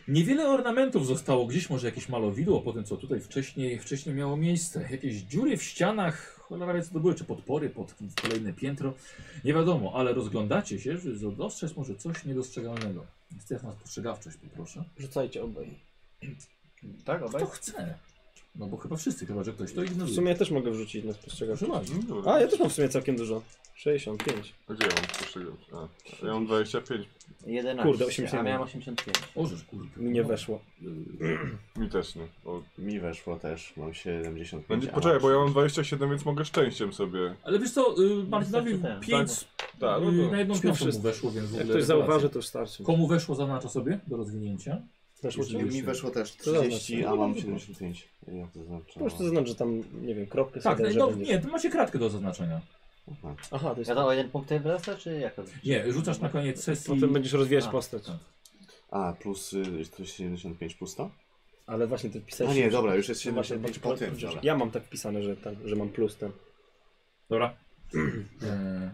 Speaker 2: Niewiele ornamentów zostało, gdzieś może jakieś malowidło po tym, co tutaj wcześniej, wcześniej miało miejsce. Jakieś dziury w ścianach, cholera wie co to były, czy podpory pod kolejne piętro. Nie wiadomo, ale rozglądacie się, żeby dostrzec może coś niedostrzegalnego. Jest na spostrzegawczość, poproszę.
Speaker 3: Rzucajcie obaj.
Speaker 1: Tak,
Speaker 2: Kto
Speaker 1: obaj?
Speaker 2: chce? No bo chyba wszyscy, chyba że ktoś to
Speaker 3: W
Speaker 2: ignoruje.
Speaker 3: sumie ja też mogę wrzucić na spostrzegawczość.
Speaker 2: Proszę bardzo.
Speaker 4: No dobra.
Speaker 3: A, ja też mam w sumie całkiem dużo. 65.
Speaker 4: A Gdzie ja mam postrzegawczość? A, ja mam 25.
Speaker 1: 11.
Speaker 3: Kurde, 85.
Speaker 1: A miałem 85.
Speaker 2: Możesz, kurde. No.
Speaker 3: Mi nie weszło.
Speaker 4: Mi też nie. O.
Speaker 5: Mi weszło też, mam 75.
Speaker 4: Będzie,
Speaker 5: a
Speaker 4: poczekaj,
Speaker 5: masz.
Speaker 4: bo ja mam 27, więc mogę szczęściem sobie.
Speaker 2: Ale wiesz co, y, Marcinowi
Speaker 1: Wystarczy ten.
Speaker 2: 5
Speaker 4: Tak, no
Speaker 2: y, na
Speaker 4: to.
Speaker 2: jedną
Speaker 3: Czyli
Speaker 2: piątą mu
Speaker 3: wszyscy.
Speaker 2: weszło, więc w ogóle
Speaker 3: Jak ktoś
Speaker 2: rewelacja.
Speaker 3: zauważy, to już starczy.
Speaker 2: Komu weszło zaznacza sobie do rozwinięcia?
Speaker 3: Weszło ci?
Speaker 5: Mi weszło też
Speaker 3: To zaznacz.
Speaker 5: 30, a mam 75. Jak to znaczy?
Speaker 3: Po prostu zaznacz, że tam, nie wiem, kropkę
Speaker 2: Tak,
Speaker 3: sobie, że
Speaker 2: no,
Speaker 3: będziesz-
Speaker 2: nie, to macie kratkę do zaznaczenia.
Speaker 5: Aha.
Speaker 3: Aha, to jest...
Speaker 1: Ja to o jeden punkt wyrasta, czy jak to zrobić?
Speaker 2: Nie, rzucasz na koniec sesji.
Speaker 3: Potem będziesz rozwijać
Speaker 1: A,
Speaker 3: postać.
Speaker 2: tak.
Speaker 5: A, plus y, to jest 75 plus 100?
Speaker 3: Ale właśnie ty
Speaker 5: A
Speaker 3: pisałeś...
Speaker 5: nie,
Speaker 3: że-
Speaker 5: dobra, już jest
Speaker 3: No właśnie,
Speaker 5: 75
Speaker 3: bo-
Speaker 5: po tym.
Speaker 3: przecież
Speaker 5: Dobra.
Speaker 3: Ja mam tak wpisane, że, tam, że mam plus ten. *clears throat*
Speaker 2: Dobra. E,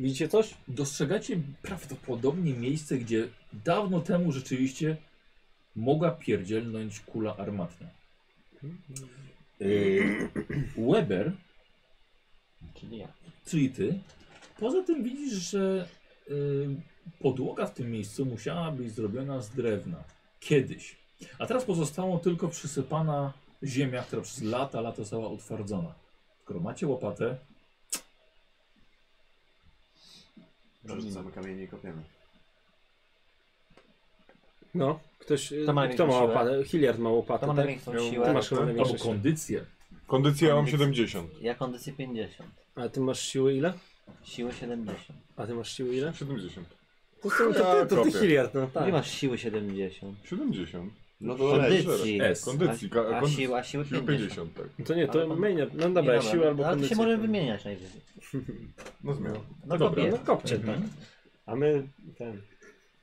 Speaker 3: Widzicie coś?
Speaker 2: dostrzegacie prawdopodobnie miejsce, gdzie dawno temu rzeczywiście mogła pierdzielnąć kula armatna. E, Weber,
Speaker 1: Czyli ja.
Speaker 2: czyli ty, poza tym widzisz, że e, podłoga w tym miejscu musiała być zrobiona z drewna. Kiedyś. A teraz pozostało tylko przysypana ziemia, która przez lata, lata została utwardzona. Skoro macie łopatę,
Speaker 5: Przerzucamy No, kamienie i kopiemy.
Speaker 3: No. Ktoś...
Speaker 1: To ma
Speaker 3: kto ma
Speaker 1: największą siłę.
Speaker 3: łopatę? Hilliard ma łopatę,
Speaker 1: To mam
Speaker 3: tak?
Speaker 1: największą
Speaker 4: Ja mam-
Speaker 1: siłę.
Speaker 3: Ty masz chyba
Speaker 2: albo
Speaker 3: największą siłę.
Speaker 2: kondycję.
Speaker 4: Kondycję ja mam 70.
Speaker 1: Ja kondycję 50.
Speaker 3: A ty masz siły ile?
Speaker 1: Siły 70.
Speaker 3: A ty masz siły ile?
Speaker 4: 70.
Speaker 3: To, są,
Speaker 4: Ja
Speaker 3: to, ty, to ty
Speaker 4: kopię.
Speaker 3: Hilliard, no
Speaker 1: Nie
Speaker 3: tak.
Speaker 1: masz siły 70.
Speaker 4: 70.
Speaker 5: No to leć.
Speaker 1: Kondycji.
Speaker 2: S.
Speaker 4: Kondycji, ka-
Speaker 1: A, a
Speaker 4: kondycji.
Speaker 1: siła, siły
Speaker 4: Sił
Speaker 1: 50.
Speaker 4: 50, tak.
Speaker 3: No to nie, to
Speaker 1: Ale pan-
Speaker 3: mania. No dobra,
Speaker 1: Nie,
Speaker 3: siła albo
Speaker 1: Ale to się
Speaker 3: kondycja.
Speaker 1: możemy wymieniać najwyżej.
Speaker 4: No zmiana.
Speaker 1: No
Speaker 2: Dobra.
Speaker 1: kopię.
Speaker 3: No kopcie,
Speaker 2: Mhm.
Speaker 3: tak. A my ten.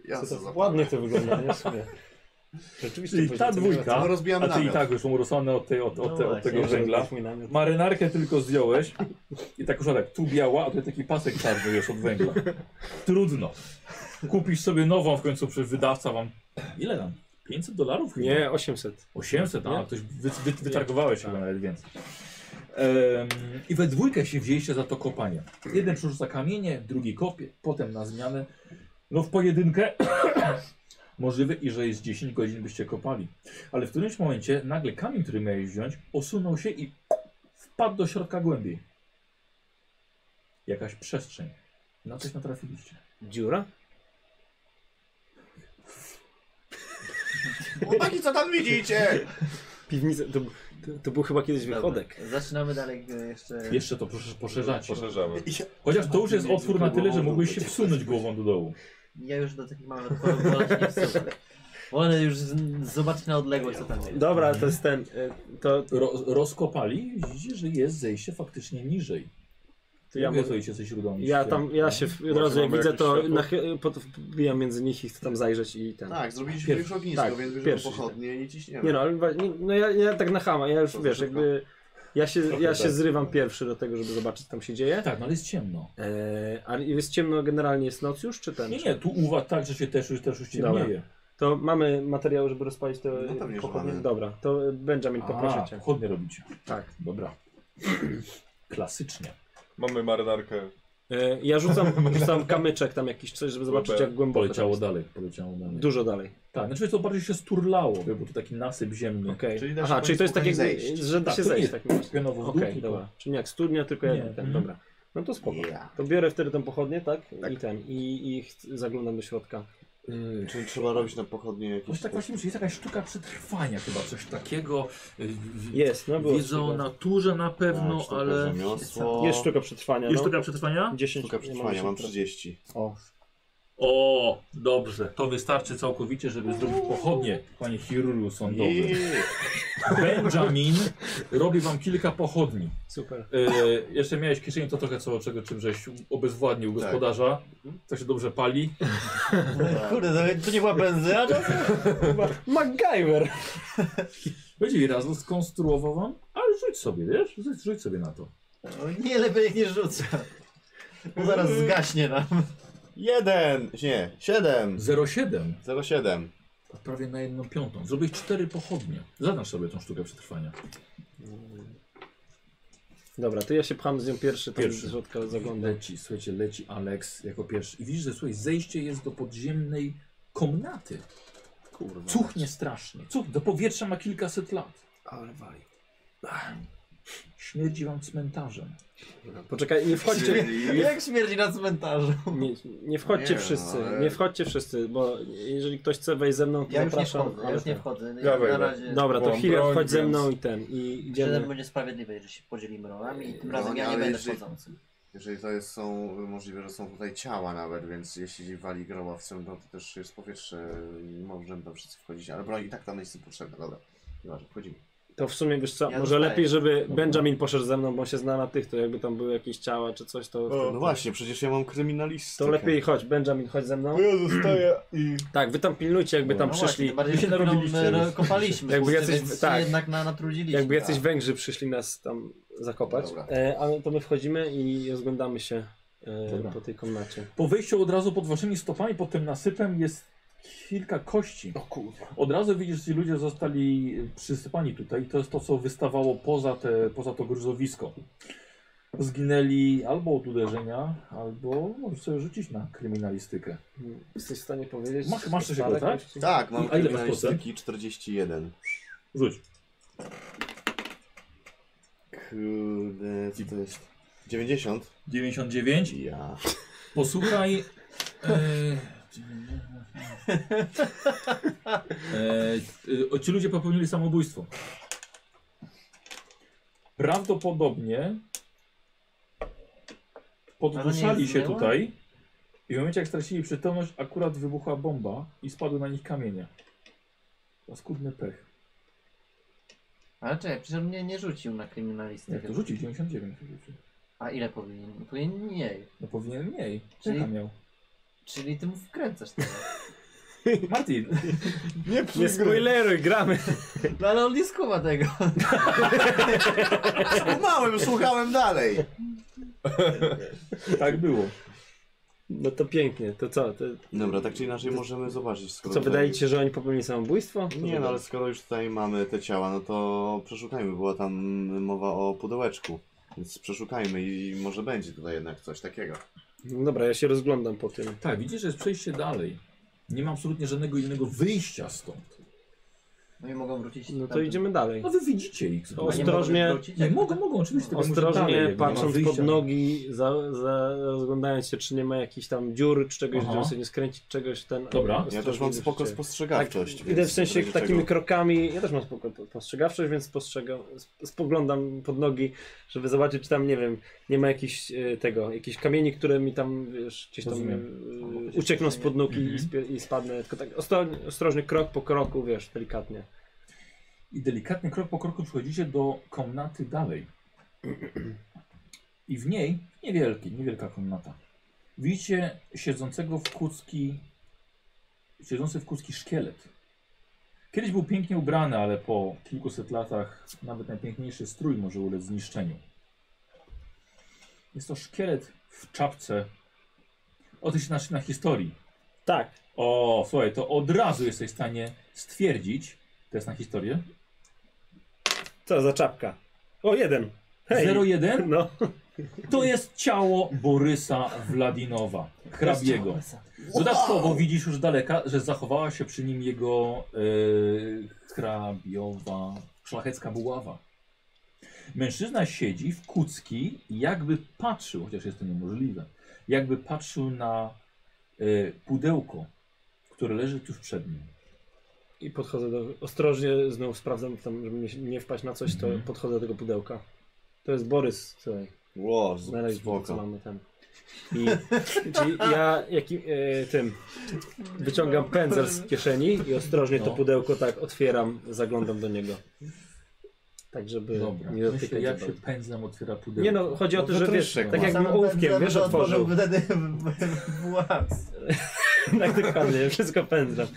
Speaker 5: Ja
Speaker 3: co
Speaker 5: se
Speaker 3: to,
Speaker 5: zapalę.
Speaker 3: ładnie to wygląda, nie? W sumie. Rzeczywiście.
Speaker 2: Czyli
Speaker 3: poziom
Speaker 2: ta
Speaker 3: cenowy-
Speaker 2: dwójka,
Speaker 5: No rozbijamy
Speaker 2: a ty i
Speaker 5: namiot.
Speaker 2: tak już urosłane od, tej, od, od,
Speaker 1: No
Speaker 2: te, od
Speaker 1: właśnie,
Speaker 2: tego
Speaker 3: Muszę
Speaker 2: węgla.
Speaker 3: oddać mój namiot.
Speaker 2: Marynarkę tylko zdjąłeś i tak już tak, tu biała, a tu taki pasek czarny jest od węgla. Trudno. Kupisz sobie nową w końcu, przy wydawca wam... Ile tam? 500 dolarów chyba?
Speaker 3: Nie, 800.
Speaker 2: 800, a
Speaker 3: Nie.
Speaker 2: ktoś wy, wy, wytargowałeś chyba nawet więcej. Em, I we dwójkę się wzięliście za to kopanie. Jeden przerzuca kamienie, drugi kopie, potem na zmianę. No w pojedynkę *coughs* możliwe i że jest 10 godzin byście kopali. Ale w którymś momencie nagle kamień, który miałeś wziąć, osunął się i wpadł do środka głębiej. Jakaś przestrzeń. Na coś natrafiliście.
Speaker 3: Dziura?
Speaker 2: *laughs*
Speaker 5: Chłopaki, co tam widzicie?
Speaker 3: Piwnica, to, to, to był chyba kiedyś wychodek.
Speaker 1: Dobra, Zaczynamy dalej e, jeszcze.
Speaker 2: Jeszcze to proszę poszerzać.
Speaker 4: Poszerzamy.
Speaker 2: Chociaż to już jest otwór na tyle, że mógłbyś się wsunąć głową do dołu.
Speaker 1: Ja już do takich małych otworów wolę się nie wsuwać. Wolę już z- zobaczyć na odległość co tam jest.
Speaker 3: Dobra, to jest ten, y, to,
Speaker 2: Ro, rozkopali, widzicie, że jest zejście faktycznie niżej.
Speaker 3: to ja,
Speaker 2: mówię,
Speaker 3: może,
Speaker 2: co idzie ze źródłem.
Speaker 3: ja tam,
Speaker 2: No.
Speaker 3: ja się w- od razu jak
Speaker 4: mamy
Speaker 3: widzę,
Speaker 4: jakieś
Speaker 3: to
Speaker 4: światło?
Speaker 3: nachy- pod- wbijam między nich i chcę tam zajrzeć i ten.
Speaker 5: Tak, zrobiliśmy
Speaker 2: Pierwszy.
Speaker 5: już ognisko,
Speaker 3: Tak,
Speaker 5: więc bierzemy
Speaker 3: pierwszy.
Speaker 5: pochodnie i ciśniemy.
Speaker 3: Nie no, ale wa- nie, no ja, ja tak na chama, ja już
Speaker 5: To
Speaker 3: wiesz,
Speaker 5: szybko.
Speaker 3: jakby ja się,
Speaker 2: Trochę
Speaker 3: ja się
Speaker 2: tak.
Speaker 3: zrywam pierwszy do tego, żeby zobaczyć co tam się dzieje.
Speaker 2: Tak, no ale jest ciemno.
Speaker 3: Eee, a jest ciemno generalnie, jest noc już, czy ten?
Speaker 2: Nie, nie, tu uwag tak, że się też już, też już ciemnieje.
Speaker 3: To mamy materiał, żeby rozpalić te
Speaker 5: No pewnie, że
Speaker 3: pochodnie?
Speaker 5: mamy.
Speaker 3: Dobra, to y, Benjamin, poproszę cię.
Speaker 2: pochodnie robicie.
Speaker 3: Tak.
Speaker 2: Dobra. *clears throat* Klasycznie.
Speaker 4: Mamy marynarkę.
Speaker 3: E, ja rzucam, rzucam kamyczek tam jakiś coś, żeby zobaczyć jak głęboko.
Speaker 2: Poleciało
Speaker 3: tam jest.
Speaker 2: dalej, poleciało dalej.
Speaker 3: Dużo dalej.
Speaker 2: tak, znaczy to bardziej się sturlało, bo tu taki nasyp ziemny.
Speaker 3: Okej.
Speaker 5: Czyli da się
Speaker 3: Aha,
Speaker 5: po
Speaker 3: czyli to jest tak
Speaker 5: nim
Speaker 3: jakby,
Speaker 5: spokojnie zejść.
Speaker 3: że da
Speaker 2: Tak,
Speaker 3: się
Speaker 2: to nie
Speaker 3: zejść
Speaker 2: jest
Speaker 3: tak mówisz.
Speaker 2: pionowo w dół,
Speaker 3: Okej,
Speaker 2: tylko-
Speaker 3: dobra. Czyli nie jak studnia, tylko
Speaker 2: Nie,
Speaker 3: jeden. Tak,
Speaker 2: mhm.
Speaker 3: dobra. No to spoko.
Speaker 5: Yeah.
Speaker 3: To biorę wtedy tą pochodnię, tak?
Speaker 5: Tak. Mm.
Speaker 3: I ten, i, i ch- zaglądam do środka.
Speaker 2: Yy,
Speaker 5: Czyli trzeba robić na pochodnie jakieś...
Speaker 2: Coś tak właśnie, myślę, jest jakaś sztuka przetrwania chyba, coś takiego. Yy, yy,
Speaker 3: Jest, no było.
Speaker 2: Wiedzą o
Speaker 3: sztuka.
Speaker 2: naturze na pewno,
Speaker 5: Tak, sztuka,
Speaker 2: ale...
Speaker 5: Rzemiosło.
Speaker 3: Jest sztuka przetrwania,
Speaker 6: Jest
Speaker 3: no.
Speaker 6: sztuka przetrwania?
Speaker 3: 10
Speaker 5: Sztuka przetrwania, mam 30.
Speaker 3: O,
Speaker 2: O, dobrze, to wystarczy całkowicie, żeby zrobić pochodnie, panie chirurgu sądowy. *laughs* Benjamin robi wam kilka pochodni.
Speaker 3: super.
Speaker 2: E, jeszcze miałeś w kieszeni to trochę co, czego, czym żeś obezwładnił
Speaker 5: Tak.
Speaker 2: gospodarza. To się dobrze pali.
Speaker 3: no,
Speaker 1: Kurde, to, to nie była benzyna? to?
Speaker 3: MacGyver!
Speaker 2: Będzie i razu skonstruował wam, ale rzuć sobie, wiesz? Rzuć, rzuć sobie na to.
Speaker 1: O, No, nie, lepiej jak nie rzucę. Bo zaraz
Speaker 3: Mm.
Speaker 1: zgaśnie nam.
Speaker 5: Jeden! Nie, siedem!
Speaker 2: 07,
Speaker 5: Zero siedem.
Speaker 2: to prawie na jedną piątą. Zrobiłeś cztery pochodnie. Zadasz sobie tą sztukę przetrwania.
Speaker 3: Dobra, to ja się pcham z nią pierwszy, tam
Speaker 2: Pierwszy.
Speaker 3: z środka zaglądam.
Speaker 2: Leci, słuchajcie, leci Alex jako pierwszy. I widzisz, że słuchaj, zejście jest do podziemnej komnaty.
Speaker 5: Kurwa.
Speaker 2: Cuchnie strasznie. Cuch, do powietrza ma kilkaset lat.
Speaker 3: Ale wali.
Speaker 2: Śmierdzi wam cmentarzem.
Speaker 3: Poczekaj, nie wchodźcie.
Speaker 1: Jak śmierdzi na cmentarzu.
Speaker 3: Nie, nie wchodźcie
Speaker 5: Nie,
Speaker 3: wszyscy,
Speaker 5: no, ale-
Speaker 3: nie wchodźcie wszyscy, bo jeżeli ktoś chce wejść ze mną, to
Speaker 1: Ja już nie
Speaker 3: zapraszam.
Speaker 1: wchodzę, ja
Speaker 3: ale
Speaker 1: już nie
Speaker 3: tak.
Speaker 1: wchodzę. Ja
Speaker 4: Dawaj,
Speaker 1: na
Speaker 4: dawaj.
Speaker 1: razie...
Speaker 3: Dobra, to
Speaker 4: Mam
Speaker 3: chwilę
Speaker 4: broń,
Speaker 3: wchodź ze
Speaker 4: więc-
Speaker 3: mną i ten, i
Speaker 1: Siedem
Speaker 3: idziemy.
Speaker 1: będzie sprawiedliwe, że się podzielimy rolami i tym
Speaker 5: No,
Speaker 1: razem ja nie
Speaker 5: ale
Speaker 1: będę
Speaker 5: jeżeli-
Speaker 1: wchodzącym.
Speaker 5: Jeżeli to jest, są możliwe, że są tutaj ciała nawet, więc jeśli wali grobowcem, no to też jest powietrze, nie możemy tam wszyscy wchodzić, ale broń i tak tam jest potrzebna, dobra. Nieważne, wchodzimy.
Speaker 3: To w sumie wiesz co,
Speaker 1: Ja
Speaker 3: może
Speaker 1: zostaję.
Speaker 3: lepiej, żeby Benjamin poszedł ze mną, bo on się zna na tych, to jakby tam były jakieś ciała czy coś, to...
Speaker 5: No właśnie, tak. przecież ja mam
Speaker 3: To
Speaker 5: kryminalistykę.
Speaker 3: lepiej chodź, Benjamin, chodź ze mną.
Speaker 5: ja zostaję i...
Speaker 3: Tak, wy tam pilnujcie, jakby tam
Speaker 1: No
Speaker 3: przyszli.
Speaker 1: właśnie, tym
Speaker 3: *laughs*
Speaker 1: bardziej,
Speaker 2: Wy się
Speaker 1: że którą
Speaker 2: narobiliście
Speaker 1: my
Speaker 2: już.
Speaker 1: kopaliśmy.
Speaker 3: Jakby
Speaker 1: Jakby
Speaker 3: jacyś-
Speaker 1: więc
Speaker 3: tak.
Speaker 1: tak. jednak na, natrudziliśmy.
Speaker 3: Jakby jacyś
Speaker 5: tak.
Speaker 3: Węgrzy przyszli nas tam zakopać.
Speaker 5: Dobra.
Speaker 3: E, ale to my wchodzimy i rozglądamy się e,
Speaker 2: Dobra.
Speaker 3: po tej komnacie.
Speaker 2: Po wyjściu od razu pod waszymi stopami, pod tym nasypem jest kilka kości.
Speaker 5: O kurwa.
Speaker 2: Od razu widzisz, że ci ludzie zostali przysypani tutaj. To jest to, co wystawało poza, te, poza to gruzowisko. Zginęli albo od uderzenia, albo możesz sobie rzucić na kryminalistykę.
Speaker 3: Mm, Jesteś w stanie powiedzieć?
Speaker 2: Masz- masz coś
Speaker 3: stare
Speaker 2: takiego, tak?
Speaker 3: kości?
Speaker 5: Tak, mam
Speaker 2: I- a ile masz
Speaker 5: kryminalistyki 41.
Speaker 2: Rzuć.
Speaker 5: Kurde, co to jest? 90?
Speaker 2: 99.
Speaker 5: *laughs* Ja.
Speaker 2: Posłuchaj. E, e, o, ci ludzie popełnili samobójstwo. Prawdopodobnie
Speaker 1: Ale nie
Speaker 2: podduszali się
Speaker 1: zginęła?
Speaker 2: tutaj i w momencie jak stracili przytomność, akurat wybuchła bomba i spadły na nich kamienie. Paskudny pech.
Speaker 1: Ale czekaj, przecież on mnie nie rzucił na
Speaker 2: Jak
Speaker 1: kryminalistykę.
Speaker 2: to rzucił? 99 rzucił.
Speaker 1: A ile powinien? Powinien mniej.
Speaker 2: No powinien mniej.
Speaker 1: Czyli-
Speaker 2: Czyli... miał.
Speaker 1: Czyli ty mu wkręcasz
Speaker 3: *laughs*
Speaker 1: teraz.
Speaker 2: Martin, *laughs*
Speaker 5: Nie
Speaker 3: Nie spoileruj, gramy.
Speaker 1: No ale on nie skuma tego.
Speaker 5: Skumałem, słuchałem dalej.
Speaker 2: tak było.
Speaker 3: No to pięknie, to co? To,
Speaker 5: Dobra, tak czy inaczej możemy zobaczyć, skoro...
Speaker 3: co,
Speaker 5: tutaj-
Speaker 3: wydaje ci się, że oni popełnili samobójstwo?
Speaker 5: Nie no, ale skoro już tutaj mamy te ciała, no to przeszukajmy. Była tam mowa o pudełeczku. Więc przeszukajmy i może będzie tutaj jednak coś takiego.
Speaker 3: No Dobra, ja się rozglądam po tym.
Speaker 2: Tak, widzisz, że jest przejście dalej. Nie ma absolutnie żadnego innego wyjścia stąd.
Speaker 1: Oni mogą wrócić.
Speaker 3: No to
Speaker 1: tamtym-
Speaker 3: idziemy dalej.
Speaker 2: No wy widzicie ich.
Speaker 1: A nie mogą
Speaker 3: Ostrożnie.
Speaker 1: wrócić?
Speaker 2: Nie, mogą, mogą, oczywiście. tylko może dalej,
Speaker 3: Ostrożnie
Speaker 2: jakby nie ma
Speaker 3: patrząc
Speaker 2: wyjścia.
Speaker 3: pod nogi, za, za, rozglądając się, czy nie ma jakichś tam dziur, czy czegoś,
Speaker 2: Aha.
Speaker 3: żeby sobie nie skręcić czegoś. Ten,
Speaker 2: Dobra. Ja
Speaker 5: Ja
Speaker 3: ostrożnie
Speaker 5: też mam
Speaker 3: idę
Speaker 5: spoko
Speaker 3: szybciej.
Speaker 5: spostrzegawczość.
Speaker 3: Tak,
Speaker 5: więc
Speaker 3: idę w
Speaker 5: w
Speaker 3: sensie
Speaker 5: razie
Speaker 3: takimi
Speaker 5: czego-
Speaker 3: krokami. Ja też mam spoko, spostrzegawczość, więc spostrzegam, sp- spoglądam pod nogi, żeby zobaczyć, czy tam, nie wiem, nie ma jakichś e, tego, jakichś kamieni, które mi tam wiesz, gdzieś tam
Speaker 2: Rozumiem.
Speaker 3: e,
Speaker 1: Albo jakieś
Speaker 3: uciekną
Speaker 1: kieszenie.
Speaker 3: spod nóg i-
Speaker 2: Mhm.
Speaker 3: i, spie- i spadnę. Tylko tak ostrożnie, ostrożnie krok po kroku, wiesz, delikatnie.
Speaker 2: I delikatnie, krok po kroku przechodzicie do komnaty dalej. I w niej, niewielki, niewielka komnata, widzicie siedzącego w kucki, siedzący w kucki szkielet. Kiedyś był pięknie ubrany, ale po kilkuset latach nawet najpiękniejszy strój może ulec zniszczeniu. Jest to szkielet w czapce. O, ty się znasz na historii.
Speaker 3: Tak,
Speaker 2: O, słuchaj, to od razu jesteś w stanie stwierdzić, to jest na historię,
Speaker 3: co za czapka? O, jeden. Hej.
Speaker 2: 01
Speaker 3: No.
Speaker 2: to jest ciało Borysa Wladinowa, hrabiego. Dodatkowo widzisz już z daleka, że zachowała się przy nim jego yy, hrabiowa, szlachecka buława. Mężczyzna siedzi w kucki i jakby patrzył, chociaż jest to niemożliwe, jakby patrzył na yy, pudełko, które leży tuż przed nim.
Speaker 3: I podchodzę do. Ostrożnie znowu sprawdzam tam, żeby nie- nie wpaść na coś, to
Speaker 2: Mhm.
Speaker 3: podchodzę do tego pudełka. To jest Borys tutaj.
Speaker 5: Ło, z-
Speaker 3: Znaleźliśmy, co
Speaker 5: spoko.
Speaker 3: mamy tam. I czyli ja jakim, e, tym wyciągam pędzel z kieszeni i ostrożnie to
Speaker 2: No.
Speaker 3: pudełko tak otwieram, zaglądam do niego. Tak, żeby
Speaker 2: Dobra,
Speaker 3: nie
Speaker 2: myślę
Speaker 3: dotykać.
Speaker 2: jak
Speaker 3: za
Speaker 2: się
Speaker 3: bardzo.
Speaker 2: pędzlem otwiera pudełko.
Speaker 3: Nie no, chodzi o
Speaker 5: No
Speaker 3: to,
Speaker 5: to
Speaker 3: że wiesz,
Speaker 5: tryszek,
Speaker 3: tak
Speaker 5: no.
Speaker 3: jakbym
Speaker 1: Sam
Speaker 3: ołówkiem,
Speaker 1: pędzlem
Speaker 3: wiesz,
Speaker 1: to
Speaker 3: otworzył.
Speaker 1: Wtedy w- w- w łaz.
Speaker 3: *laughs* Tak dokładnie, wszystko pędzlem.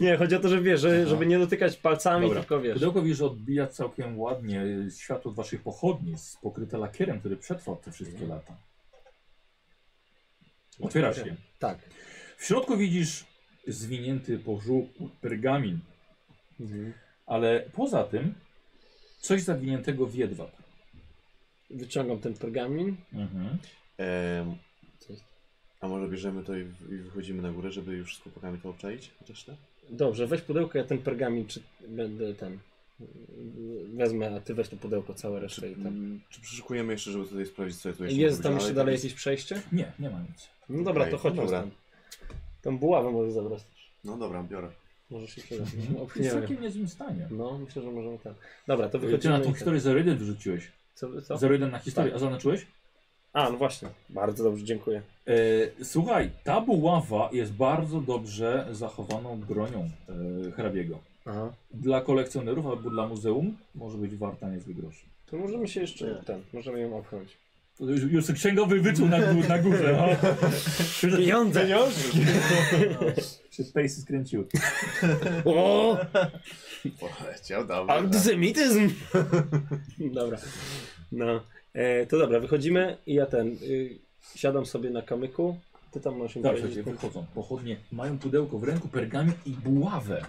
Speaker 3: Nie, chodzi o to, że wiesz, że, żeby nie dotykać palcami,
Speaker 2: Dobra.
Speaker 3: tylko wiesz.
Speaker 2: Pudełko widzisz, że odbija całkiem ładnie y, światło od waszych pochodni, jest pokryte lakierem, który przetrwał te wszystkie
Speaker 3: Mhm.
Speaker 2: lata. Otwierasz je.
Speaker 3: Tak.
Speaker 2: W środku widzisz zwinięty po żółku pergamin,
Speaker 3: Mhm.
Speaker 2: ale poza tym coś zawiniętego w jedwab.
Speaker 3: Wyciągam ten pergamin.
Speaker 2: Mhm.
Speaker 5: Em,
Speaker 3: Co jest?
Speaker 5: a może bierzemy to i, w- i wychodzimy na górę, żeby już z chłopakami to obczaić? Resztę?
Speaker 3: Dobrze, weź pudełko, ja ten pergamin czy będę ten. Wezmę, a ty weź to pudełko całe resztę i tam.
Speaker 5: Mm, Czy przeszukujemy jeszcze, żeby tutaj sprawdzić, co tu jeszcze
Speaker 3: tak. Jest
Speaker 5: może
Speaker 3: tam
Speaker 5: być
Speaker 3: jeszcze dalej jakieś przejście?
Speaker 2: Nie, nie ma nic.
Speaker 3: No dobra,
Speaker 5: Okej,
Speaker 3: to chodźmy
Speaker 5: dobra.
Speaker 3: dobra. tam. Tą buławę może zabrać też.
Speaker 5: No dobra, biorę.
Speaker 3: Może się przydać.
Speaker 2: Jest Mhm. w
Speaker 3: Obchniemy.
Speaker 2: całkiem niezłym stanie.
Speaker 3: No, myślę, że możemy tam. Dobra, to
Speaker 2: Ty na
Speaker 3: wychodzimy.
Speaker 2: tą
Speaker 3: i tak. ten-
Speaker 2: historię 01 wrzuciłeś.
Speaker 3: Co, co?
Speaker 2: 01 na historię, a zaznaczyłeś?
Speaker 3: A, no właśnie. Bardzo dobrze, dziękuję.
Speaker 2: E, słuchaj, ta buława jest bardzo dobrze zachowaną bronią e, hrabiego.
Speaker 3: Aha.
Speaker 2: Dla kolekcjonerów albo dla muzeum może być warta niezły groszy.
Speaker 3: To możemy się jeszcze
Speaker 1: Nie.
Speaker 3: ten, możemy ją obchnąć.
Speaker 2: To Już, już księgowy wyczuł na, gó- na górze.
Speaker 3: *laughs*
Speaker 2: No.
Speaker 3: Pieniądze! Pieniążki!
Speaker 2: Się pejsy skręciły.
Speaker 3: O!
Speaker 5: Poleciał, dobra.
Speaker 3: Antysemityzm! dobra. No. E, to dobra, wychodzimy i ja ten. Y, siadam sobie na kamyku. Ty tam masz
Speaker 2: Tak,
Speaker 3: imprezę.
Speaker 2: słuchajcie, wychodzą pochodnie, mają pudełko w ręku, pergamin i buławę.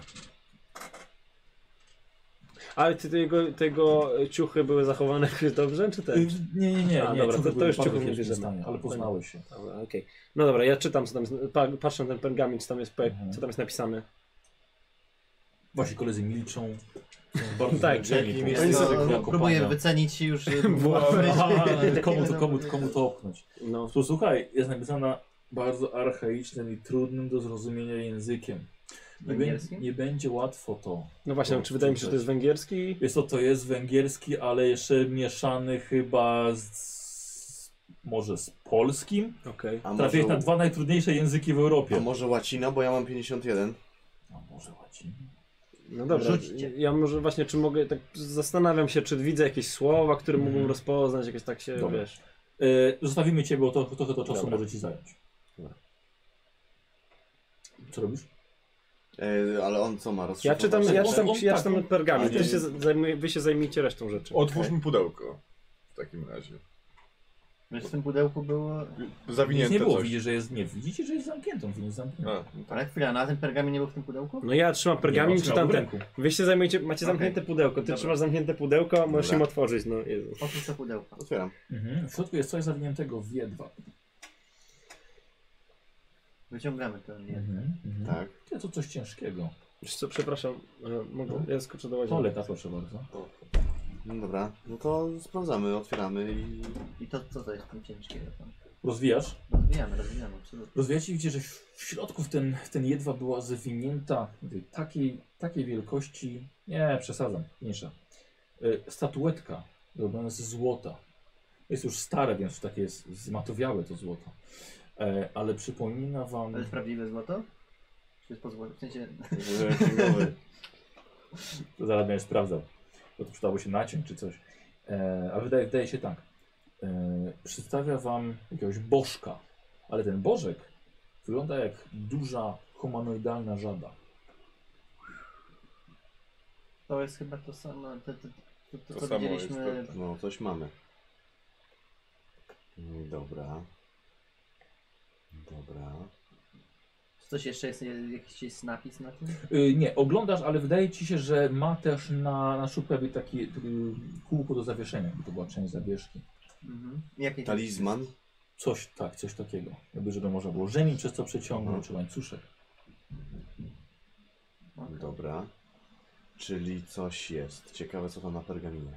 Speaker 3: Ale ty tego, tego ciuchy były zachowane *laughs* jakoś dobrze, czy też?
Speaker 2: Y, Nie, nie, nie.
Speaker 3: Tak. A,
Speaker 2: nie
Speaker 3: dobra,
Speaker 2: ciuchy
Speaker 3: to- to
Speaker 2: były
Speaker 3: już
Speaker 2: bardzo
Speaker 3: ciuchów nie
Speaker 2: w kiepskim
Speaker 3: bierzemy.
Speaker 2: stanie, Ale poznałeś się.
Speaker 3: Dobra, okej. No dobra, ja czytam, co tam, jest- pa, patrzę na ten pergamin, co tam jest, po-
Speaker 2: Mhm.
Speaker 3: co tam jest napisane.
Speaker 2: Wasi koledzy milczą.
Speaker 3: *laughs*
Speaker 2: są Bardzo
Speaker 3: Tak,
Speaker 2: zmęczeni
Speaker 5: jakim
Speaker 2: po
Speaker 5: jest-
Speaker 2: prostu
Speaker 5: no,
Speaker 2: tego kopania.
Speaker 1: Próbuję wycenić już.
Speaker 3: *laughs*
Speaker 2: Aha,
Speaker 1: *laughs*
Speaker 2: komu to, komu, komu to opchnąć.
Speaker 3: No,
Speaker 2: Tu słuchaj, jest napisana bardzo archaicznym i trudnym do zrozumienia językiem. Nie, bę-
Speaker 1: Węgierskim?
Speaker 2: nie będzie łatwo to.
Speaker 3: no właśnie,
Speaker 2: No,
Speaker 3: czy wydaje mi się, że to jest węgierski?
Speaker 2: Jest to, to jest węgierski, ale jeszcze mieszany chyba z, z, może z polskim.
Speaker 4: No.
Speaker 3: Okej.
Speaker 5: A
Speaker 2: Trafiłeś na
Speaker 5: może,
Speaker 2: dwa najtrudniejsze języki w
Speaker 5: a
Speaker 2: Europie.
Speaker 5: może łacina, bo ja mam 51.
Speaker 2: A może łacin?
Speaker 3: No dobra,
Speaker 1: Rzućcie.
Speaker 3: ja może właśnie, czy mogę, tak zastanawiam się, czy widzę jakieś słowa, które
Speaker 2: Mhm.
Speaker 3: mógłbym rozpoznać, jakieś tak się,
Speaker 2: Dobra.
Speaker 3: wiesz.
Speaker 2: E, zostawimy cię, bo to, trochę to czasu
Speaker 3: Dobra.
Speaker 2: może ci zająć.
Speaker 5: Dobra.
Speaker 2: Co robisz?
Speaker 5: E, ale on co ma
Speaker 3: Ja
Speaker 5: rozszyfrować?
Speaker 3: czytam, ja
Speaker 2: on-
Speaker 3: czytam,
Speaker 2: on
Speaker 3: ja
Speaker 2: tak,
Speaker 3: czytam
Speaker 2: on-
Speaker 3: pergamin,
Speaker 5: a nie-
Speaker 3: ty się zajmuj, wy się zajmijcie resztą rzeczy.
Speaker 4: Otwórz mi pudełko. W takim razie.
Speaker 1: Wiesz, w tym pudełku było.
Speaker 2: Nic
Speaker 4: Zawinięte
Speaker 2: nie było,
Speaker 4: coś.
Speaker 2: widzisz, że jest, nie, widzicie, że jest zamkniętą, więc jest zamkniętą.
Speaker 4: A, no tak.
Speaker 1: Ale chwila, no, a ten pergamin nie był w tym pudełku?
Speaker 3: No ja trzymam
Speaker 2: Nie
Speaker 3: pergamin,
Speaker 2: ma, trzymał
Speaker 3: czytam
Speaker 2: w
Speaker 3: ten.
Speaker 2: ręku.
Speaker 3: Wy się zajmujecie, macie
Speaker 1: Okej.
Speaker 3: zamknięte pudełko, ty
Speaker 1: Dobra.
Speaker 3: trzymasz zamknięte pudełko, możesz
Speaker 5: Dobra.
Speaker 3: im otworzyć, no Jezu.
Speaker 1: Oprócz to pudełka.
Speaker 5: Otwieram.
Speaker 2: Mhm. W środku jest coś zawiniętego w jedwab.
Speaker 1: Wyciągamy to. nie?
Speaker 2: Mhm. Mhm.
Speaker 5: Tak.
Speaker 2: Ty, to coś ciężkiego.
Speaker 3: Wiesz co, przepraszam, e, mogę, ja skoczę do łazienki.
Speaker 2: Toaleta, proszę bardzo.
Speaker 5: No dobra, no to sprawdzamy, otwieramy i...
Speaker 1: I to co to jest w tym ciężkiego? tam?
Speaker 2: Rozwijasz?
Speaker 1: Rozwijamy, rozwijamy, absolutnie.
Speaker 2: Rozwijacie widzicie, że w w środku w ten, w ten jedwa była zawinięta mówię, takiej, takiej wielkości, nie przesadzam, mniejsza, e, statuetka robiona ze złota. Jest już stare, więc takie jest zmatowiałe to złoto. E, Ale przypomina wam...
Speaker 1: To jest prawdziwe złoto? Czy jest po złocie? W sensie,
Speaker 5: że księgowy.
Speaker 2: To zaraz będę sprawdzał. Bo to przydało się naciąć czy coś. E, ale wydaje, wydaje się tak. E, przedstawia wam jakiegoś bożka. Ale ten bożek wygląda jak duża humanoidalna żaba.
Speaker 1: to jest chyba to samo, to, to, to, to,
Speaker 4: To
Speaker 1: co
Speaker 4: samo
Speaker 1: widzieliśmy.
Speaker 4: jest
Speaker 5: No, coś mamy. Mm, Dobra. Dobra.
Speaker 1: Coś jeszcze jest, jakiś jest napis na tym?
Speaker 2: Y, nie, oglądasz, ale wydaje ci się, że ma też na, na szupę takie y, kółko do zawieszenia. bo To była część zawieszki.
Speaker 1: Mhm. Jaki
Speaker 5: Talizman?
Speaker 2: Coś tak, coś takiego. Jakby, żeby można było rzemień przez co przeciągnąć,
Speaker 5: Mhm.
Speaker 2: czy łańcuszek.
Speaker 1: Okej.
Speaker 5: Dobra. Czyli coś jest. Ciekawe, co tam na pergaminie.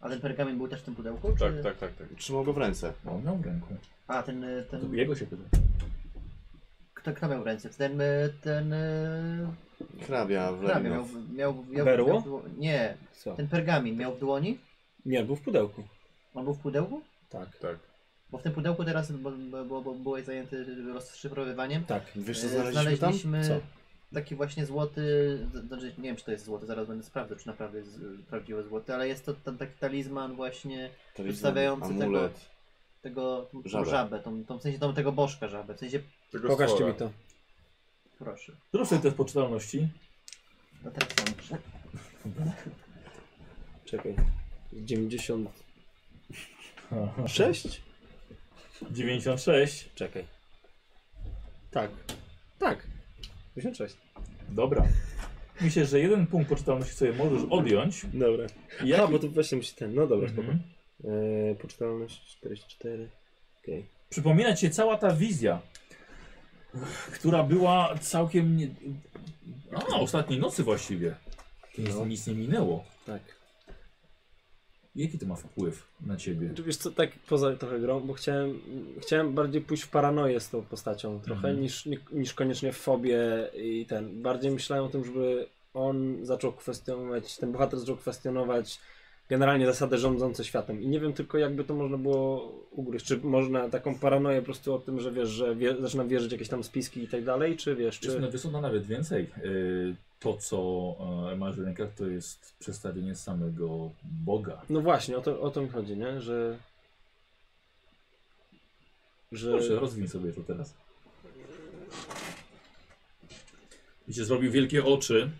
Speaker 1: A ten pergamin był też w tym pudełku?
Speaker 4: Tak,
Speaker 1: czy...
Speaker 4: tak, tak, tak.
Speaker 5: Trzymał go w ręce.
Speaker 2: No, miał w ręku.
Speaker 1: A, ten, y,
Speaker 2: To
Speaker 1: ten...
Speaker 2: jego się pyta.
Speaker 1: Kto, kto miał w ręce? Ten, y, ten... y,
Speaker 5: Hrabia w
Speaker 1: Hrabia miał,
Speaker 5: Leminow.
Speaker 1: w- miał, miał,
Speaker 3: Berło?
Speaker 1: miał w dło- Nie,
Speaker 3: Co?
Speaker 1: ten pergamin miał w dłoni?
Speaker 3: Nie, był w pudełku.
Speaker 1: On był w pudełku?
Speaker 3: Tak.
Speaker 4: Tak.
Speaker 1: Bo w tym pudełku teraz, bo, bo, bo, bo byłeś zajęty rozszyfrowywaniem,
Speaker 3: Tak.
Speaker 5: Wiesz, co
Speaker 1: e,
Speaker 5: znaleźliśmy tam?
Speaker 1: znaleźliśmy
Speaker 3: Co?
Speaker 1: taki właśnie złoty, z- znaczy nie wiem czy to jest złoty, zaraz będę sprawdzał czy naprawdę jest e, prawdziwe złote, ale jest to tam taki talizman właśnie
Speaker 5: Talizman,
Speaker 1: przedstawiający tego-
Speaker 5: amulet.
Speaker 1: tego, tą
Speaker 5: Żabę.
Speaker 1: żabę, tą, tą, w sensie tą, tego bożka żabę, w sensie,
Speaker 4: Tego
Speaker 3: Pokażcie
Speaker 4: stwora.
Speaker 3: mi to.
Speaker 1: proszę,
Speaker 2: Zrób sobie test poczytalności. *laughs*
Speaker 1: no teraz ja muszę.
Speaker 5: *laughs*
Speaker 3: Czekaj. 96?
Speaker 2: 96.
Speaker 3: Czekaj. Tak. Tak. 96.
Speaker 2: Dobra. Myślę, że jeden punkt poczytalności sobie możesz odjąć.
Speaker 3: Dobra.
Speaker 2: Jaki-
Speaker 3: A, bo to właśnie musi ten. No dobra, spoko.
Speaker 2: Mhm.
Speaker 3: Eee, poczytalność 44. Okej.
Speaker 2: Przypomina cię cała ta wizja, która była całkiem... Nie... A, ostatniej nocy właściwie. To nic,
Speaker 3: No.
Speaker 2: nic nie minęło.
Speaker 3: Tak.
Speaker 2: Jaki to ma wpływ na ciebie?
Speaker 3: Wiesz co, tak poza trochę grą, bo chciałem, chciałem bardziej pójść w paranoję z tą postacią trochę,
Speaker 2: Mhm.
Speaker 3: niż, ni- niż koniecznie w fobię i ten. Bardziej myślałem o tym, żeby on zaczął kwestionować, ten bohater zaczął kwestionować generalnie zasady rządzące światem. I nie wiem tylko, jakby to można było ugryźć. Czy można taką paranoję po prostu o tym, że wiesz, że wie, zaczyna wierzyć w jakieś tam spiski i tak dalej, czy wiesz,
Speaker 2: Czy...
Speaker 3: czy...
Speaker 2: Wysłano nawet więcej. Y, To, co e, masz w rękach, to jest przedstawienie samego Boga.
Speaker 3: No właśnie, o to, o to mi chodzi, nie? Że... Że...
Speaker 2: Proszę, rozwin sobie to teraz. Widzicie, zrobił wielkie oczy.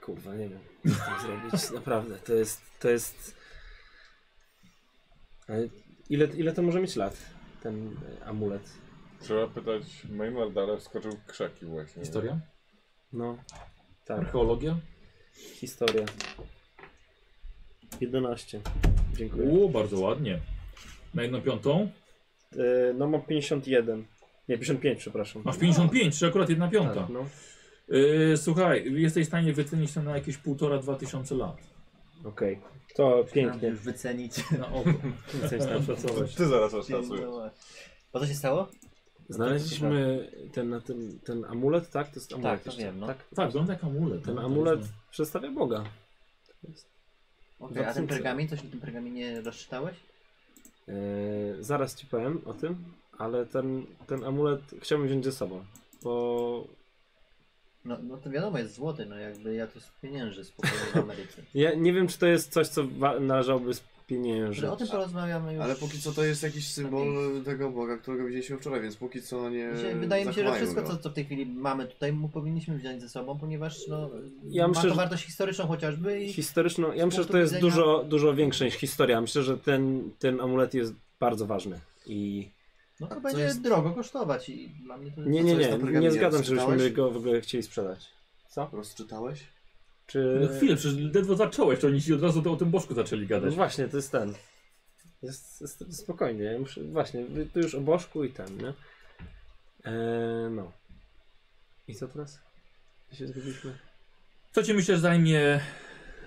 Speaker 3: Kurwa, nie wiem, co z tym zrobić. Naprawdę, to jest. To jest. Ale ile, ile to może mieć lat? Ten e, amulet.
Speaker 4: Trzeba pytać Maynardala, wskoczył w krzaki właśnie.
Speaker 2: Historia?
Speaker 3: No. Tak,
Speaker 2: Archeologia?
Speaker 3: historia. 11. Dziękuję.
Speaker 2: O, bardzo ładnie. Na jedną piątą?
Speaker 3: E, no mam 51. Nie, 55, przepraszam.
Speaker 2: Masz 55, czy akurat jedna piąta.
Speaker 3: No. Tak, no.
Speaker 2: Yy, słuchaj, jesteś w stanie wycenić to na jakieś półtora, dwa tysiące lat.
Speaker 3: Okej. To
Speaker 1: Mam
Speaker 3: pięknie.
Speaker 1: już wycenić.
Speaker 2: Na
Speaker 3: *laughs*
Speaker 2: oko.
Speaker 3: Nie chcę
Speaker 2: *laughs*
Speaker 3: tam szacować.
Speaker 4: Ty zaraz oszacujesz.
Speaker 1: Bo co się stało?
Speaker 3: Znaleźliśmy ten, na tym- ten amulet, tak? To jest amulet.
Speaker 1: to
Speaker 3: jeszcze,
Speaker 1: wiem, no.
Speaker 3: tak?
Speaker 2: tak, wygląda jak amulet.
Speaker 3: Ten
Speaker 2: No, to
Speaker 3: amulet
Speaker 2: jest-
Speaker 3: przedstawia Boga.
Speaker 1: Okej, a ten pergamin, coś na tym pergaminie rozczytałeś?
Speaker 3: Eee, zaraz ci powiem o tym, ale ten, ten amulet chciałbym wziąć ze sobą, bo
Speaker 1: No, no to wiadomo, jest złoty, no jakby ja to spieniężę spokojnie w Ameryce.
Speaker 3: ja nie wiem, czy to jest coś, co wa- należałoby
Speaker 1: Że
Speaker 3: spieniężyć.
Speaker 1: o tym porozmawiamy już.
Speaker 5: Ale póki co to jest jakiś symbol tego Boga, którego widzieliśmy wczoraj, więc póki co nie.
Speaker 1: Mi się- Wydaje mi się, że
Speaker 5: zachowają
Speaker 1: wszystko,
Speaker 5: e, go.
Speaker 1: co, co w tej chwili mamy tutaj, mu powinniśmy wziąć ze sobą, ponieważ no,
Speaker 3: Ja
Speaker 1: ma
Speaker 3: myślę,
Speaker 1: to
Speaker 3: że-
Speaker 1: wartość historyczną chociażby i
Speaker 3: Historyczną, ja
Speaker 1: z
Speaker 3: myślę, że to
Speaker 1: punktu
Speaker 3: jest
Speaker 1: widzenia-
Speaker 3: dużo, dużo większa niż historia. Myślę, że ten, ten amulet jest bardzo ważny. I
Speaker 1: no
Speaker 5: A
Speaker 1: to
Speaker 5: co
Speaker 1: będzie
Speaker 5: jest-
Speaker 1: drogo kosztować i dla mnie to
Speaker 3: nie,
Speaker 5: co
Speaker 3: nie,
Speaker 5: jest na
Speaker 3: nie, nie
Speaker 5: pergaminie?
Speaker 3: zgadzam się, żebyśmy
Speaker 5: Czytałeś?
Speaker 3: go w ogóle chcieli sprzedać. Co?
Speaker 5: Rozczytałeś?
Speaker 3: Czy...
Speaker 2: No chwilę, przecież ledwo zacząłeś, to oni ci od razu to o tym bożku zaczęli
Speaker 3: No
Speaker 2: gadać.
Speaker 3: właśnie, to jest ten. Jest, jest spokojnie, ja muszę, właśnie, wy- tu już o Bożku i ten, nie? Eee, no. I co teraz? Gdzie się zgubiliśmy?
Speaker 2: Co ci myślę, że zajmie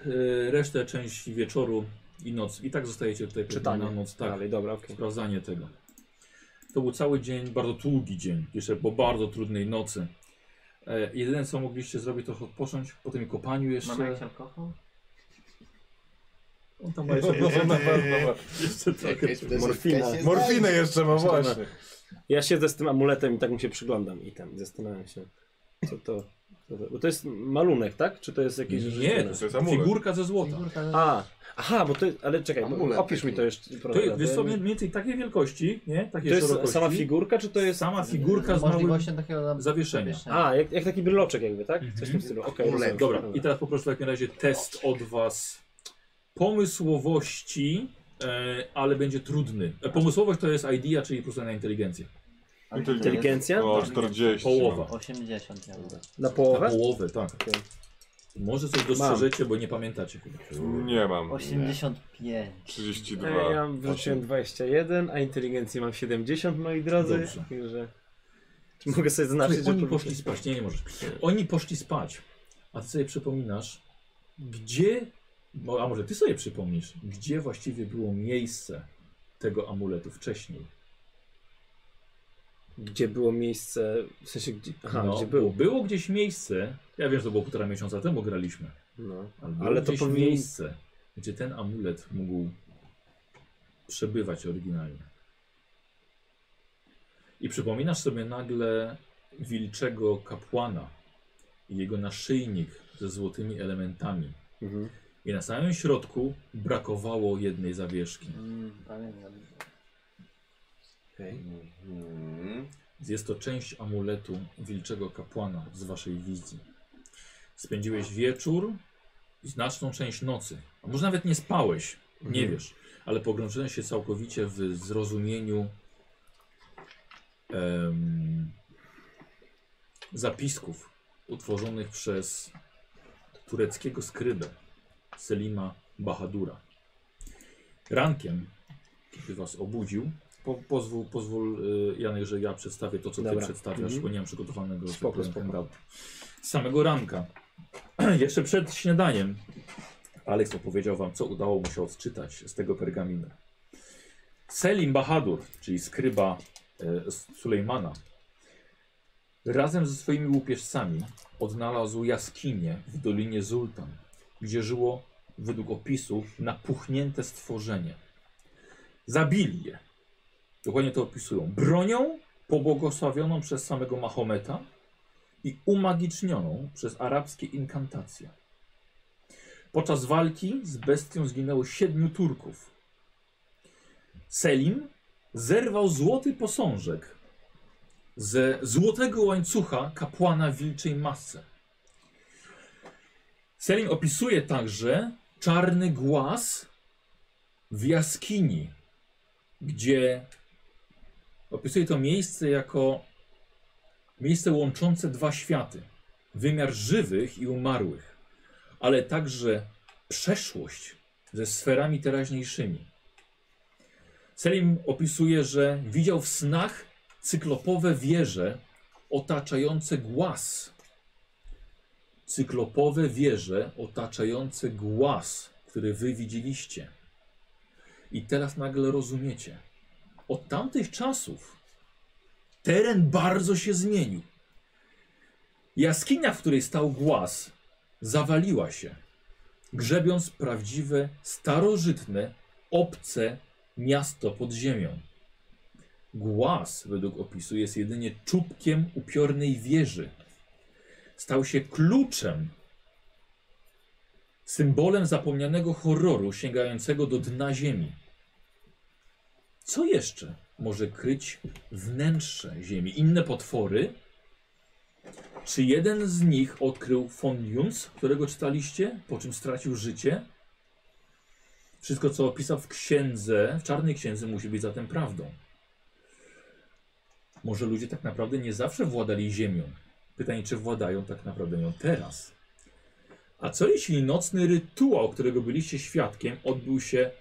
Speaker 2: y, resztę części wieczoru i noc. I tak zostajecie tutaj pewnie
Speaker 3: Czytanie.
Speaker 2: na noc. Tak,
Speaker 3: Dalej, dobra, okej.
Speaker 2: sprawdzanie tego. To był cały dzień, bardzo długi dzień, jeszcze po bardzo trudnej nocy. E, jedyne co mogliście zrobić to odpocząć, po tym kopaniu jeszcze.
Speaker 1: Mama jak alkohol?
Speaker 2: On tam *laughs*
Speaker 6: Jeszcze
Speaker 2: tak.
Speaker 6: trochę.
Speaker 5: Jakieś też-
Speaker 3: Morfina.
Speaker 5: jakieś jest-
Speaker 4: Morfinę jeszcze mam właśnie.
Speaker 3: Ja siedzę z tym amuletem i tak mu się przyglądam i tam zastanawiam się, co to... Co to bo to jest malunek, tak? Czy to jest jakieś...
Speaker 2: Nie, to
Speaker 4: To
Speaker 2: jest
Speaker 4: jest amulet.
Speaker 2: figurka ze złota.
Speaker 3: A, aha, bo to jest, ale czekaj,
Speaker 5: Amulet
Speaker 3: opisz
Speaker 5: taki.
Speaker 3: mi to jeszcze.
Speaker 2: To
Speaker 3: proszę.
Speaker 2: jest wiesz co, mniej więcej takiej wielkości, nie? Takiej
Speaker 3: to jest
Speaker 2: szerokości.
Speaker 3: sama figurka, czy to jest...
Speaker 2: Sama figurka z małym
Speaker 1: Możliwością e, takiego tam
Speaker 2: zawieszenia.
Speaker 3: A, jak, jak taki bryloczek jakby, tak? Coś w tym stylu, okej.
Speaker 5: Amulet.
Speaker 3: rozumiem.
Speaker 2: Mhm. Dobra, i teraz po prostu w takim razie test od was pomysłowości, e, ale będzie trudny. E, pomysłowość to jest idea, czyli po prostu na inteligencję.
Speaker 1: Ale
Speaker 3: Inteligencja?
Speaker 4: O, 40.
Speaker 2: Połowa.
Speaker 4: mam.
Speaker 1: 80 miał.
Speaker 3: Na
Speaker 2: Na
Speaker 3: połowę?
Speaker 2: połowę, tak.
Speaker 3: Okej.
Speaker 2: Może coś dostrzeżecie, bo nie pamiętacie chyba.
Speaker 4: Nie mam.
Speaker 1: 85.
Speaker 4: 32.
Speaker 3: E, Ja wrzuciłem 21, a inteligencję mam 70, moi drodzy.
Speaker 2: Dobrze.
Speaker 3: Także... Czy mogę sobie
Speaker 2: Znaczy,
Speaker 3: znaczyć, że
Speaker 2: oni
Speaker 3: to-
Speaker 2: poszli spać, nie, nie możesz. Oni poszli spać, a ty sobie przypominasz, gdzie, mo- a może ty sobie przypomnisz, gdzie właściwie było miejsce tego amuletu wcześniej.
Speaker 3: Gdzie było miejsce, w sensie gdzie... Aha,
Speaker 2: No,
Speaker 3: gdzie było.
Speaker 2: Było gdzieś miejsce, ja wiem, że to było półtora miesiąca temu graliśmy,
Speaker 3: No.
Speaker 2: ale,
Speaker 3: Ale
Speaker 2: było
Speaker 3: to
Speaker 2: gdzieś
Speaker 3: powinien-
Speaker 2: miejsce, gdzie ten amulet mógł przebywać oryginalnie. I przypominasz sobie nagle wilczego kapłana i jego naszyjnik ze złotymi elementami.
Speaker 3: Mhm.
Speaker 2: I na samym środku brakowało jednej zawieszki.
Speaker 1: Mm, pamiętam.
Speaker 3: Okej.
Speaker 5: Mhm.
Speaker 2: Jest to część amuletu wilczego kapłana z waszej wizji. Spędziłeś wieczór i znaczną część nocy. A może nawet nie spałeś, nie
Speaker 3: Mhm.
Speaker 2: wiesz, ale pogrążyłeś się całkowicie w zrozumieniu em, zapisków utworzonych przez tureckiego skrybę Selima Bahadura. Rankiem, kiedy was obudził, po, pozwól, pozwól y, Janek, że ja przedstawię to, co ty
Speaker 3: Dobra.
Speaker 2: przedstawiasz,
Speaker 3: Mhm.
Speaker 2: bo nie mam przygotowanego
Speaker 3: Spoko,
Speaker 2: że tak powiem,
Speaker 3: spoko.
Speaker 2: handout. Z samego ranka, *clears throat* jeszcze przed śniadaniem, Aleks opowiedział wam, co udało mu się odczytać z tego pergaminu. Selim Bahadur, czyli skryba e, Sulejmana, razem ze swoimi łupieżcami odnalazł jaskinię w Dolinie Zultan, gdzie żyło, według opisu, napuchnięte stworzenie. Zabili je. Dokładnie to opisują. Bronią pobłogosławioną przez samego Mahometa i umagicznioną przez arabskie inkantacje. Podczas walki z bestią zginęło siedmiu Turków. Selim zerwał złoty posążek ze złotego łańcucha kapłana wilczej masce. Selim opisuje także czarny głaz w jaskini, gdzie opisuje to miejsce jako miejsce łączące dwa światy wymiar żywych i umarłych, ale także przeszłość ze sferami teraźniejszymi. Selim opisuje, że widział w snach cyklopowe wieże otaczające głaz. Cyklopowe wieże otaczające głaz, który wy widzieliście. I teraz nagle rozumiecie. Od tamtych czasów teren bardzo się zmienił. Jaskinia, w której stał głaz, zawaliła się, grzebiąc prawdziwe, starożytne, obce miasto pod ziemią. Głaz, według opisu, jest jedynie czubkiem upiornej wieży. Stał się kluczem, symbolem zapomnianego horroru sięgającego do dna ziemi. Co jeszcze może kryć wnętrze ziemi? Inne potwory? Czy jeden z nich odkrył von Juns, którego czytaliście, po czym stracił życie? Wszystko, co opisał w księdze, w czarnej księdze, musi być zatem prawdą. Może ludzie tak naprawdę nie zawsze władali ziemią. Pytanie, czy władają tak naprawdę nią teraz? A co jeśli nocny rytuał, którego byliście świadkiem, odbył się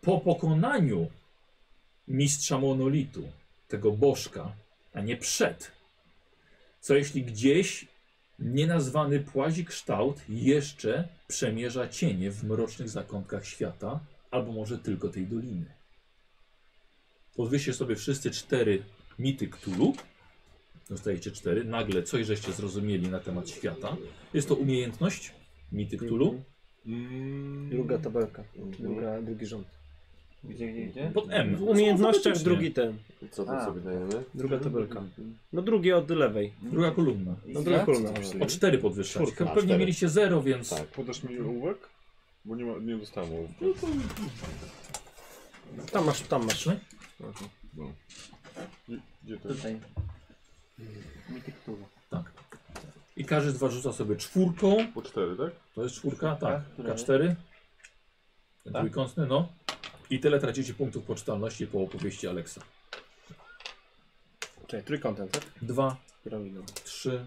Speaker 2: po pokonaniu mistrza monolitu, tego bożka, a nie przed. Co jeśli gdzieś nienazwany płazi kształt jeszcze przemierza cienie w mrocznych zakątkach świata, albo może tylko tej doliny? Podwyższcie sobie wszyscy cztery mity Cthulhu. Dostajecie cztery. Nagle coś żeście zrozumieli na temat świata. Jest to umiejętność mity Cthulhu.
Speaker 4: Mm.
Speaker 3: Druga tabelka, czy
Speaker 5: Mhm.
Speaker 3: druga, drugi rząd.
Speaker 1: Gdzie, gdzie, gdzie?
Speaker 2: Pod M.
Speaker 3: W umiejętnościach
Speaker 2: No, Faktycznie.
Speaker 3: drugi ten,
Speaker 5: Co tu
Speaker 1: A.
Speaker 5: sobie dajemy?
Speaker 3: druga tabelka. No drugi od lewej.
Speaker 2: Druga kolumna.
Speaker 3: No druga kolumna.
Speaker 2: O cztery podwyższacie.
Speaker 5: Czwórka.
Speaker 2: Pewnie
Speaker 5: Cztery.
Speaker 2: mieliście zero, więc...
Speaker 5: Tak.
Speaker 4: Podasz mi ołówek? Bo nie, ma, nie dostałem ołówka.
Speaker 3: Tam masz, tam masz.
Speaker 2: Trzy?
Speaker 4: Aha, no. Gdzie, gdzie to jest?
Speaker 1: Tutaj. Mityk Cthulhu.
Speaker 2: Tak. I każdy z was rzuca sobie czwórką.
Speaker 4: Po cztery, tak?
Speaker 2: To jest czwórka? Tak.
Speaker 1: Która jest?
Speaker 2: K4. Ten
Speaker 1: Tak?
Speaker 2: trójkątny, no. I tyle tracicie punktów poczytalności po opowieści Aleksa.
Speaker 3: Czekaj, trójkątem, tak?
Speaker 2: Dwa,
Speaker 3: Piramidą.
Speaker 2: trzy...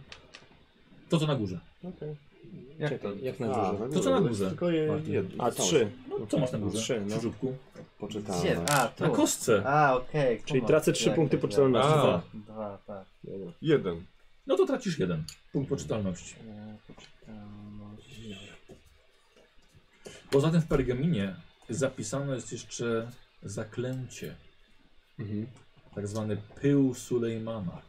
Speaker 2: To co na górze.
Speaker 1: Jak to?
Speaker 3: Czekaj, jak
Speaker 5: A,
Speaker 3: na górze.
Speaker 5: no
Speaker 2: To co na
Speaker 5: dobra,
Speaker 2: górze?
Speaker 5: Tylko je-
Speaker 2: Martin.
Speaker 5: jedno.
Speaker 3: A
Speaker 5: Zostało.
Speaker 3: trzy,
Speaker 2: No co masz na górze?
Speaker 3: Trzy, no.
Speaker 2: Przy żubku.
Speaker 1: Gdzie?
Speaker 5: Poczytamy.
Speaker 1: A, tu.
Speaker 2: Na kostce.
Speaker 1: A, okej.
Speaker 3: Czyli
Speaker 1: kumam.
Speaker 3: tracę trzy
Speaker 1: Tak,
Speaker 3: punkty
Speaker 1: tak, tak.
Speaker 3: poczytalności.
Speaker 2: Dwa.
Speaker 1: Dwa, tak.
Speaker 3: Dobra.
Speaker 4: Jeden.
Speaker 2: No to tracisz jeden punkt poczytalności.
Speaker 1: E, poczytalność.
Speaker 2: Poza tym w pergaminie zapisane jest jeszcze zaklęcie,
Speaker 3: Mhm.
Speaker 2: tak zwany pył Sulejmana.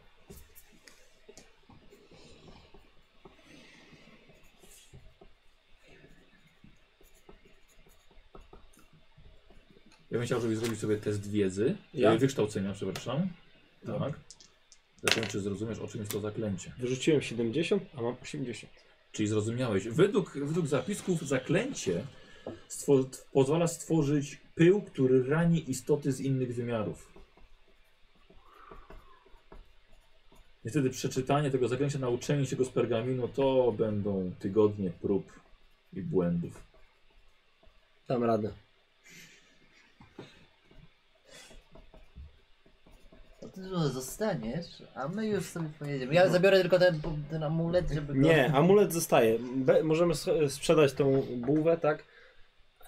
Speaker 2: Ja bym chciał, żebyś zrobił sobie test wiedzy,
Speaker 3: Ja?
Speaker 2: e, wykształcenia, przepraszam. Tak. Zatem czy zrozumiesz, o czym jest to zaklęcie.
Speaker 3: Wyrzuciłem 70, a mam 80.
Speaker 2: Czyli zrozumiałeś. Według, według zapisków zaklęcie stwor pozwala stworzyć pył, który rani istoty z innych wymiarów. Niestety przeczytanie tego zaklęcia, nauczenie się go z pergaminu, to będą tygodnie prób i błędów.
Speaker 3: Dam radę.
Speaker 1: To ty tu zostaniesz, a my już sobie pojedziemy. Ja zabiorę tylko ten, ten amulet, żeby go...
Speaker 3: Nie, amulet zostaje. Be, możemy s- sprzedać tą bułwę, tak?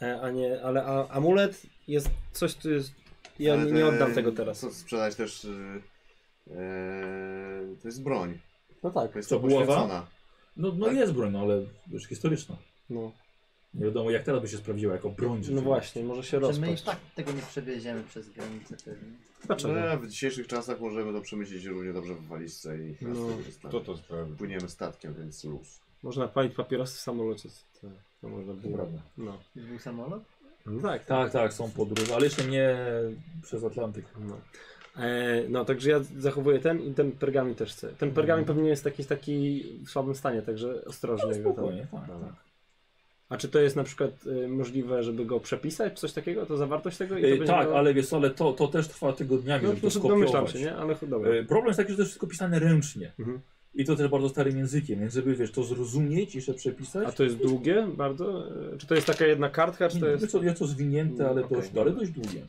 Speaker 3: E, a nie, ale a, amulet jest coś, co jest. Ja
Speaker 5: Ale
Speaker 3: nie
Speaker 5: te-
Speaker 3: oddam tego teraz.
Speaker 5: Co e, sprzedać też... y, e, to jest broń.
Speaker 3: No tak.
Speaker 5: To jest
Speaker 2: Co, buława?
Speaker 5: poświęcona.
Speaker 2: No, no
Speaker 5: Tak.
Speaker 2: jest broń, no, ale już historyczna.
Speaker 3: No,
Speaker 2: Nie wiadomo jak teraz by się sprawdziła jako broń.
Speaker 3: no
Speaker 2: rzeczywiście.
Speaker 3: właśnie, może się
Speaker 1: Że my i
Speaker 3: rozpaść.
Speaker 1: tak tego nie przewieziemy przez granicę pewnie.
Speaker 3: Dlaczego?
Speaker 5: No, w dzisiejszych czasach możemy to przemyśleć równie dobrze w walizce i
Speaker 3: No.
Speaker 5: no.
Speaker 4: Kto to sprawdził?
Speaker 5: Płyniemy statkiem, więc luz.
Speaker 3: Można palić papierosy w samolocie. To, to można
Speaker 2: To
Speaker 3: było.
Speaker 2: prawda.
Speaker 3: No.
Speaker 1: Już był samolot?
Speaker 3: no tak.
Speaker 2: Tak, tak, są podróże, ale jeszcze nie przez Atlantyk.
Speaker 3: No. E, no, także ja zachowuję ten i ten pergamin też chcę. Ten pergamin pewnie jest jakiś taki w słabym stanie, także ostrożnie.
Speaker 2: Ale
Speaker 3: go tam-
Speaker 2: spokojnie, tak, tak.
Speaker 3: A czy to jest na przykład y, możliwe, żeby go przepisać, coś takiego, to zawartość tego? I to
Speaker 2: E,
Speaker 3: będzie
Speaker 2: tak,
Speaker 3: miało-
Speaker 2: ale wiesz, co, ale to, to też trwa tygodniami,
Speaker 3: No,
Speaker 2: żeby to
Speaker 3: to Y, domyślam
Speaker 2: skopiować.
Speaker 3: się, nie? Ale ch- dobra.
Speaker 2: E, Problem jest taki, że to jest wszystko pisane ręcznie.
Speaker 3: Mhm.
Speaker 2: I to też bardzo starym językiem, więc żeby wiesz, to zrozumieć, jeszcze przepisać.
Speaker 3: A to jest długie bardzo? E, Czy to jest taka jedna kartka, czy to
Speaker 2: Nie,
Speaker 3: jest...
Speaker 2: Wiesz, co, jest to zwinięte, ale,
Speaker 3: Mm, okej.
Speaker 2: dość, ale dość długie.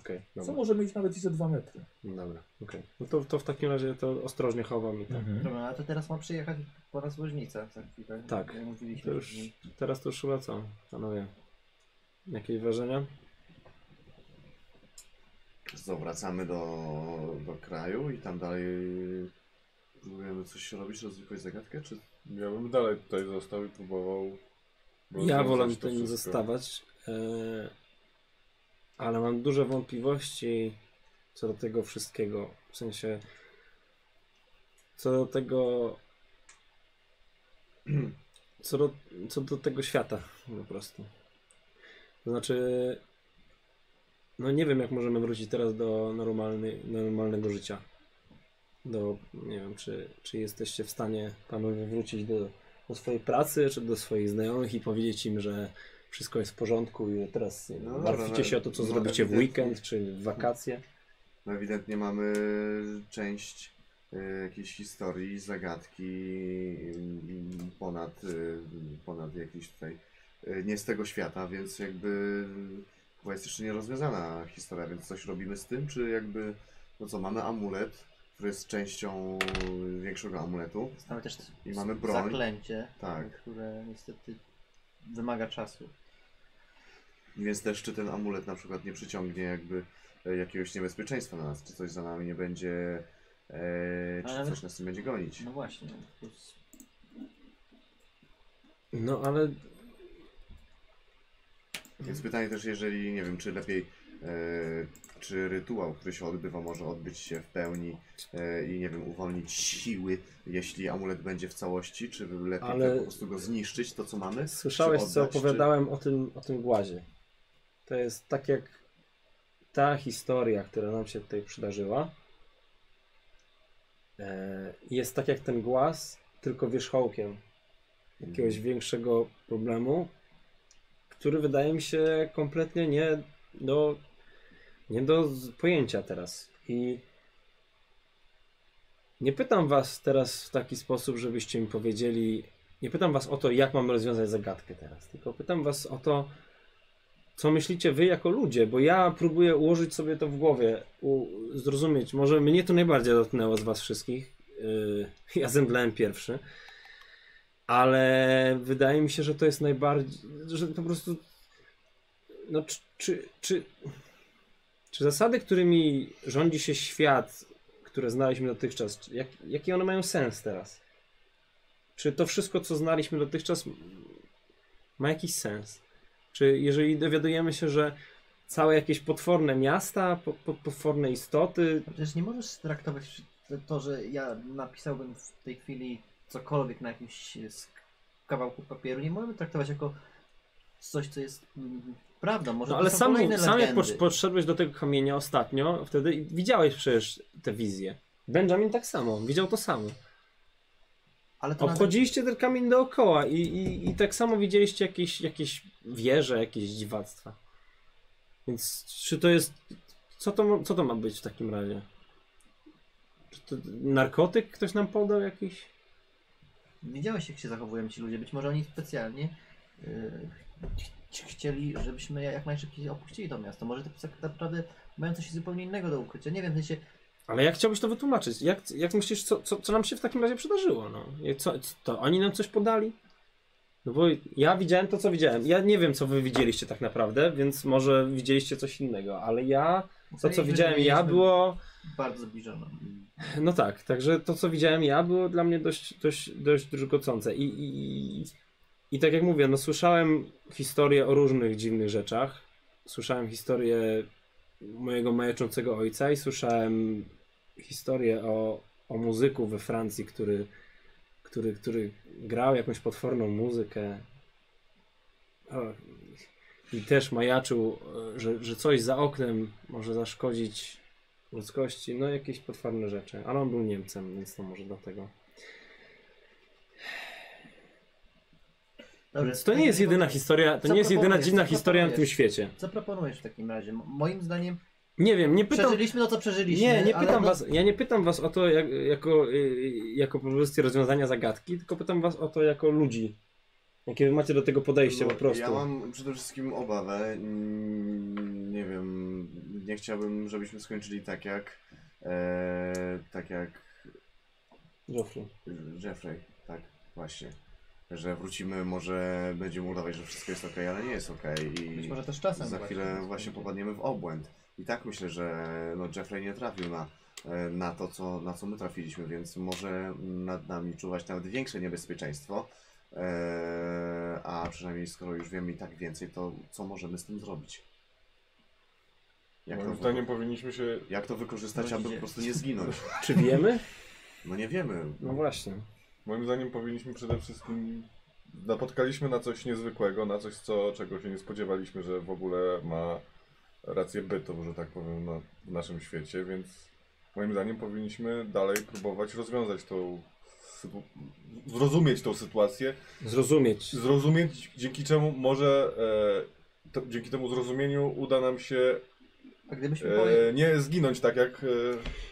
Speaker 3: Okej,
Speaker 2: Co
Speaker 3: dobra,
Speaker 2: może mieć nawet i ze dwa metry.
Speaker 3: dobra, okej. No to, to w takim razie to ostrożnie chowam i tak.
Speaker 2: Mhm.
Speaker 1: Dobra, a No, to teraz ma przyjechać po nas woźnica za chwilę.
Speaker 3: Tak.
Speaker 1: Jak
Speaker 3: To
Speaker 1: Mówiliśmy.
Speaker 3: już, teraz to już chyba co, panowie? Jakieś wrażenia?
Speaker 5: Co, wracamy do, do kraju i tam dalej próbujemy coś robić, rozwikłać zagadkę, czy...
Speaker 4: Ja bym dalej tutaj został i próbował...
Speaker 3: Ja
Speaker 4: rozwiązać
Speaker 3: wolę
Speaker 4: to
Speaker 3: tutaj nie
Speaker 4: wszystko.
Speaker 3: zostawać, e, ale mam duże wątpliwości co do tego wszystkiego. W sensie, co do tego, *clears throat* co do, co do tego świata po prostu. To znaczy, no nie wiem, jak możemy wrócić teraz do normalny, normalnego życia. Do, nie wiem, czy, czy jesteście w stanie panowie wrócić do, do swojej pracy, czy do swoich znajomych i powiedzieć im, że wszystko jest w porządku i teraz nie wiem,
Speaker 5: No dobra,
Speaker 3: martwicie
Speaker 5: no,
Speaker 3: się o to, co
Speaker 5: no,
Speaker 3: zrobicie w
Speaker 5: ewidentnie.
Speaker 3: weekend, czy w wakacje.
Speaker 5: No ewidentnie mamy część y, jakiejś historii, zagadki y, y, ponad, y, ponad jakiś tutaj, y, nie z tego świata, więc jakby chyba jest jeszcze nierozwiązana historia, więc coś robimy z tym, czy jakby, no co, mamy amulet, który jest częścią większego amuletu,
Speaker 1: Mamy też
Speaker 5: I mamy broń.
Speaker 1: zaklęcie,
Speaker 5: Tak.
Speaker 1: które niestety wymaga czasu.
Speaker 5: Więc też czy ten amulet na przykład nie przyciągnie jakby e, jakiegoś niebezpieczeństwa na nas, czy coś za nami nie będzie, e, czy
Speaker 1: Ale-
Speaker 5: coś nas nie będzie gonić.
Speaker 1: No właśnie. Plus.
Speaker 3: No ale
Speaker 5: Więc pytanie też, jeżeli, nie wiem, czy lepiej, e, czy rytuał, który się odbywa, może odbyć się w pełni e, i, nie wiem, uwolnić siły, jeśli amulet będzie w całości, czy lepiej
Speaker 3: Ale-
Speaker 5: tak po prostu go zniszczyć, to co mamy?
Speaker 3: Słyszałeś,
Speaker 5: Czy
Speaker 3: co
Speaker 5: oddać, czy-
Speaker 3: opowiadałem o, tym, o tym głazie. To jest tak jak ta historia, która nam się tutaj przydarzyła. e, Jest tak jak ten głaz, tylko wierzchołkiem
Speaker 5: Mhm.
Speaker 3: jakiegoś większego problemu, który wydaje mi się kompletnie nie do, nie do z- pojęcia teraz. I nie pytam was teraz w taki sposób, żebyście mi powiedzieli, nie pytam was o to, jak mam rozwiązać zagadkę teraz, tylko pytam was o to, co myślicie wy jako ludzie, bo ja próbuję ułożyć sobie to w głowie, u, zrozumieć. Może mnie to najbardziej dotknęło z was wszystkich. Yy, *laughs* ja zemdlałem pierwszy. Ale wydaje mi się, że to jest najbardziej, że po prostu no czy, czy, czy, czy zasady, którymi rządzi się świat, które znaliśmy dotychczas, czy jak, jaki one mają sens teraz? Czy to wszystko, co znaliśmy dotychczas, m- ma jakiś sens? Czy jeżeli dowiadujemy się, że całe jakieś potworne miasta, po, po, potworne istoty,
Speaker 1: Przecież nie możesz traktować to, że ja napisałbym w tej chwili cokolwiek na jakimś e, sk- kawałku papieru, nie możemy traktować jako coś, co jest mm, prawdą. Może
Speaker 3: no
Speaker 1: to
Speaker 3: ale
Speaker 1: są
Speaker 3: sam,
Speaker 1: kolejne
Speaker 3: sam jak
Speaker 1: legendy.
Speaker 3: posz- podszedłeś do tego kamienia ostatnio, wtedy widziałeś przecież te wizje. Benjamin tak samo, widział to samo.
Speaker 1: Ale to nadal-
Speaker 3: Obchodziliście ten kamień dookoła i, i, i tak samo widzieliście jakieś, jakieś wieże, jakieś dziwactwa. Więc czy to jest. Co to, ma- co to ma być w takim razie? Czy to narkotyk ktoś nam podał jakiś?
Speaker 1: Wiedziałeś, jak się zachowują ci ludzie. Być może oni specjalnie yy, ch- chcieli, żebyśmy jak najszybciej opuścili to miasto. Może to tak naprawdę mają coś zupełnie innego do ukrycia. Nie wiem, w sensie,
Speaker 3: Ale jak chciałbyś to wytłumaczyć? Jak, jak myślisz, co, co, co nam się w takim razie przydarzyło? No? Jak- Co, co, to oni nam coś podali? No bo ja widziałem to, co widziałem. Ja nie wiem, co wy widzieliście tak naprawdę, więc może widzieliście coś innego, ale ja. To, co
Speaker 1: Mieliśmy-
Speaker 3: widziałem ja,
Speaker 1: mieliśmy
Speaker 3: było.
Speaker 1: Bardzo zbliżone.
Speaker 3: No tak, także to, co widziałem ja, było dla mnie dość, dość, dość drżgocące. I, i, i- I tak jak mówię, no słyszałem historię o różnych dziwnych rzeczach. Słyszałem historię mojego majaczącego ojca i słyszałem historię o, o muzyku we Francji, który, który, który grał jakąś potworną muzykę. O, I też majaczył, e, że, że coś za oknem może zaszkodzić ludzkości, no jakieś potworne rzeczy. Ale on był Niemcem, więc to może dlatego.
Speaker 1: Dobrze,
Speaker 3: Więc to nie jest jedyna historia, to
Speaker 1: Co
Speaker 3: nie jest jedyna
Speaker 1: proponujesz?
Speaker 3: dziwna
Speaker 1: Co
Speaker 3: historia na tym
Speaker 1: proponujesz?
Speaker 3: świecie.
Speaker 1: Co proponujesz w takim razie? Mo- Moim zdaniem
Speaker 3: Nie wiem, nie pytam.
Speaker 1: przeżyliśmy to, co przeżyliśmy.
Speaker 3: Nie, nie
Speaker 1: ale
Speaker 3: pytam
Speaker 1: no-
Speaker 3: was, ja nie pytam was o to jak, jako, y, jako propozycję rozwiązania zagadki, tylko pytam was o to jako ludzi. Jakie wy macie do tego podejście
Speaker 5: No,
Speaker 3: po prostu.
Speaker 5: Ja mam przede wszystkim obawę. mm, Nie wiem, nie chciałbym, żebyśmy skończyli tak jak. E, tak jak
Speaker 3: Joffrey.
Speaker 5: Jeffrey, tak, właśnie. Że wrócimy, może będziemy udawać, że wszystko jest ok, ale nie jest ok.
Speaker 1: Być
Speaker 5: I
Speaker 1: może też czasem.
Speaker 5: za chwilę właśnie
Speaker 1: właśnie
Speaker 5: popadniemy w obłęd. I tak myślę, że no, Jeffrey nie trafił na, e, na to, co, na co my trafiliśmy, więc może nad nami czuwać nawet większe niebezpieczeństwo. E, a przynajmniej skoro już wiemy i tak więcej, to co możemy z tym zrobić? Jak to,
Speaker 4: Moim
Speaker 5: wy...
Speaker 4: zdaniem powinniśmy się
Speaker 5: jak to
Speaker 1: No
Speaker 5: wykorzystać, aby po prostu nie zginąć?
Speaker 3: Czy wiemy?
Speaker 5: No nie wiemy.
Speaker 3: No właśnie.
Speaker 4: Moim zdaniem powinniśmy przede wszystkim. Napotkaliśmy na coś niezwykłego, na coś, co, czego się nie spodziewaliśmy, że w ogóle ma rację bytu, że tak powiem, na, w naszym świecie, więc moim zdaniem powinniśmy dalej próbować rozwiązać tą. sytu- zrozumieć tą sytuację,
Speaker 3: Zrozumieć.
Speaker 4: zrozumieć, dzięki czemu może. E, to, dzięki temu zrozumieniu uda nam się
Speaker 1: A gdybyśmy, poje-
Speaker 4: e, nie zginąć tak jak. E,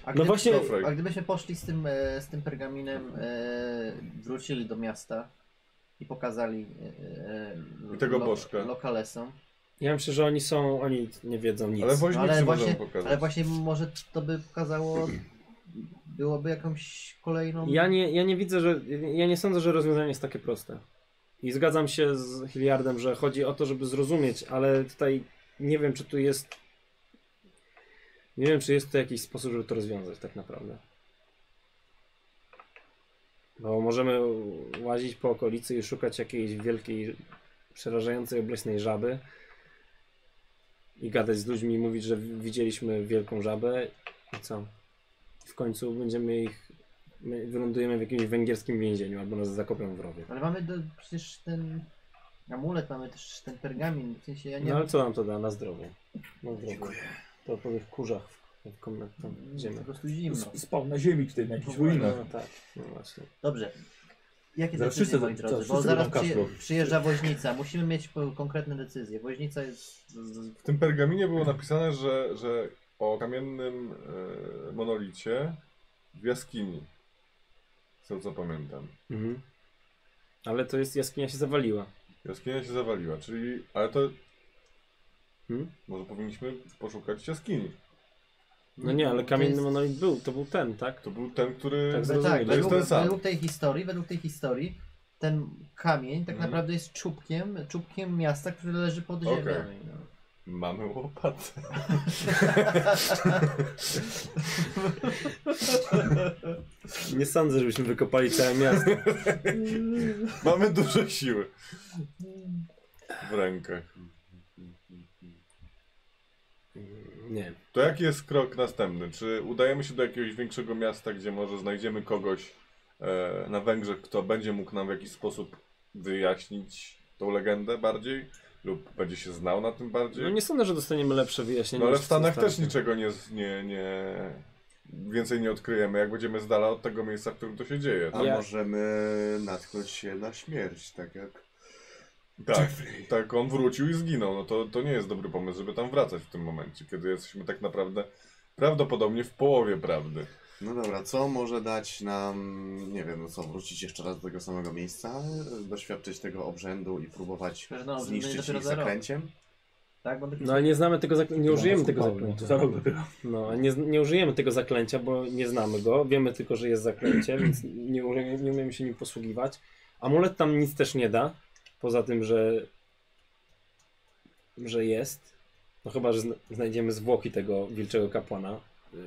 Speaker 1: a gdyby-
Speaker 3: no właśnie-
Speaker 4: Joffrey.
Speaker 1: A gdybyśmy poszli z tym, e, z tym pergaminem, e, wrócili do miasta i pokazali e, e,
Speaker 4: I tego bożka.
Speaker 1: lokalesom.
Speaker 3: Ja myślę, że oni są, oni nie wiedzą nic.
Speaker 4: ale
Speaker 1: No,
Speaker 4: woźnicy
Speaker 1: ale,
Speaker 4: możemy
Speaker 1: właśnie,
Speaker 4: pokazać.
Speaker 1: ale właśnie może to by pokazało, byłoby jakąś kolejną... No.
Speaker 3: Ja nie, ja nie widzę, że. Ja nie sądzę, że rozwiązanie jest takie proste. I zgadzam się z Hilliardem, że chodzi o to, żeby zrozumieć, ale tutaj nie wiem, czy tu jest. Nie wiem, czy jest to jakiś sposób, żeby to rozwiązać tak naprawdę. Bo możemy łazić po okolicy i szukać jakiejś wielkiej, przerażającej, obleśnej żaby i gadać z ludźmi i mówić, że wi- widzieliśmy wielką żabę i co? W końcu będziemy ich, my wylądujemy w jakimś węgierskim więzieniu albo nas zakopią w rowie.
Speaker 1: Ale mamy do, przecież ten amulet, mamy też ten pergamin. W sensie ja nie
Speaker 3: No ale co nam to da? Na zdrowie. Na zdrowie. To po tych kurzach w, w komnatach tam
Speaker 1: po
Speaker 3: ziemiach.
Speaker 1: prostu zimno.
Speaker 2: S- Spał na ziemi tutaj na jakichś
Speaker 3: No,
Speaker 2: ruinach.
Speaker 3: no tak, no właśnie.
Speaker 1: Dobrze. Jakie
Speaker 2: Zaraz
Speaker 1: decyzje,
Speaker 2: wszyscy-
Speaker 1: moi
Speaker 2: za-
Speaker 1: drodzy?
Speaker 2: wszyscy
Speaker 1: Bo zaraz
Speaker 2: będą
Speaker 1: przyje,
Speaker 2: kaszlą.
Speaker 1: przyjeżdża woźnica. Musimy mieć po- konkretne decyzje. Woźnica
Speaker 4: Tak
Speaker 1: jest... z- z-
Speaker 4: W tym pergaminie było napisane, że, że o kamiennym e, monolicie w jaskini. Z tego co pamiętam.
Speaker 3: Mhm. Ale to jest, jaskinia się zawaliła.
Speaker 4: Jaskinia się zawaliła, czyli. Ale to.
Speaker 3: Hmm?
Speaker 4: Może powinniśmy poszukać jaskini.
Speaker 3: No nie, ale
Speaker 1: To
Speaker 3: kamienny
Speaker 1: jest-
Speaker 3: monolit był, to był ten, tak?
Speaker 4: To był ten, który.
Speaker 3: Tak,
Speaker 1: Ale
Speaker 3: zrozumieli.
Speaker 1: tak,
Speaker 4: To jest
Speaker 1: według,
Speaker 4: ten sam.
Speaker 1: według tej historii, według tej historii, ten kamień tak
Speaker 4: Mhm.
Speaker 1: naprawdę jest czubkiem, czubkiem miasta, które leży pod
Speaker 4: Okej.
Speaker 1: ziemią.
Speaker 4: *laughs*
Speaker 1: No. *laughs*
Speaker 4: Mamy łopatę. *laughs*
Speaker 3: Nie sądzę, żebyśmy wykopali całe
Speaker 1: *laughs*
Speaker 3: miasto.
Speaker 4: Mamy dużo siły. W rękach.
Speaker 3: Nie.
Speaker 4: To jaki jest krok następny? Czy udajemy się do jakiegoś większego miasta, gdzie może znajdziemy kogoś e, na Węgrzech, kto będzie mógł nam w jakiś sposób wyjaśnić tą legendę bardziej? Lub będzie się znał na tym bardziej?
Speaker 3: No nie sądzę, że dostaniemy lepsze wyjaśnienie.
Speaker 4: No ale
Speaker 3: niż
Speaker 4: w Stanach
Speaker 3: zostało
Speaker 4: też
Speaker 3: się.
Speaker 4: niczego nie, z- nie, nie. Więcej nie odkryjemy, jak będziemy z dala od tego miejsca, w którym to się dzieje.
Speaker 5: A
Speaker 3: Ja-
Speaker 5: możemy natknąć się na śmierć, tak jak
Speaker 4: Tak,
Speaker 5: Jeffrey.
Speaker 4: tak, on wrócił i zginął. No to, to nie jest dobry pomysł, żeby tam wracać w tym momencie, kiedy jesteśmy tak naprawdę prawdopodobnie w połowie prawdy.
Speaker 5: No dobra, co może dać nam, nie wiem, no co, wrócić jeszcze raz do tego samego miejsca, doświadczyć tego obrzędu i próbować
Speaker 1: Że no, że my
Speaker 5: zniszczyć
Speaker 1: dopiero
Speaker 5: ich
Speaker 1: za rok.
Speaker 5: zakręciem?
Speaker 1: Tak, bo dopiero-
Speaker 3: No ale nie znamy tego zaklęcia, nie użyjemy tego
Speaker 2: Kupałem,
Speaker 3: zaklęcia.
Speaker 2: to rok dopiero.
Speaker 3: No, a nie, z- nie użyjemy tego zaklęcia, bo nie znamy go. Wiemy tylko, że jest zaklęcie, więc nie, użyjemy, nie umiemy się nim posługiwać. Amulet tam nic też nie da, poza tym, że, że jest. No chyba, że zna- znajdziemy zwłoki tego wilczego kapłana yy,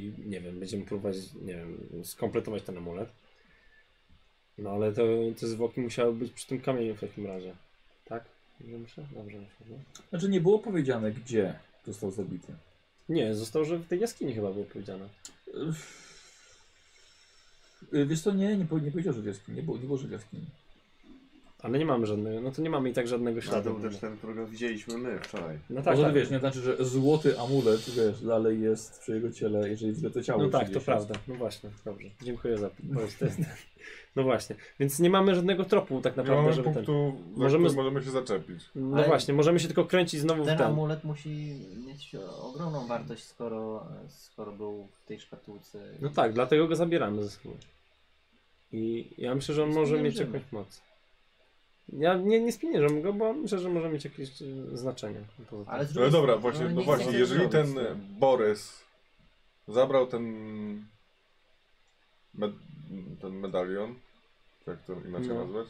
Speaker 3: i nie wiem, będziemy próbować, nie wiem, skompletować ten amulet. No ale to, te zwłoki musiały być przy tym kamieniu w takim razie. Tak? Dobrze myślę? Dobrze myślę. No.
Speaker 2: Znaczy nie było powiedziane, gdzie został zabity.
Speaker 3: Nie, zostało, że w tej jaskini chyba było powiedziane.
Speaker 2: Yy, Wiesz co, nie, nie, po- nie powiedział, że w jaskini. Nie było, nie było, że w jaskini.
Speaker 3: Ale nie mamy żadnego, no to nie mamy i tak żadnego
Speaker 5: To
Speaker 3: śladu.
Speaker 5: był też ten, którego widzieliśmy my wczoraj.
Speaker 3: No tak,
Speaker 2: Tak, Może
Speaker 3: tak.
Speaker 2: wiesz, nie znaczy, że złoty amulet, wiesz, dalej jest przy jego ciele, jeżeli zle to ciało
Speaker 3: no tak, to
Speaker 2: przyniesie.
Speaker 3: prawda. No właśnie, dobrze. Dziękuję za odpowiedź. To jest- *laughs* No właśnie, więc nie mamy żadnego tropu tak
Speaker 4: Nie
Speaker 3: naprawdę,
Speaker 4: mamy
Speaker 3: żeby ten...
Speaker 4: punktu,
Speaker 3: Możemy
Speaker 4: za możemy...
Speaker 3: z-
Speaker 4: który możemy się zaczepić.
Speaker 3: No
Speaker 1: Ale-
Speaker 3: właśnie, możemy się tylko kręcić znowu w
Speaker 1: Ten
Speaker 3: ten.
Speaker 1: amulet musi mieć ogromną wartość, skoro, skoro był w tej szkatułce.
Speaker 3: No tak, dlatego go zabieramy ze sobą. I ja myślę, że on może mieć
Speaker 1: Spieniężymy.
Speaker 3: jakąś moc. Ja nie, nie spieniężam go, bo myślę, że może mieć jakieś e, znaczenie. poza tym.
Speaker 1: Ale z
Speaker 4: No
Speaker 1: drugiej
Speaker 4: dobra,
Speaker 1: strony
Speaker 4: właśnie, no
Speaker 1: nikt
Speaker 4: właśnie,
Speaker 1: nie
Speaker 4: jeżeli
Speaker 1: zrobił
Speaker 4: ten
Speaker 1: z
Speaker 4: *laughs*
Speaker 1: tym.
Speaker 4: Borys zabrał ten med, ten medalion, jak to inaczej
Speaker 3: No.
Speaker 4: nazwać,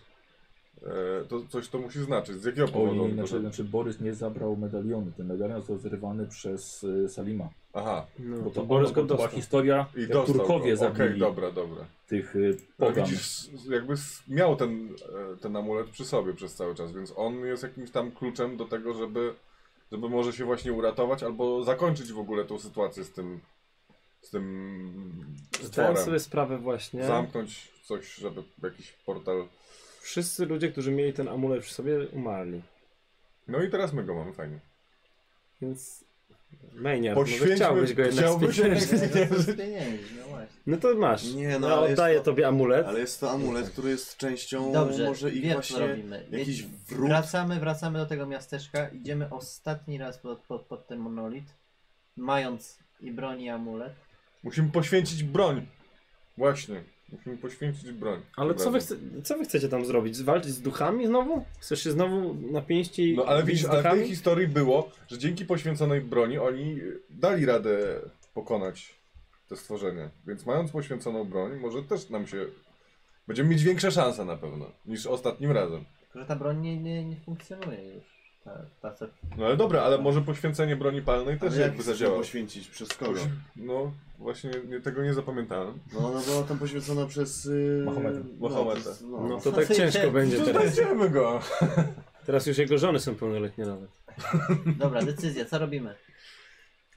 Speaker 4: e, to coś to musi znaczyć. Z jakiego
Speaker 2: O, nie,
Speaker 4: powodu?
Speaker 2: nie,
Speaker 4: on
Speaker 2: znaczy,
Speaker 4: poszedł?
Speaker 2: znaczy Borys nie zabrał medalionu. Ten medalion został zrywany przez y, Salima.
Speaker 4: Aha,
Speaker 3: No,
Speaker 2: Bo
Speaker 3: to
Speaker 2: to,
Speaker 3: Borys
Speaker 2: Borys
Speaker 3: go
Speaker 2: to była
Speaker 3: dostał.
Speaker 2: historia,
Speaker 4: i
Speaker 2: jak
Speaker 4: dostał.
Speaker 2: Turkowie
Speaker 4: go. Okej,
Speaker 2: zabili
Speaker 4: dobra, dobra.
Speaker 2: tych y,
Speaker 4: No
Speaker 2: pogan.
Speaker 4: widzisz, s- jakby s- miał ten, e, ten amulet przy sobie przez cały czas, więc on jest jakimś tam kluczem do tego, żeby, żeby może się właśnie uratować albo zakończyć w ogóle tą sytuację z tym, z tym
Speaker 3: Zdałem
Speaker 4: stworem.
Speaker 3: sobie sprawę właśnie.
Speaker 4: Zamknąć coś, żeby jakiś portal...
Speaker 3: Wszyscy ludzie, którzy mieli ten amulet przy sobie, umarli.
Speaker 4: No i teraz my go mamy fajnie.
Speaker 3: Więc Maniar, może
Speaker 4: Poświęćmy-
Speaker 3: chciałbyś go jednak
Speaker 4: chciałbyś jednak
Speaker 3: spieniężyć.
Speaker 1: Nie, no to z pieniędzy, no właśnie.
Speaker 3: *laughs* No to masz.
Speaker 5: Nie, no,
Speaker 3: ja
Speaker 5: ale jest
Speaker 3: oddaję
Speaker 5: to-
Speaker 3: tobie amulet.
Speaker 5: Ale jest to amulet, który jest częścią
Speaker 1: Dobrze,
Speaker 5: może ich
Speaker 1: wiem, co
Speaker 5: właśnie
Speaker 1: robimy.
Speaker 5: jakiś
Speaker 1: Jedź-
Speaker 5: wróg.
Speaker 1: Wracamy, wracamy do tego miasteczka, idziemy ostatni raz pod, pod, pod ten monolit, mając i broń i amulet.
Speaker 4: Musimy poświęcić broń. Właśnie. Musimy poświęcić broń.
Speaker 3: Ale co wy, chce, co wy chcecie tam zrobić? Zwalczyć z duchami znowu? Chcesz się znowu na pięści
Speaker 4: No ale
Speaker 3: bić
Speaker 4: widzisz,
Speaker 3: z
Speaker 4: ale w tej
Speaker 3: duchami?
Speaker 4: historii było, że dzięki poświęconej broni oni dali radę pokonać te stworzenie. Więc mając poświęconą broń, może też nam się... Będziemy mieć większe szanse na pewno, niż ostatnim razem.
Speaker 1: że ta broń nie, nie, nie funkcjonuje już. Ta, ta co...
Speaker 4: No ale dobra, ale może poświęcenie broni palnej też
Speaker 1: Ale jak
Speaker 4: jakby
Speaker 5: Chcę
Speaker 4: zadziała.
Speaker 5: poświęcić przez kogo?
Speaker 4: No właśnie nie, tego nie zapamiętałem.
Speaker 5: No ona była tam poświęcona przez... Yy...
Speaker 2: Mahometa.
Speaker 5: No,
Speaker 4: Mahometa.
Speaker 5: przez- no.
Speaker 3: No to tak ciężko będzie
Speaker 4: To
Speaker 3: teraz.
Speaker 4: Znajdziemy go!
Speaker 3: Teraz już jego żony są pełnoletnie nawet.
Speaker 1: Dobra,
Speaker 4: *laughs*
Speaker 1: decyzja, co robimy?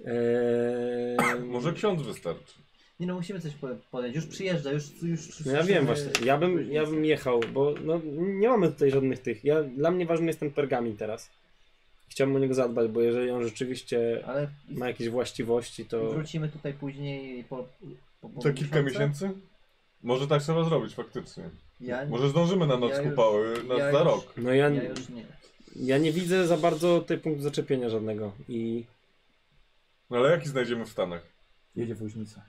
Speaker 3: Eee,
Speaker 4: Może ksiądz wystarczy.
Speaker 1: Nie no, musimy coś po- podjąć. Już przyjeżdża, już... już
Speaker 3: No ja wiem właśnie, ja bym, ja bym jechał, bo no, nie mamy tutaj żadnych tych. Ja, dla mnie ważny jest ten pergamin teraz. Chciałbym o niego zadbać, bo jeżeli on rzeczywiście
Speaker 1: Ale
Speaker 3: ma jakieś właściwości, to
Speaker 1: wrócimy tutaj później po... po, po
Speaker 4: To kilka
Speaker 1: miesiącu?
Speaker 4: miesięcy? Może tak trzeba zrobić faktycznie.
Speaker 1: Ja,
Speaker 4: Może zdążymy na noc
Speaker 1: Ja już-
Speaker 4: kupały, na,
Speaker 1: ja
Speaker 4: za
Speaker 1: już-
Speaker 4: rok.
Speaker 3: no ja,
Speaker 1: ja już nie.
Speaker 3: ja nie widzę za bardzo tej punktu zaczepienia żadnego i
Speaker 4: No ale jaki znajdziemy w Stanach?
Speaker 2: Jedzie woźnica.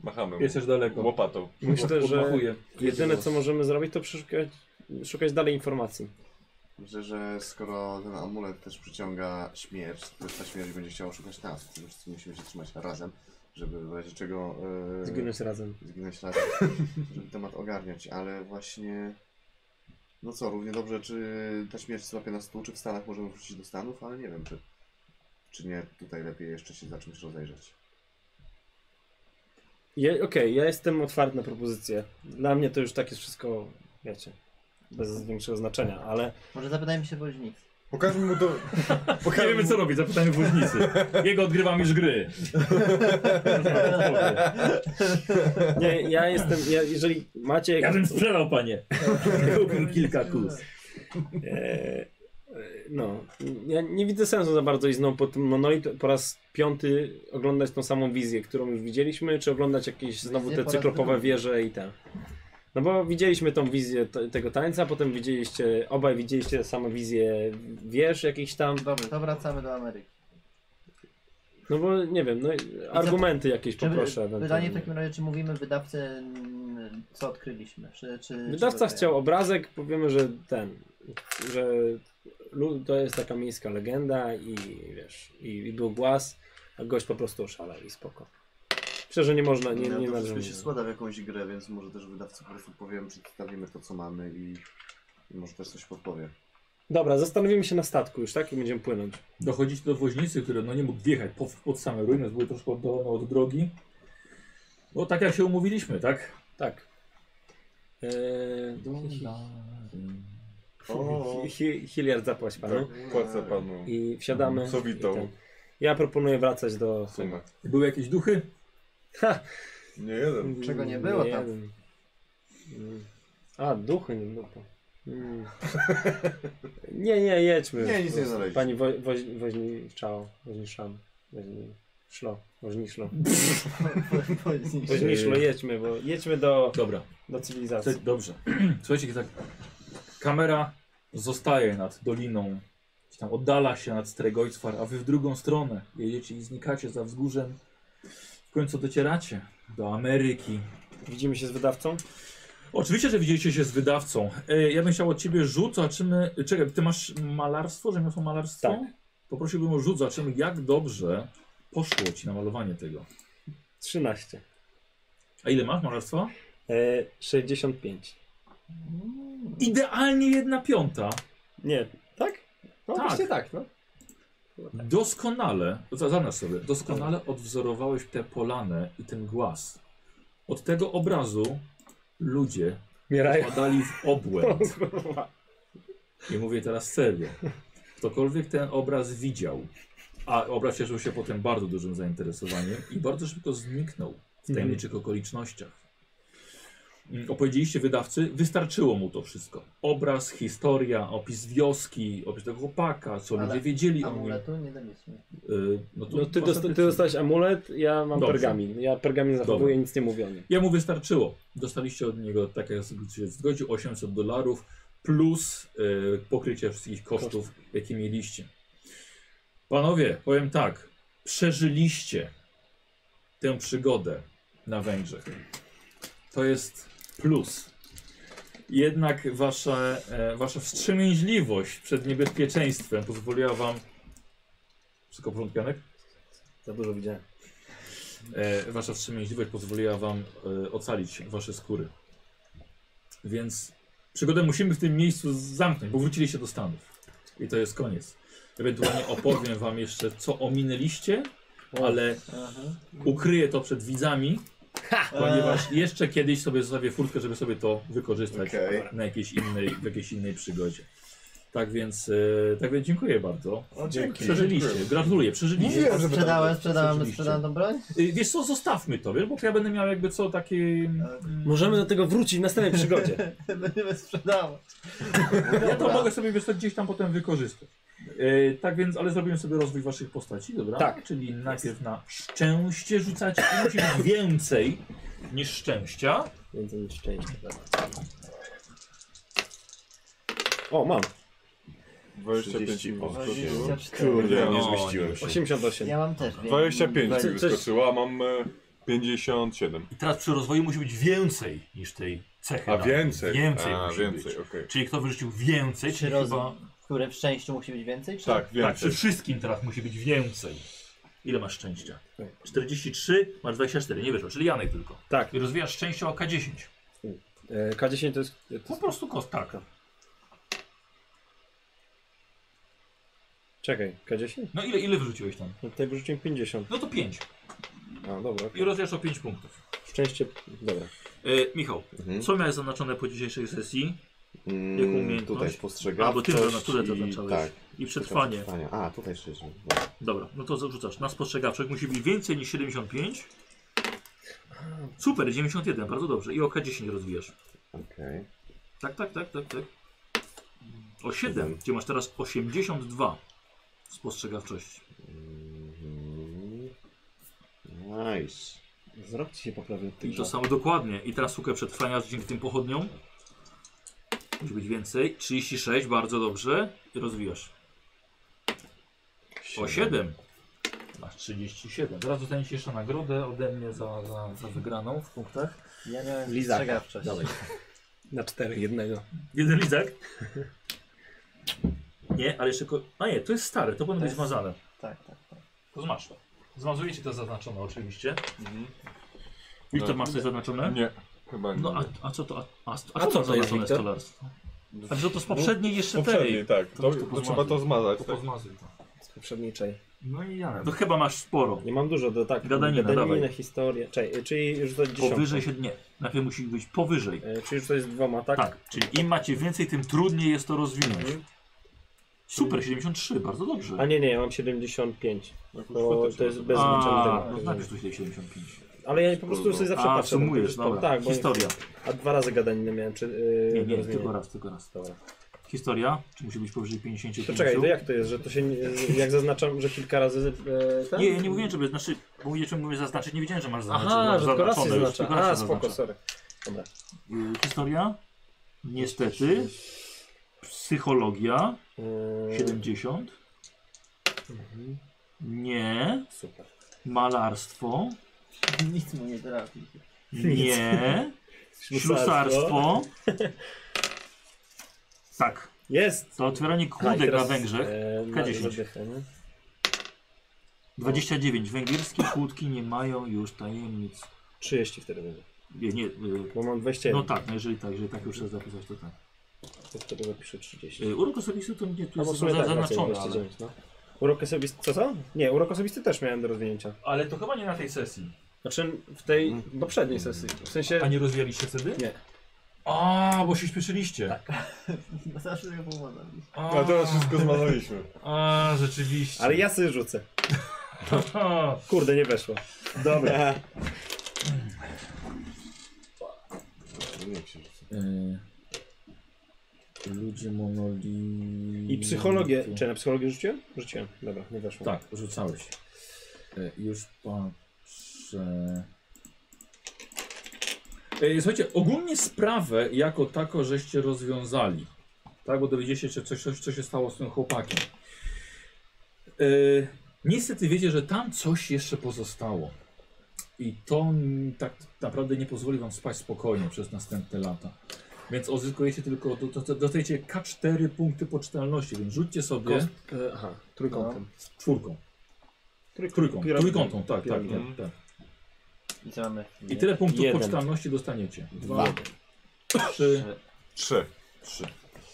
Speaker 4: Machamy mu.
Speaker 2: Jest też daleko.
Speaker 4: łopatą.
Speaker 3: myślę, że
Speaker 2: Odmachuje.
Speaker 3: jedyne co możemy zrobić to przeszukać, szukać dalej informacji.
Speaker 5: Myślę, że skoro ten amulet też przyciąga śmierć, to ta śmierć będzie chciała szukać nas. więc Wszyscy musimy się trzymać razem, żeby w razie czego... e,
Speaker 3: Zginąć razem.
Speaker 5: zginąć razem, *laughs* żeby temat ogarniać, ale właśnie... No co, równie dobrze, czy ta śmierć złapie nas tu, czy w Stanach możemy wrócić do Stanów, ale nie wiem, czy, czy nie tutaj lepiej jeszcze się za czymś rozejrzeć.
Speaker 3: Ja, Okej, ja jestem otwarty na propozycje. Dla mnie to już tak jest wszystko, wiecie, bez większego znaczenia, ale
Speaker 1: Może zapytajmy się woźnic.
Speaker 4: Pokażmy mu to.
Speaker 6: *laughs* Nie
Speaker 4: Pokażmy
Speaker 6: wiemy
Speaker 4: mu...
Speaker 6: co robić, zapytajmy woźnicy. Jego odgrywam już
Speaker 2: *laughs*
Speaker 6: gry.
Speaker 3: Nie, ja jestem, ja, jeżeli macie...
Speaker 6: Ja bym sprzedał panie. Kupił kilka kus.
Speaker 3: E, e, no, ja nie widzę sensu za bardzo i znowu po tym monolit po raz piąty oglądać tą samą wizję, którą już widzieliśmy, czy oglądać jakieś znowu
Speaker 1: Wizję
Speaker 3: te
Speaker 1: po raz
Speaker 3: cyklopowe
Speaker 1: drugi.
Speaker 3: wieże i te. No bo widzieliśmy tą wizję te- tego tańca, potem widzieliście, obaj widzieliście same wizję wież jakichś tam,
Speaker 1: Dobrze, to wracamy do Ameryki.
Speaker 3: no bo nie wiem, no argumenty jakieś
Speaker 1: Czy wy-
Speaker 3: poproszę ewentualnie.
Speaker 1: pytanie w takim razie, czy mówimy wydawcy, mm, co odkryliśmy? Czy, czy, czy
Speaker 3: Wydawca
Speaker 1: dodają? *laughs*
Speaker 3: chciał obrazek, powiemy, że ten, że lu- to jest taka miejska legenda i wiesz, i, i był głaz, a gość po prostu oszalał i spoko. Myślę, że nie można, nie,
Speaker 5: no,
Speaker 3: nie
Speaker 5: to
Speaker 3: należy.
Speaker 5: wszystko się składa w jakąś grę, więc może też wydawcy po prostu powiem, przedstawimy to, co mamy i, i może też coś podpowie.
Speaker 3: Dobra, zastanowimy się na statku już, tak? I będziemy płynąć.
Speaker 2: Dochodzicie do woźnicy, który no nie mógł wjechać pod, pod same ruiny, były troszkę oddalone od drogi. No tak jak się umówiliśmy, tak?
Speaker 3: Tak. E,
Speaker 5: O.
Speaker 3: Eee, Hiliard zapłać panu.
Speaker 4: Tak, płacę panu
Speaker 3: I wsiadamy.
Speaker 4: Sowitą.
Speaker 3: i ten. Ja proponuję wracać do. *laughs*
Speaker 4: sumę.
Speaker 2: Były jakieś duchy?
Speaker 3: Ha!
Speaker 4: Nie jeden.
Speaker 1: Czego nie było tam.
Speaker 3: wiem. Mm. A, duchy nie było. Mm. nie, nie, jedźmy.
Speaker 5: Nie, nic nie znaleźliśmy.
Speaker 3: Pani wo, woź, woźniczało, woźniszam, woźni, szlo, woźniszlo.
Speaker 1: Yy.
Speaker 3: *laughs* Woźniszlo, jedźmy, bo jedźmy do,
Speaker 2: Dobra,
Speaker 3: do
Speaker 2: to-
Speaker 3: cywilizacji.
Speaker 2: dobrze. *clears throat* Słuchajcie, tak. Kamera zostaje nad doliną, gdzieś tam oddala się nad Stregojcwar, a wy w drugą stronę jedziecie i znikacie za wzgórzem. W końcu docieracie do Ameryki.
Speaker 3: Widzimy się z wydawcą?
Speaker 2: Oczywiście, że widzieliście się z wydawcą. E, ja bym chciał od ciebie rzut, zobaczymy. Czekaj, ty masz malarstwo, rzemiosło malarstwo?
Speaker 3: Tak.
Speaker 2: Poprosiłbym o rzut, zobaczymy jak dobrze poszło ci na malowanie tego.
Speaker 3: 13.
Speaker 2: A ile masz malarstwa?
Speaker 3: E, 65.
Speaker 2: Idealnie jedna piąta.
Speaker 3: Nie, tak? No
Speaker 2: Tak.
Speaker 3: właśnie tak, no.
Speaker 2: Doskonale, za- zaznacz sobie, doskonale odwzorowałeś tę polanę i ten głaz. Od tego obrazu ludzie *laughs*
Speaker 3: Mierają.
Speaker 2: padali w
Speaker 3: *laughs*
Speaker 2: obłęd. I mówię teraz serio. Ktokolwiek ten obraz widział, a obraz cieszył się potem bardzo dużym zainteresowaniem i bardzo szybko zniknął w tajemniczych
Speaker 3: Mhm.
Speaker 2: okolicznościach. Mm, Opowiedzieliście wydawcy, wystarczyło mu to wszystko. Obraz, historia, opis wioski, opis tego chłopaka, co
Speaker 1: Ale
Speaker 2: ludzie wiedzieli o nim.
Speaker 1: Amuletu nie daliśmy.
Speaker 2: Y, No, to
Speaker 3: No ty, dosta
Speaker 2: ostatecznie.
Speaker 3: ty dostałeś amulet, ja mam
Speaker 2: Dobrze.
Speaker 3: pergamin. Ja pergamin zachowuję,
Speaker 2: Dobra.
Speaker 3: nic nie mówię o nim.
Speaker 2: Jemu wystarczyło. Dostaliście od niego, tak jak sobie się zgodził, 800 dolarów plus y, pokrycie wszystkich kosztów, jakie mieliście. Panowie, powiem tak, przeżyliście tę przygodę na Węgrzech. To jest plus. Jednak wasza, e, wasza wstrzemięźliwość przed niebezpieczeństwem pozwoliła wam... Wszystko w porządku, Janek?
Speaker 3: Za dużo widziałem.
Speaker 2: E, wasza wstrzemięźliwość pozwoliła wam e, ocalić wasze skóry. Więc Przygodę musimy w tym miejscu zamknąć, bo wróciliście do Stanów. I to jest koniec. Ewentualnie opowiem wam jeszcze, co ominęliście, ale ukryję to przed widzami, ponieważ jeszcze kiedyś sobie zostawię furtkę, żeby sobie to wykorzystać
Speaker 5: Okej.
Speaker 2: na jakiejś innej, w jakiejś innej przygodzie. Tak więc, e, tak więc dziękuję bardzo.
Speaker 5: O, dzięki.
Speaker 2: Przeżyliście, gratuluję, przeżyliście.
Speaker 5: Nie, żeby
Speaker 1: Sprzedałem, sprzedałem,
Speaker 2: Oczywiście.
Speaker 1: sprzedałem tą broń? *laughs*
Speaker 2: Y, Wiesz co, zostawmy to, wiesz, bo ja będę miał jakby co takie... mm,
Speaker 3: Możemy do tego wrócić w następnej przygodzie.
Speaker 1: Będziemy sprzedawać.
Speaker 4: No
Speaker 2: Ja to mogę sobie wiesz, co, gdzieś tam potem wykorzystać. E, tak więc, ale zrobimy sobie rozwój waszych postaci, dobra?
Speaker 3: Tak.
Speaker 2: Czyli najpierw na szczęście rzucacie i musi być więcej niż szczęścia.
Speaker 3: Więcej niż szczęście. O, mam.
Speaker 4: 25
Speaker 5: 30,
Speaker 4: mi
Speaker 5: o,
Speaker 4: wyskoczyło. no.
Speaker 1: 24.
Speaker 4: nie
Speaker 5: nie
Speaker 4: O,
Speaker 5: zmieściłem się.
Speaker 3: 88.
Speaker 1: Ja mam też. więc-
Speaker 4: 25 mi
Speaker 3: Coś-
Speaker 4: wyskoczyło, a mam e, 57.
Speaker 7: I teraz przy rozwoju musi być więcej niż tej cechy.
Speaker 4: A
Speaker 7: nawet.
Speaker 4: więcej?
Speaker 7: Więcej
Speaker 4: A,
Speaker 7: musi
Speaker 4: więcej,
Speaker 7: być.
Speaker 4: okej.
Speaker 7: Czyli kto wyrzucił więcej,
Speaker 1: Przy
Speaker 7: czyli
Speaker 1: roz...
Speaker 7: chyba...
Speaker 1: Które w szczęściu musi być więcej? Czy...
Speaker 4: Tak,
Speaker 7: Tak, przy
Speaker 4: więcej.
Speaker 7: wszystkim teraz musi być więcej. Ile masz szczęścia? 43, masz 24, nie wyszło, czyli Janek tylko.
Speaker 3: Tak.
Speaker 7: I rozwijasz szczęście o K10.
Speaker 3: E, K10 to jest... To
Speaker 7: Po
Speaker 3: jest...
Speaker 7: prostu kost, tak.
Speaker 3: Czekaj, K10?
Speaker 7: No ile, ile wyrzuciłeś tam?
Speaker 3: No Tutaj wyrzuciłem 50.
Speaker 7: No to 5.
Speaker 3: A, dobra.
Speaker 7: I rozwijasz o 5 punktów.
Speaker 3: Szczęście... Dobra.
Speaker 7: E, Michał,
Speaker 5: Mhm.
Speaker 7: co miałeś zaznaczone po dzisiejszej sesji?
Speaker 5: Mm,
Speaker 7: Jaką umiejętność?
Speaker 5: Tutaj spostrzegam.
Speaker 7: A, bo ty na tyle to zaznaczałeś.
Speaker 5: Tak.
Speaker 7: I przetrwanie.
Speaker 5: Przetrwanie. A, tutaj jeszcze jest.
Speaker 7: Dobra, no to zarzucasz. Na spostrzegawczych musi być więcej niż 75. Super, 91, bardzo dobrze. I o K10 rozwijasz.
Speaker 5: Okej.
Speaker 7: Tak, tak, tak, tak, tak. O 7,
Speaker 5: Siedem.
Speaker 7: gdzie masz teraz 82 spostrzegawczości.
Speaker 5: Mhm. Nice.
Speaker 3: Wzrok ci się poprawił. od tych
Speaker 7: I No to
Speaker 3: żab.
Speaker 7: samo dokładnie. I teraz sztukę przetrwania dzięki tym pochodniom. Musi być więcej. 36, bardzo dobrze. I rozwijasz. O 7. Masz 37. Zaraz dostaniesz jeszcze nagrodę ode mnie za, za, za wygraną w punktach.
Speaker 1: Ja miałem
Speaker 3: Lizaka.
Speaker 1: spostrzegawczość.
Speaker 7: Dawaj.
Speaker 3: Na cztery jednego.
Speaker 7: Jeden lizak. Nie, ale jeszcze. ko- A nie, to jest stare, to powinno
Speaker 1: To
Speaker 7: być
Speaker 1: jest-
Speaker 7: zmazane.
Speaker 1: Tak, *laughs* tak. tak.
Speaker 7: To zmasz to. Zmazujecie to zaznaczone oczywiście.
Speaker 4: Mhm.
Speaker 7: Wiktor, masz coś zaznaczone?
Speaker 4: Nie, chyba nie.
Speaker 7: No a, a co to? A, a,
Speaker 3: A co
Speaker 7: masz
Speaker 3: to jest,
Speaker 7: zaznaczone
Speaker 3: Wiktor?
Speaker 7: stolarstwo? A że to z poprzedniej jeszcze
Speaker 4: Poprzedniej,
Speaker 7: tej.
Speaker 4: tak.
Speaker 7: To
Speaker 4: To,
Speaker 7: to
Speaker 4: to,
Speaker 7: pozmazuj.
Speaker 4: trzeba to zmazać.
Speaker 7: To
Speaker 4: tak.
Speaker 7: pozmazuj to.
Speaker 3: Z poprzedniczej.
Speaker 7: No i ja. To chyba masz sporo.
Speaker 3: Nie mam dużo do tak.
Speaker 7: Gadanina,
Speaker 3: Gadanina
Speaker 7: dawaj.
Speaker 3: historia. Czekaj, e, czyli rzucać dziesiątką.
Speaker 7: Powyżej się nie. Najpierw musi być powyżej.
Speaker 3: E, Czyli rzucać z dwoma, tak?
Speaker 7: Tak, czyli im macie więcej, tym trudniej jest to rozwinąć.
Speaker 3: Mhm.
Speaker 7: Super, 73, bardzo
Speaker 3: A
Speaker 7: dobrze.
Speaker 3: nie, nie, ja mam 75.
Speaker 4: No,
Speaker 3: Bo to jest bez
Speaker 7: A,
Speaker 3: znaczenia
Speaker 7: no
Speaker 3: tego.
Speaker 7: znaczysz tu tutaj 75.
Speaker 3: Ale ja po prostu sobie zawsze
Speaker 7: A,
Speaker 3: patrzę. na
Speaker 7: sumujesz,
Speaker 3: to,
Speaker 7: dobra.
Speaker 3: Tak, bo
Speaker 7: Historia.
Speaker 3: A dwa razy gadaninę miałem, czy... Yy,
Speaker 7: Nie,
Speaker 3: do
Speaker 7: nie,
Speaker 3: rozmienia.
Speaker 7: tylko raz, tylko raz.
Speaker 3: Dobra.
Speaker 7: Historia, czy musi być powyżej 55?
Speaker 3: To czekaj, to jak to jest, że to się... nie- Jak zaznaczam, że kilka razy... E, ten?
Speaker 7: Nie, ja nie mówiłem, żeby, znaczy, bo mówię, czemu mówię zaznaczyć, nie wiedziałem, że masz zaznaczyć.
Speaker 3: Aha,
Speaker 7: masz
Speaker 3: że tylko raz się
Speaker 7: zaznaczone już,
Speaker 3: zaznacza.
Speaker 7: tylko raz
Speaker 3: A,
Speaker 7: się
Speaker 3: spoko,
Speaker 7: zaznacza.
Speaker 3: sorry. Dobra.
Speaker 7: Y, Historia, niestety, psychologia,
Speaker 3: Yy,
Speaker 7: 70, nie,
Speaker 3: Super.
Speaker 7: malarstwo,
Speaker 1: Nic mu nie trafi. *laughs*
Speaker 7: nie, ślusarstwo,
Speaker 3: *laughs*
Speaker 7: tak,
Speaker 3: Jest!
Speaker 7: to otwieranie
Speaker 3: A, i
Speaker 7: kłódek na
Speaker 3: teraz,
Speaker 7: Węgrzech,
Speaker 3: e, na
Speaker 7: K10.
Speaker 3: zadychę, nie?
Speaker 7: 29, węgierskie kłódki nie mają już tajemnic,
Speaker 3: 30 wtedy będzie.
Speaker 7: nie, nie, y,
Speaker 3: Bo mam 21.
Speaker 7: no tak, no jeżeli tak, jeżeli tak już chcesz zapisać, to tak.
Speaker 3: To wtedy zapiszę 30.
Speaker 7: Y, Urok osobisty to nie, tu
Speaker 3: Albo
Speaker 7: jest
Speaker 3: w sumie
Speaker 7: za-
Speaker 3: tak, macie
Speaker 7: zaznaczone, ale...
Speaker 3: 29, no. Urok osobisty, co co? Nie, urok osobisty też miałem do rozwinięcia.
Speaker 7: ale to chyba nie na tej sesji.
Speaker 3: Znaczy w tej
Speaker 7: Mm.
Speaker 3: poprzedniej sesji. W sensie...
Speaker 2: A nie rozwijaliście wtedy?
Speaker 3: Nie. Tak.
Speaker 2: A, bo się śpieszyliście.
Speaker 1: Zawsze tego powodem.
Speaker 2: A,
Speaker 4: A teraz wszystko zmazaliśmy.
Speaker 2: a, rzeczywiście.
Speaker 3: Ale ja sobie rzucę.
Speaker 2: A,
Speaker 3: Kurde, nie weszło.
Speaker 7: *laughs*
Speaker 5: Dobra. Jak się rzuca?
Speaker 2: Y, Ludzie monoli...
Speaker 3: I psychologię... Czy na psychologię rzuciłem? Rzuciłem. Dobra, nie weszło.
Speaker 2: Tak, rzucałeś. Y, Już patrzę. Y, Słuchajcie, ogólnie sprawę jako tako żeście rozwiązali. Tak, bo dowiedzieliście się coś, coś, co się stało z tym chłopakiem. Y, niestety wiecie, że tam coś jeszcze pozostało. I to mm, tak naprawdę nie pozwoli wam spać spokojnie przez następne lata. Więc odzyskujecie tylko, do- do- dostajecie K4 punkty poczytalności, więc rzućcie sobie
Speaker 3: Kost, e, aha, trójkątem.
Speaker 2: z czwórką.
Speaker 3: Trójką-
Speaker 2: Trójką,
Speaker 3: piramidą.
Speaker 2: trójkątą, tak, tak,
Speaker 3: Piramidą.
Speaker 2: tak, tak.
Speaker 1: I co mamy?
Speaker 2: I tyle punktów
Speaker 3: Jeden.
Speaker 2: poczytalności dostaniecie. Dwa,
Speaker 5: Dwa.
Speaker 2: trzy,
Speaker 4: Trzy.
Speaker 2: Trzy.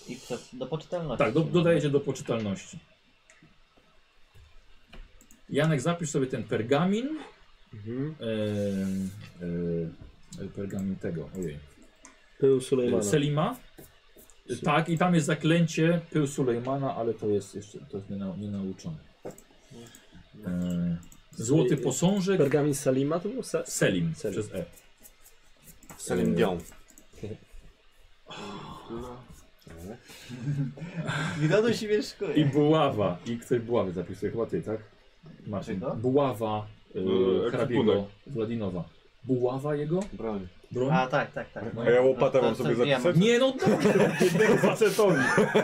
Speaker 1: I to do poczytalności.
Speaker 2: Tak, do, dodajecie do poczytalności. Janek, zapisz sobie ten pergamin. e,
Speaker 3: Mhm.
Speaker 2: em, em, e, pergamin tego, ojej.
Speaker 3: Pył Sulejmana.
Speaker 2: Selima. Tak, i tam jest zaklęcie pył Sulejmana, ale to jest jeszcze to jest nienau- nienauczone. E, Złoty posążek.
Speaker 3: Pergamin Salima to był? *laughs* Sa...
Speaker 2: Selim,
Speaker 3: Selim.
Speaker 2: przez E.
Speaker 5: Celine Dion.
Speaker 1: *laughs* Widodu się mieszkuje.
Speaker 2: I buława. I ktoś buławy zapisuje, chyba ty, tak? Marcin.
Speaker 1: Czego?
Speaker 2: Buława
Speaker 4: Yy,
Speaker 2: yy, hrabiego
Speaker 4: ekwipunek.
Speaker 2: Wladinowa. Buława jego?
Speaker 5: Broń.
Speaker 2: Broń?
Speaker 1: A tak, tak, tak. No,
Speaker 4: A ja łopatę
Speaker 1: to-
Speaker 4: mam
Speaker 1: to
Speaker 4: sobie
Speaker 1: wiem.
Speaker 4: zapisać?
Speaker 2: Nie *laughs* no dobrze, jednego facetowi.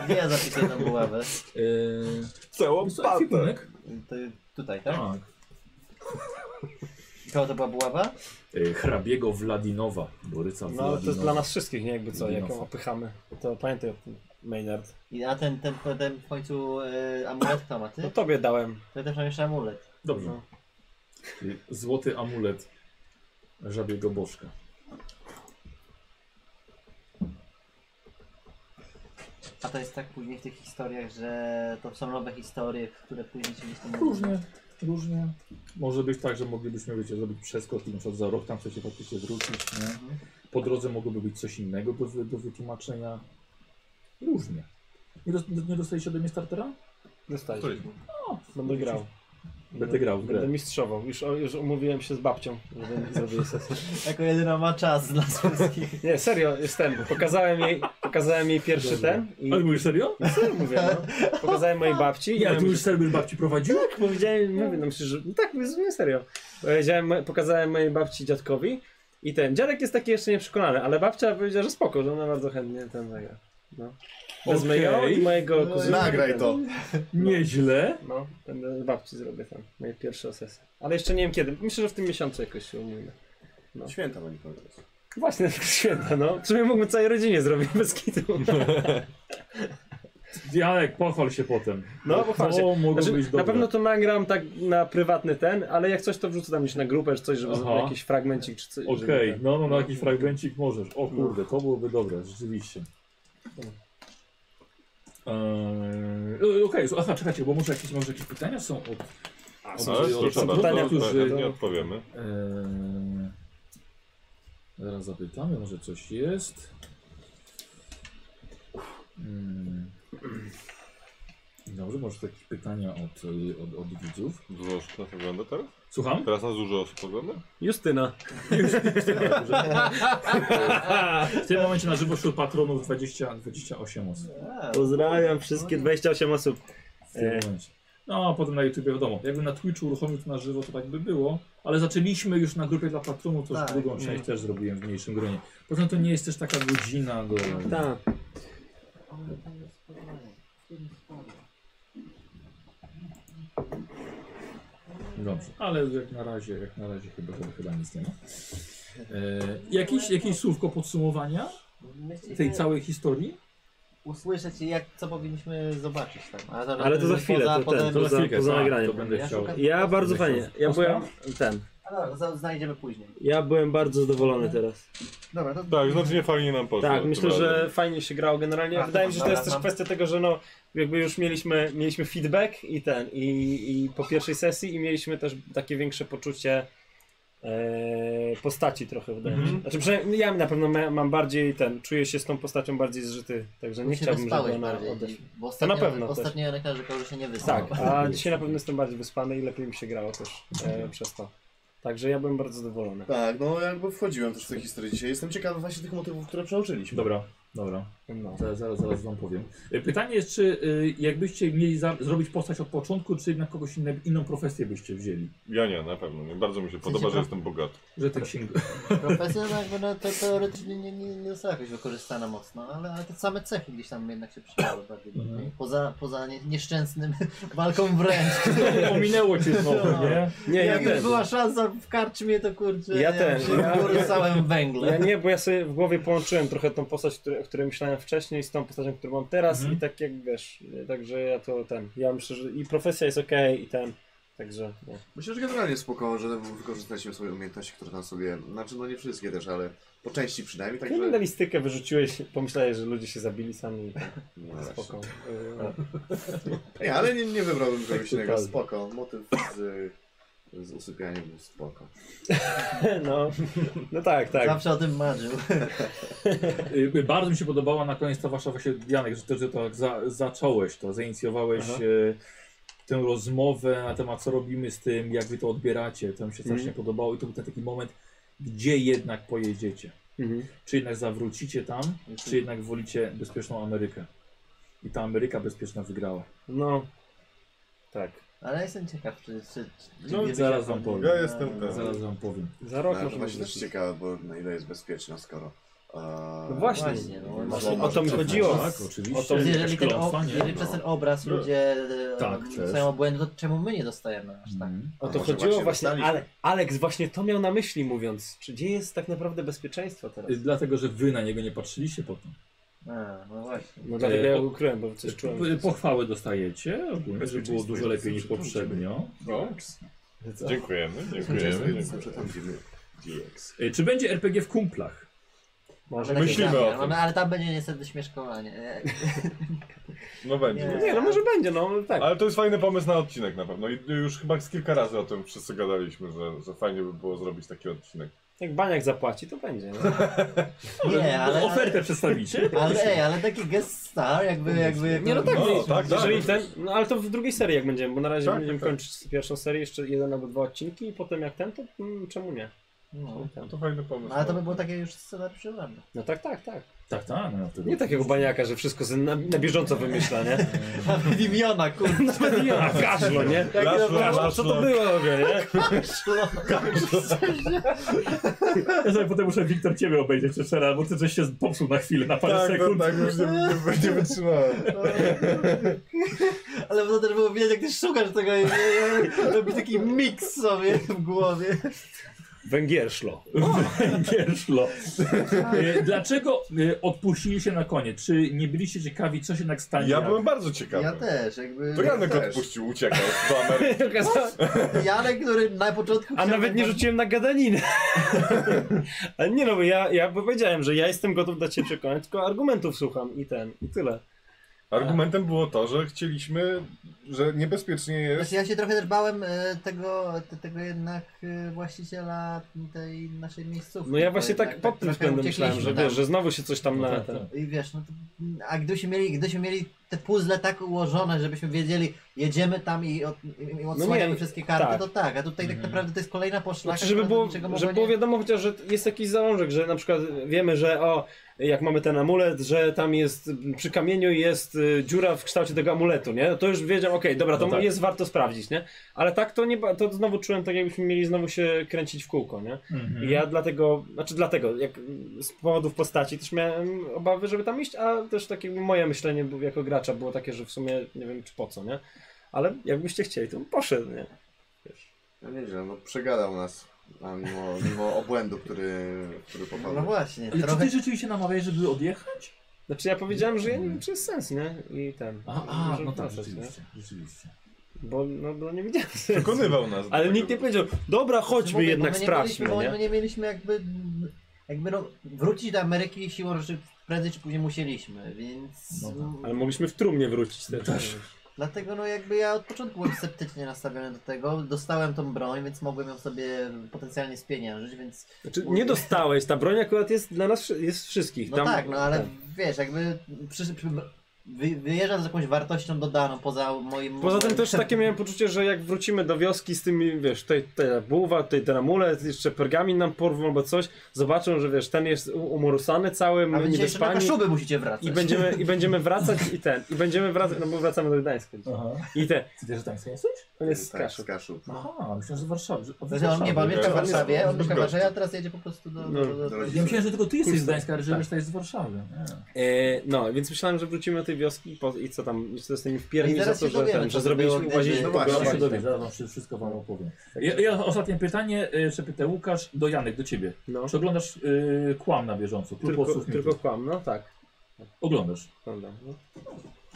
Speaker 1: Gdzie ja zapisuję tą buławę?
Speaker 2: Yy,
Speaker 4: Całą
Speaker 2: jest to
Speaker 4: patę.
Speaker 2: ekwipunek?
Speaker 1: To tutaj, tak?
Speaker 2: Tak.
Speaker 1: Koło to była buława?
Speaker 2: Yy, hrabiego Wladinowa. Boryca
Speaker 3: No ale
Speaker 2: Wladinowa.
Speaker 3: to jest dla nas wszystkich, nie jakby co, jak ją
Speaker 2: Dinofa.
Speaker 3: opychamy. To pamiętaj o tym, Maynard.
Speaker 1: I a ten, ten, ten w końcu y, amulet kto ma,
Speaker 3: No
Speaker 1: ty?
Speaker 3: tobie dałem.
Speaker 1: To ja też mam jeszcze amulet.
Speaker 2: Dobrze.
Speaker 3: No.
Speaker 2: Czyli Złoty amulet żabiego bożka.
Speaker 1: A to jest tak później w tych historiach, że to są nowe historie, które później się gdzieś tam...
Speaker 2: Różnie, różnie. Może być tak, że moglibyśmy wiecie, zrobić przeskok i na przykład za rok tam coś się faktycznie zwrócić. Nie?
Speaker 1: Mhm.
Speaker 2: Po drodze mogłoby być coś innego do, wy- do wytłumaczenia. Różnie. Nie, dos nie dostaliście ode mnie startera?
Speaker 3: Dostajesz.
Speaker 4: Któryś?
Speaker 3: No, Będę grał.
Speaker 2: Będę grał w grę.
Speaker 3: Będę mistrzową. Już, o- już umówiłem się z babcią, żeby zrobić sesję.
Speaker 1: Jako jedyna ma czas dla nas wszystkich.
Speaker 3: Nie, serio, jestem. Pokazałem jej, pokazałem jej pierwszy
Speaker 2: Dobrze.
Speaker 3: ten i
Speaker 2: Ale mówisz serio?
Speaker 3: serio mówię, no. Pokazałem mojej babci i
Speaker 2: Nie, ale
Speaker 3: mówię,
Speaker 2: ty już serwer babci prowadził?
Speaker 3: tak, powiedziałem, mówię, no myślę, że no tak, mówię, zupełnie serio. Powiedziałem, mo- pokazałem mojej babci i dziadkowi i ten, dziadek jest taki jeszcze nieprzekonany, ale babcia powiedziała, że spoko, że ona bardzo chętnie ten zagra. No. Wezmę ją
Speaker 2: Okej.
Speaker 3: i mojego kuzyna.
Speaker 5: No Nagraj
Speaker 3: Ten-
Speaker 5: to.
Speaker 2: Nieźle.
Speaker 3: No, będę z babci zrobię tam, moje pierwsze sesje. Ale jeszcze nie wiem kiedy, myślę, że w tym miesiącu jakoś się umówimy.
Speaker 5: Święta będzie koniec.
Speaker 3: Właśnie, *laughs* to święta, no. W sumie mógłbym całej rodzinie zrobić bez
Speaker 2: *laughs*
Speaker 3: kitu.
Speaker 2: Janek, pochwal się potem.
Speaker 3: No, pochwal się.
Speaker 2: To mogło być
Speaker 3: Znaczy,
Speaker 2: dobre.
Speaker 3: na pewno to nagram tak na prywatny ten, ale jak coś to wrzucę tam gdzieś na grupę czy coś, żeby
Speaker 2: Aha.
Speaker 3: zrobić jakiś fragmencik czy coś. żeby tak-
Speaker 2: Okej,
Speaker 3: ten-
Speaker 2: no, no, no, jakiś fragmencik możesz. O kurde, to byłoby dobre, rzeczywiście. Eee, Okej, so- aha, czekajcie, bo może jakieś, może jakieś pytania są od...
Speaker 3: A,
Speaker 2: od-
Speaker 3: są-
Speaker 4: Ale
Speaker 2: od-
Speaker 4: proszę
Speaker 2: od-
Speaker 4: bardzo,
Speaker 3: pytania,
Speaker 4: to
Speaker 3: którzy-
Speaker 4: chętnie odpowiemy.
Speaker 2: Eee, zaraz zapytamy, może coś jest. Mm. Dobrze, może jakieś pytania od, y, od, od widzów.
Speaker 4: Dużo osób nas ogląda teraz?
Speaker 2: Słucham?
Speaker 4: Teraz nas dużo osób ogląda?
Speaker 3: Justyna. Tak.
Speaker 2: W tym momencie na żywo wśród patronów 20, 28 osób.
Speaker 1: A,
Speaker 3: Pozdrawiam wszystkie 28 osób.
Speaker 2: W tym momencie. No, a potem na YouTube wiadomo. Jakbym na Twitchu uruchomił to na żywo, to tak by było. Ale zaczęliśmy już na grupie dla patronów, to już
Speaker 1: Tak,
Speaker 2: drugą
Speaker 1: mm.
Speaker 2: część też zrobiłem w mniejszym gronie. Poza tym to nie jest też taka godzina do...
Speaker 3: Tak.
Speaker 2: Dobrze, ale jak na razie, jak na razie chyba, chyba, chyba nic nie ma. E, jakieś, jakieś słówko podsumowania
Speaker 1: myślicie,
Speaker 2: tej całej historii?
Speaker 1: Usłyszeć jak, co powinniśmy zobaczyć tam. Ale, zaraz
Speaker 3: Ale to za chwilę,
Speaker 1: poza-
Speaker 3: to
Speaker 1: poza-
Speaker 3: ten, to
Speaker 1: poza-
Speaker 3: za- to za
Speaker 2: tak,
Speaker 3: nagraniem.
Speaker 2: to będę
Speaker 1: Ja
Speaker 2: chciał.
Speaker 1: szukam-
Speaker 3: Ja bardzo
Speaker 2: Jesteś
Speaker 3: fajnie. Ja
Speaker 2: ostra?
Speaker 3: byłem ten.
Speaker 1: A No, dobra, za- znajdziemy później.
Speaker 3: Ja byłem bardzo zadowolony teraz.
Speaker 1: Dobra, to
Speaker 4: Tak, znacznie fajnie nam poszło.
Speaker 3: Tak,
Speaker 4: tym
Speaker 3: myślę, że
Speaker 4: razem.
Speaker 3: fajnie się grało generalnie.
Speaker 1: A,
Speaker 3: Wydaje mi się, że to jest
Speaker 1: dobra, mam.
Speaker 3: też kwestia tego, że no jakby już mieliśmy, mieliśmy feedback i ten, i, i po pierwszej sesji i mieliśmy też takie większe poczucie e, postaci trochę wydaje mi się.
Speaker 2: Mhm.
Speaker 3: Znaczy przynajmniej ja na pewno ma- mam bardziej ten, czuję się z tą postacią bardziej zżyty, także nie
Speaker 1: nie
Speaker 3: chciałbym, żeby
Speaker 1: wyspałeś
Speaker 3: ona
Speaker 1: bardziej.
Speaker 3: odeszła.
Speaker 1: Bo ostatnio,
Speaker 3: na pewno też.
Speaker 1: Ostatnio Janek narzekał, że się nie wyspał.
Speaker 3: Tak, a dzisiaj na pewno jestem bardziej wyspany i lepiej mi się grało też e, przez to. Także ja byłem bardzo zadowolony.
Speaker 5: Tak, no jakby wchodziłem też w tę historię dzisiaj. Jestem ciekawy właśnie tych motywów, które przeoczyliśmy.
Speaker 2: Dobra, dobra.
Speaker 3: No.
Speaker 2: Zaraz, zaraz, zaraz wam powiem. E, Pytanie jest, czy y, jakbyście mieli za, zrobić postać od początku, czy na kogoś innego, inną profesję byście wzięli?
Speaker 4: Ja nie, na pewno. Nie. Bardzo mi się podoba, że
Speaker 1: pra-
Speaker 4: jestem bogaty.
Speaker 2: Że ten księg...
Speaker 1: Profesja no, jakby no, to teoretycznie nie, nie, nie została jakoś wykorzystana mocno, ale, ale te same cechy gdzieś tam jednak się przydały bardziej.
Speaker 2: Mhm.
Speaker 1: Poza, poza nie, nieszczęsnym *laughs* walką wręcz.
Speaker 2: *laughs* Ominęło cię
Speaker 1: znowu, nie?
Speaker 3: Nie, ja
Speaker 1: Jak już
Speaker 3: też.
Speaker 1: była szansa w karczmie, to kurczę,
Speaker 3: Ja też.
Speaker 1: się
Speaker 3: Ja-
Speaker 1: porysałem węgle.
Speaker 3: Ja nie, bo ja sobie w głowie połączyłem trochę tą postać, które, o której myślałem wcześniej z tą postacią, którą mam teraz
Speaker 2: Mhm.
Speaker 3: e, i tak jak wiesz, y, także ja to ten, ja myślę, że i profesja jest okej i ten, Także nie.
Speaker 5: Myślę, że generalnie spoko, że wykorzystaliśmy swoje umiejętności, które tam sobie, znaczy no nie wszystkie też, ale po części przynajmniej, także...
Speaker 3: Kryminalistykę wyrzuciłeś, pomyślałeś, że ludzie się zabili sami.
Speaker 5: No właśnie. No.
Speaker 3: Spoko. Y,
Speaker 5: Nie, ale nie, nie wybrałbym kogoś
Speaker 3: Tak
Speaker 5: innego,
Speaker 3: totalnie.
Speaker 5: spoko, motyw z, z usypianiem był spoko.
Speaker 3: *laughs* No, no tak, tak.
Speaker 1: Zawsze o tym marzył.
Speaker 2: Y, Bardzo mi się podobała na koniec ta wasza właśnie, Janek, że też że tak za, zacząłeś to, zainicjowałeś
Speaker 3: Aha.
Speaker 2: e, tę rozmowę na temat co robimy z tym, jak wy to odbieracie. To mi się strasznie
Speaker 3: Mhm.
Speaker 2: podobało i to był ten taki moment, gdzie jednak pojedziecie.
Speaker 3: Mhm.
Speaker 2: Czy jednak zawrócicie tam, czy jednak wolicie bezpieczną Amerykę. I ta Ameryka bezpieczna wygrała.
Speaker 3: No, tak.
Speaker 1: Ale jestem ciekaw, czy... czy, czy
Speaker 2: No,
Speaker 1: czy-
Speaker 2: zaraz wam powiem.
Speaker 4: Ja jestem
Speaker 1: No.
Speaker 4: ten.
Speaker 2: Zaraz wam powiem.
Speaker 3: Za rok
Speaker 5: Ale No, to
Speaker 3: możemy
Speaker 5: właśnie też
Speaker 3: wrócić.
Speaker 5: ciekawe, bo na ile jest bezpieczna, skoro... e,
Speaker 3: No właśnie,
Speaker 1: Właśnie, no,
Speaker 5: złama
Speaker 1: właśnie
Speaker 3: o to mi
Speaker 5: rzeczy-
Speaker 3: chodziło.
Speaker 2: Tak, oczywiście.
Speaker 3: O to-
Speaker 2: Jakaś
Speaker 1: Jeżeli, ten ob-
Speaker 2: klątwa, nie?
Speaker 1: jeżeli przez ten obraz
Speaker 2: No.
Speaker 1: ludzie
Speaker 2: Tak,
Speaker 1: tak,
Speaker 2: też.
Speaker 1: są obłędy, to czemu my nie dostajemy aż tak?
Speaker 2: Mhm.
Speaker 3: O to
Speaker 5: Może
Speaker 3: chodziło
Speaker 5: właśnie
Speaker 3: właśnie,
Speaker 5: dostaliśmy.
Speaker 3: ale Alex właśnie to miał na myśli mówiąc, czy gdzie jest tak naprawdę bezpieczeństwo teraz?
Speaker 2: Y, Dlatego, że wy na niego nie patrzyliście potem.
Speaker 1: A, no właśnie.
Speaker 3: No dlatego
Speaker 2: e,
Speaker 3: ja
Speaker 2: o-
Speaker 3: go ukryłem, bo coś
Speaker 2: Y,
Speaker 3: czułem.
Speaker 2: Pochwały dostajecie ogólnie, że było
Speaker 5: Bezpieczeństwo
Speaker 2: dużo
Speaker 5: jest
Speaker 2: lepiej niż
Speaker 5: zawsze tam,
Speaker 2: poprzednio.
Speaker 4: O, dziękujemy, dziękujemy.
Speaker 5: Zawsze tam,
Speaker 4: dziękujemy.
Speaker 5: gdzie my- DX.
Speaker 2: Y, Czy będzie RPG w kumplach?
Speaker 3: Może
Speaker 1: Taki
Speaker 4: myślimy
Speaker 1: zamiar
Speaker 4: o tym.
Speaker 1: mamy, no, ale tam będzie niestety śmieszkowanie. E,
Speaker 4: No będzie.
Speaker 1: Nie.
Speaker 3: Nie, no może będzie, no tak.
Speaker 4: Ale to jest fajny pomysł na odcinek na pewno. I już chyba z kilka razy o tym wszyscy gadaliśmy, że, że fajnie by było zrobić taki odcinek.
Speaker 3: Jak Baniak zapłaci, to będzie. No.
Speaker 1: Nie, ale...
Speaker 2: no, Ofertę przedstawicie?
Speaker 1: *laughs* Ale, ej, ale taki guest star, jakby... jakby
Speaker 3: *laughs* Nie no tak,
Speaker 4: No,
Speaker 3: no,
Speaker 4: tak,
Speaker 3: jeżeli
Speaker 4: tak.
Speaker 3: ten, no ale to w drugiej serii jak będziemy, bo na razie
Speaker 4: Tak,
Speaker 3: będziemy
Speaker 4: tak.
Speaker 3: kończyć pierwszą serię, jeszcze jeden albo dwa odcinki i potem jak ten, to mm, czemu nie?
Speaker 1: No.
Speaker 3: Ten.
Speaker 4: To fajny pomysł.
Speaker 1: Ale to by było takie już scenariuszowane.
Speaker 3: No tak, tak, tak.
Speaker 2: Tak, tak. No, tego.
Speaker 3: Nie takiego Baniaka, że wszystko sobie na, na bieżąco wymyśla,
Speaker 4: *laughs*
Speaker 3: nie? *laughs*
Speaker 2: E, *laughs*
Speaker 1: Nawet imiona, kurde.
Speaker 3: Nawet nie, a kaszlo, nie?
Speaker 4: Kaszlo,
Speaker 3: Kaszlo, co to
Speaker 4: kaszlo.
Speaker 3: było w ogóle, nie?
Speaker 1: No.
Speaker 6: Ja sobie potem muszę Wiktor ciebie obejrzeć jeszcze raz, bo ty coś się popsuł na chwilę, na parę
Speaker 4: tak,
Speaker 6: sekund.
Speaker 4: No, tak, już nie, nie, nie wytrzymałem.
Speaker 1: Ale to też było widać, jak ty szukasz tego, e, e, robisz taki miks sobie w głowie.
Speaker 3: Węgierszlo. tak.
Speaker 2: *laughs* Gierszlo. Y, Dlaczego y, odpuściliście na koniec? Czy nie byliście ciekawi, co się jednak stanie?
Speaker 4: Ja
Speaker 2: jak-
Speaker 4: byłem bardzo ciekawy.
Speaker 1: Ja też, jakby...
Speaker 4: To Janek
Speaker 5: też.
Speaker 4: odpuścił, uciekał do Ameryki.
Speaker 1: *laughs* Janek, który na początku...
Speaker 3: A
Speaker 1: chciał-
Speaker 3: nawet nie rzuciłem na gadaninę. *laughs* Ale nie no, bo ja, ja powiedziałem, że ja jestem gotów dać się przekonać, tylko argumentów słucham i ten, i tyle.
Speaker 4: Argumentem było to, że chcieliśmy, że niebezpiecznie jest.
Speaker 1: Znaczy, ja się trochę też bałem e, tego, te- tego jednak e, właściciela tej naszej miejscówki.
Speaker 3: No ja
Speaker 1: bo
Speaker 3: właśnie tak
Speaker 1: jednak
Speaker 3: pod tym
Speaker 1: trochę
Speaker 3: względem myślałem, że
Speaker 1: uciekliśmy
Speaker 3: wiesz,
Speaker 1: tam.
Speaker 3: że znowu się coś tam
Speaker 2: No
Speaker 3: na...
Speaker 2: tak,
Speaker 3: ten-
Speaker 2: tak.
Speaker 1: I wiesz, no to, a gdybyśmy mieli, gdybyśmy mieli te puzzle tak ułożone, żebyśmy wiedzieli, jedziemy tam i, od, i- i odsłaniamy
Speaker 3: No nie,
Speaker 1: wszystkie karty,
Speaker 3: tak.
Speaker 1: to tak, a tutaj tak
Speaker 2: Mhm.
Speaker 1: naprawdę to jest kolejna poszlaka,
Speaker 3: Znaczy, żeby
Speaker 1: która
Speaker 3: było,
Speaker 1: do niczego mogła
Speaker 3: żeby było
Speaker 1: nie-
Speaker 3: wiadomo chociaż, że jest jakiś zalążek, że na przykład wiemy, że o, jak mamy ten amulet, że tam jest, m, przy kamieniu jest y, dziura w kształcie tego amuletu, nie? No to już wiedziałem, okej, dobra, to
Speaker 2: No tak.
Speaker 3: jest warto sprawdzić, nie? Ale tak to nie, ba- to znowu czułem tak, jakbyśmy mieli znowu się kręcić w kółko, nie?
Speaker 2: Mhm.
Speaker 3: I ja dlatego, znaczy dlatego, jak mm, z powodów postaci też miałem obawy, żeby tam iść, a też takie moje myślenie było- jako gracza było takie, że w sumie nie wiem czy po co, nie? Ale jakbyście chcieli, to bym poszedł, nie?
Speaker 5: No nieźle, no przegadał nas, a mimo, mimo obłędu, który, który
Speaker 1: No
Speaker 5: popadł.
Speaker 1: właśnie,
Speaker 2: Ale czy
Speaker 1: trochę...
Speaker 2: ty rzeczywiście namawiałeś, żeby odjechać?
Speaker 3: Znaczy ja powiedziałem, że ja nie wiem czy jest sens, nie? I ten.
Speaker 2: A, a
Speaker 3: Żeby
Speaker 2: no tak,
Speaker 3: wracać, nie?
Speaker 2: rzeczywiście. rzeczywiście.
Speaker 3: Bo no, no nie widziałem sensu.
Speaker 4: Przekonywał nas. do
Speaker 3: Ale
Speaker 4: tego.
Speaker 3: nikt nie powiedział, dobra,
Speaker 1: Znaczy,
Speaker 3: chodźmy
Speaker 1: mówię,
Speaker 3: jednak,
Speaker 1: bo my nie
Speaker 3: sprawdźmy,
Speaker 1: mieliśmy, bo My
Speaker 3: nie?
Speaker 1: nie mieliśmy jakby, jakby no, wrócić do Ameryki siłą rzeczy prędzej czy później musieliśmy, więc...
Speaker 2: No tak.
Speaker 1: mm,
Speaker 3: Ale mogliśmy w trumnie wrócić też.
Speaker 2: Też.
Speaker 1: Dlatego no jakby ja od początku byłem sceptycznie nastawiony do tego, dostałem tą broń, więc mogłem ją sobie potencjalnie spieniężyć, więc...
Speaker 3: Znaczy, nie dostałeś, ta broń akurat jest dla nas, jest wszystkich.
Speaker 1: No
Speaker 3: Tam-
Speaker 1: tak, no ale wiesz, jakby przy, przy, wy, wyjeżdżam z jakąś wartością dodaną poza moim...
Speaker 3: Poza tym też takie miałem poczucie, że jak wrócimy do wioski z tymi, wiesz, tej, tej bułwa, tej, ten amulet, jeszcze pergamin nam porwą albo coś, zobaczą, że wiesz, ten jest u- umorusany cały,
Speaker 1: A
Speaker 3: my
Speaker 1: wy dzisiaj jeszcze na
Speaker 3: niedospani
Speaker 1: kaszuby musicie wracać.
Speaker 3: i będziemy,
Speaker 1: *laughs*
Speaker 3: i bęgdziemy wracać i ten, i będziemy wracać, no bo wracamy do Gdańska. dzisiaj.
Speaker 2: Aha.
Speaker 3: I ten,
Speaker 2: Ty też tam jesteś?
Speaker 3: on jest z
Speaker 5: tak,
Speaker 3: kaszu.
Speaker 5: z
Speaker 2: No,
Speaker 5: Kaszub.
Speaker 2: Aha, myślałem, że z Warszawy. że- od
Speaker 1: No. Znaczy, on nie, bo on
Speaker 2: Warszawy.
Speaker 1: mieszka w
Speaker 4: Ja-
Speaker 1: Warszawie, on mieszka w
Speaker 4: Gościu.
Speaker 1: Warszawie, a teraz jedzie po prostu do... do, do,
Speaker 5: Do
Speaker 1: do,
Speaker 5: rodziców.
Speaker 2: Ja myślałem, że tylko ty jesteś
Speaker 3: Kurczę.
Speaker 2: z Gdańska, ale że
Speaker 3: Tak.
Speaker 2: reszta jest z Warszawy. Nie.
Speaker 3: E, no, więc myślałem, że wrócimy do tej wioski i, po, i co tam, i co z tymi
Speaker 1: No I
Speaker 3: wpierni za
Speaker 1: zaraz
Speaker 3: to,
Speaker 1: się
Speaker 3: że,
Speaker 1: dowiemy,
Speaker 3: ten,
Speaker 1: co
Speaker 3: że
Speaker 1: to było,
Speaker 3: zrobiliśmy,
Speaker 1: gdyby-
Speaker 3: łaziliśmy
Speaker 5: No
Speaker 3: po
Speaker 5: właśnie,
Speaker 2: Zaraz się
Speaker 1: tak,
Speaker 3: grobach.
Speaker 2: dowiesz, zaraz wam wszy- wszystko wam opowiem. tak. Ja, ja ostatnie pytanie, e, jeszcze pytę Łukasz, do Janek, do ciebie.
Speaker 3: No,
Speaker 2: Czy oglądasz y, kłam na bieżąco? Klub
Speaker 3: tylko,
Speaker 2: Osób
Speaker 3: tylko
Speaker 2: Mitów?
Speaker 3: kłam, no tak.
Speaker 2: Oglądasz.
Speaker 3: Oglądam.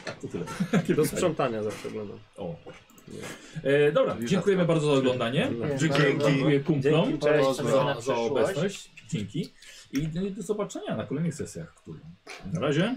Speaker 2: Tak, to tyle.
Speaker 3: No. Do sprzątania zawsze oglądam.
Speaker 2: O. E, dobra,
Speaker 1: Czyli
Speaker 2: dziękujemy
Speaker 1: rzadko.
Speaker 2: bardzo za oglądanie.
Speaker 1: Dzięki.
Speaker 2: Dziękuję kumplom
Speaker 3: Dzięki, cześć,
Speaker 1: za
Speaker 2: no za, za obecność. Dzięki. I do, do zobaczenia na kolejnych sesjach. które- Na razie.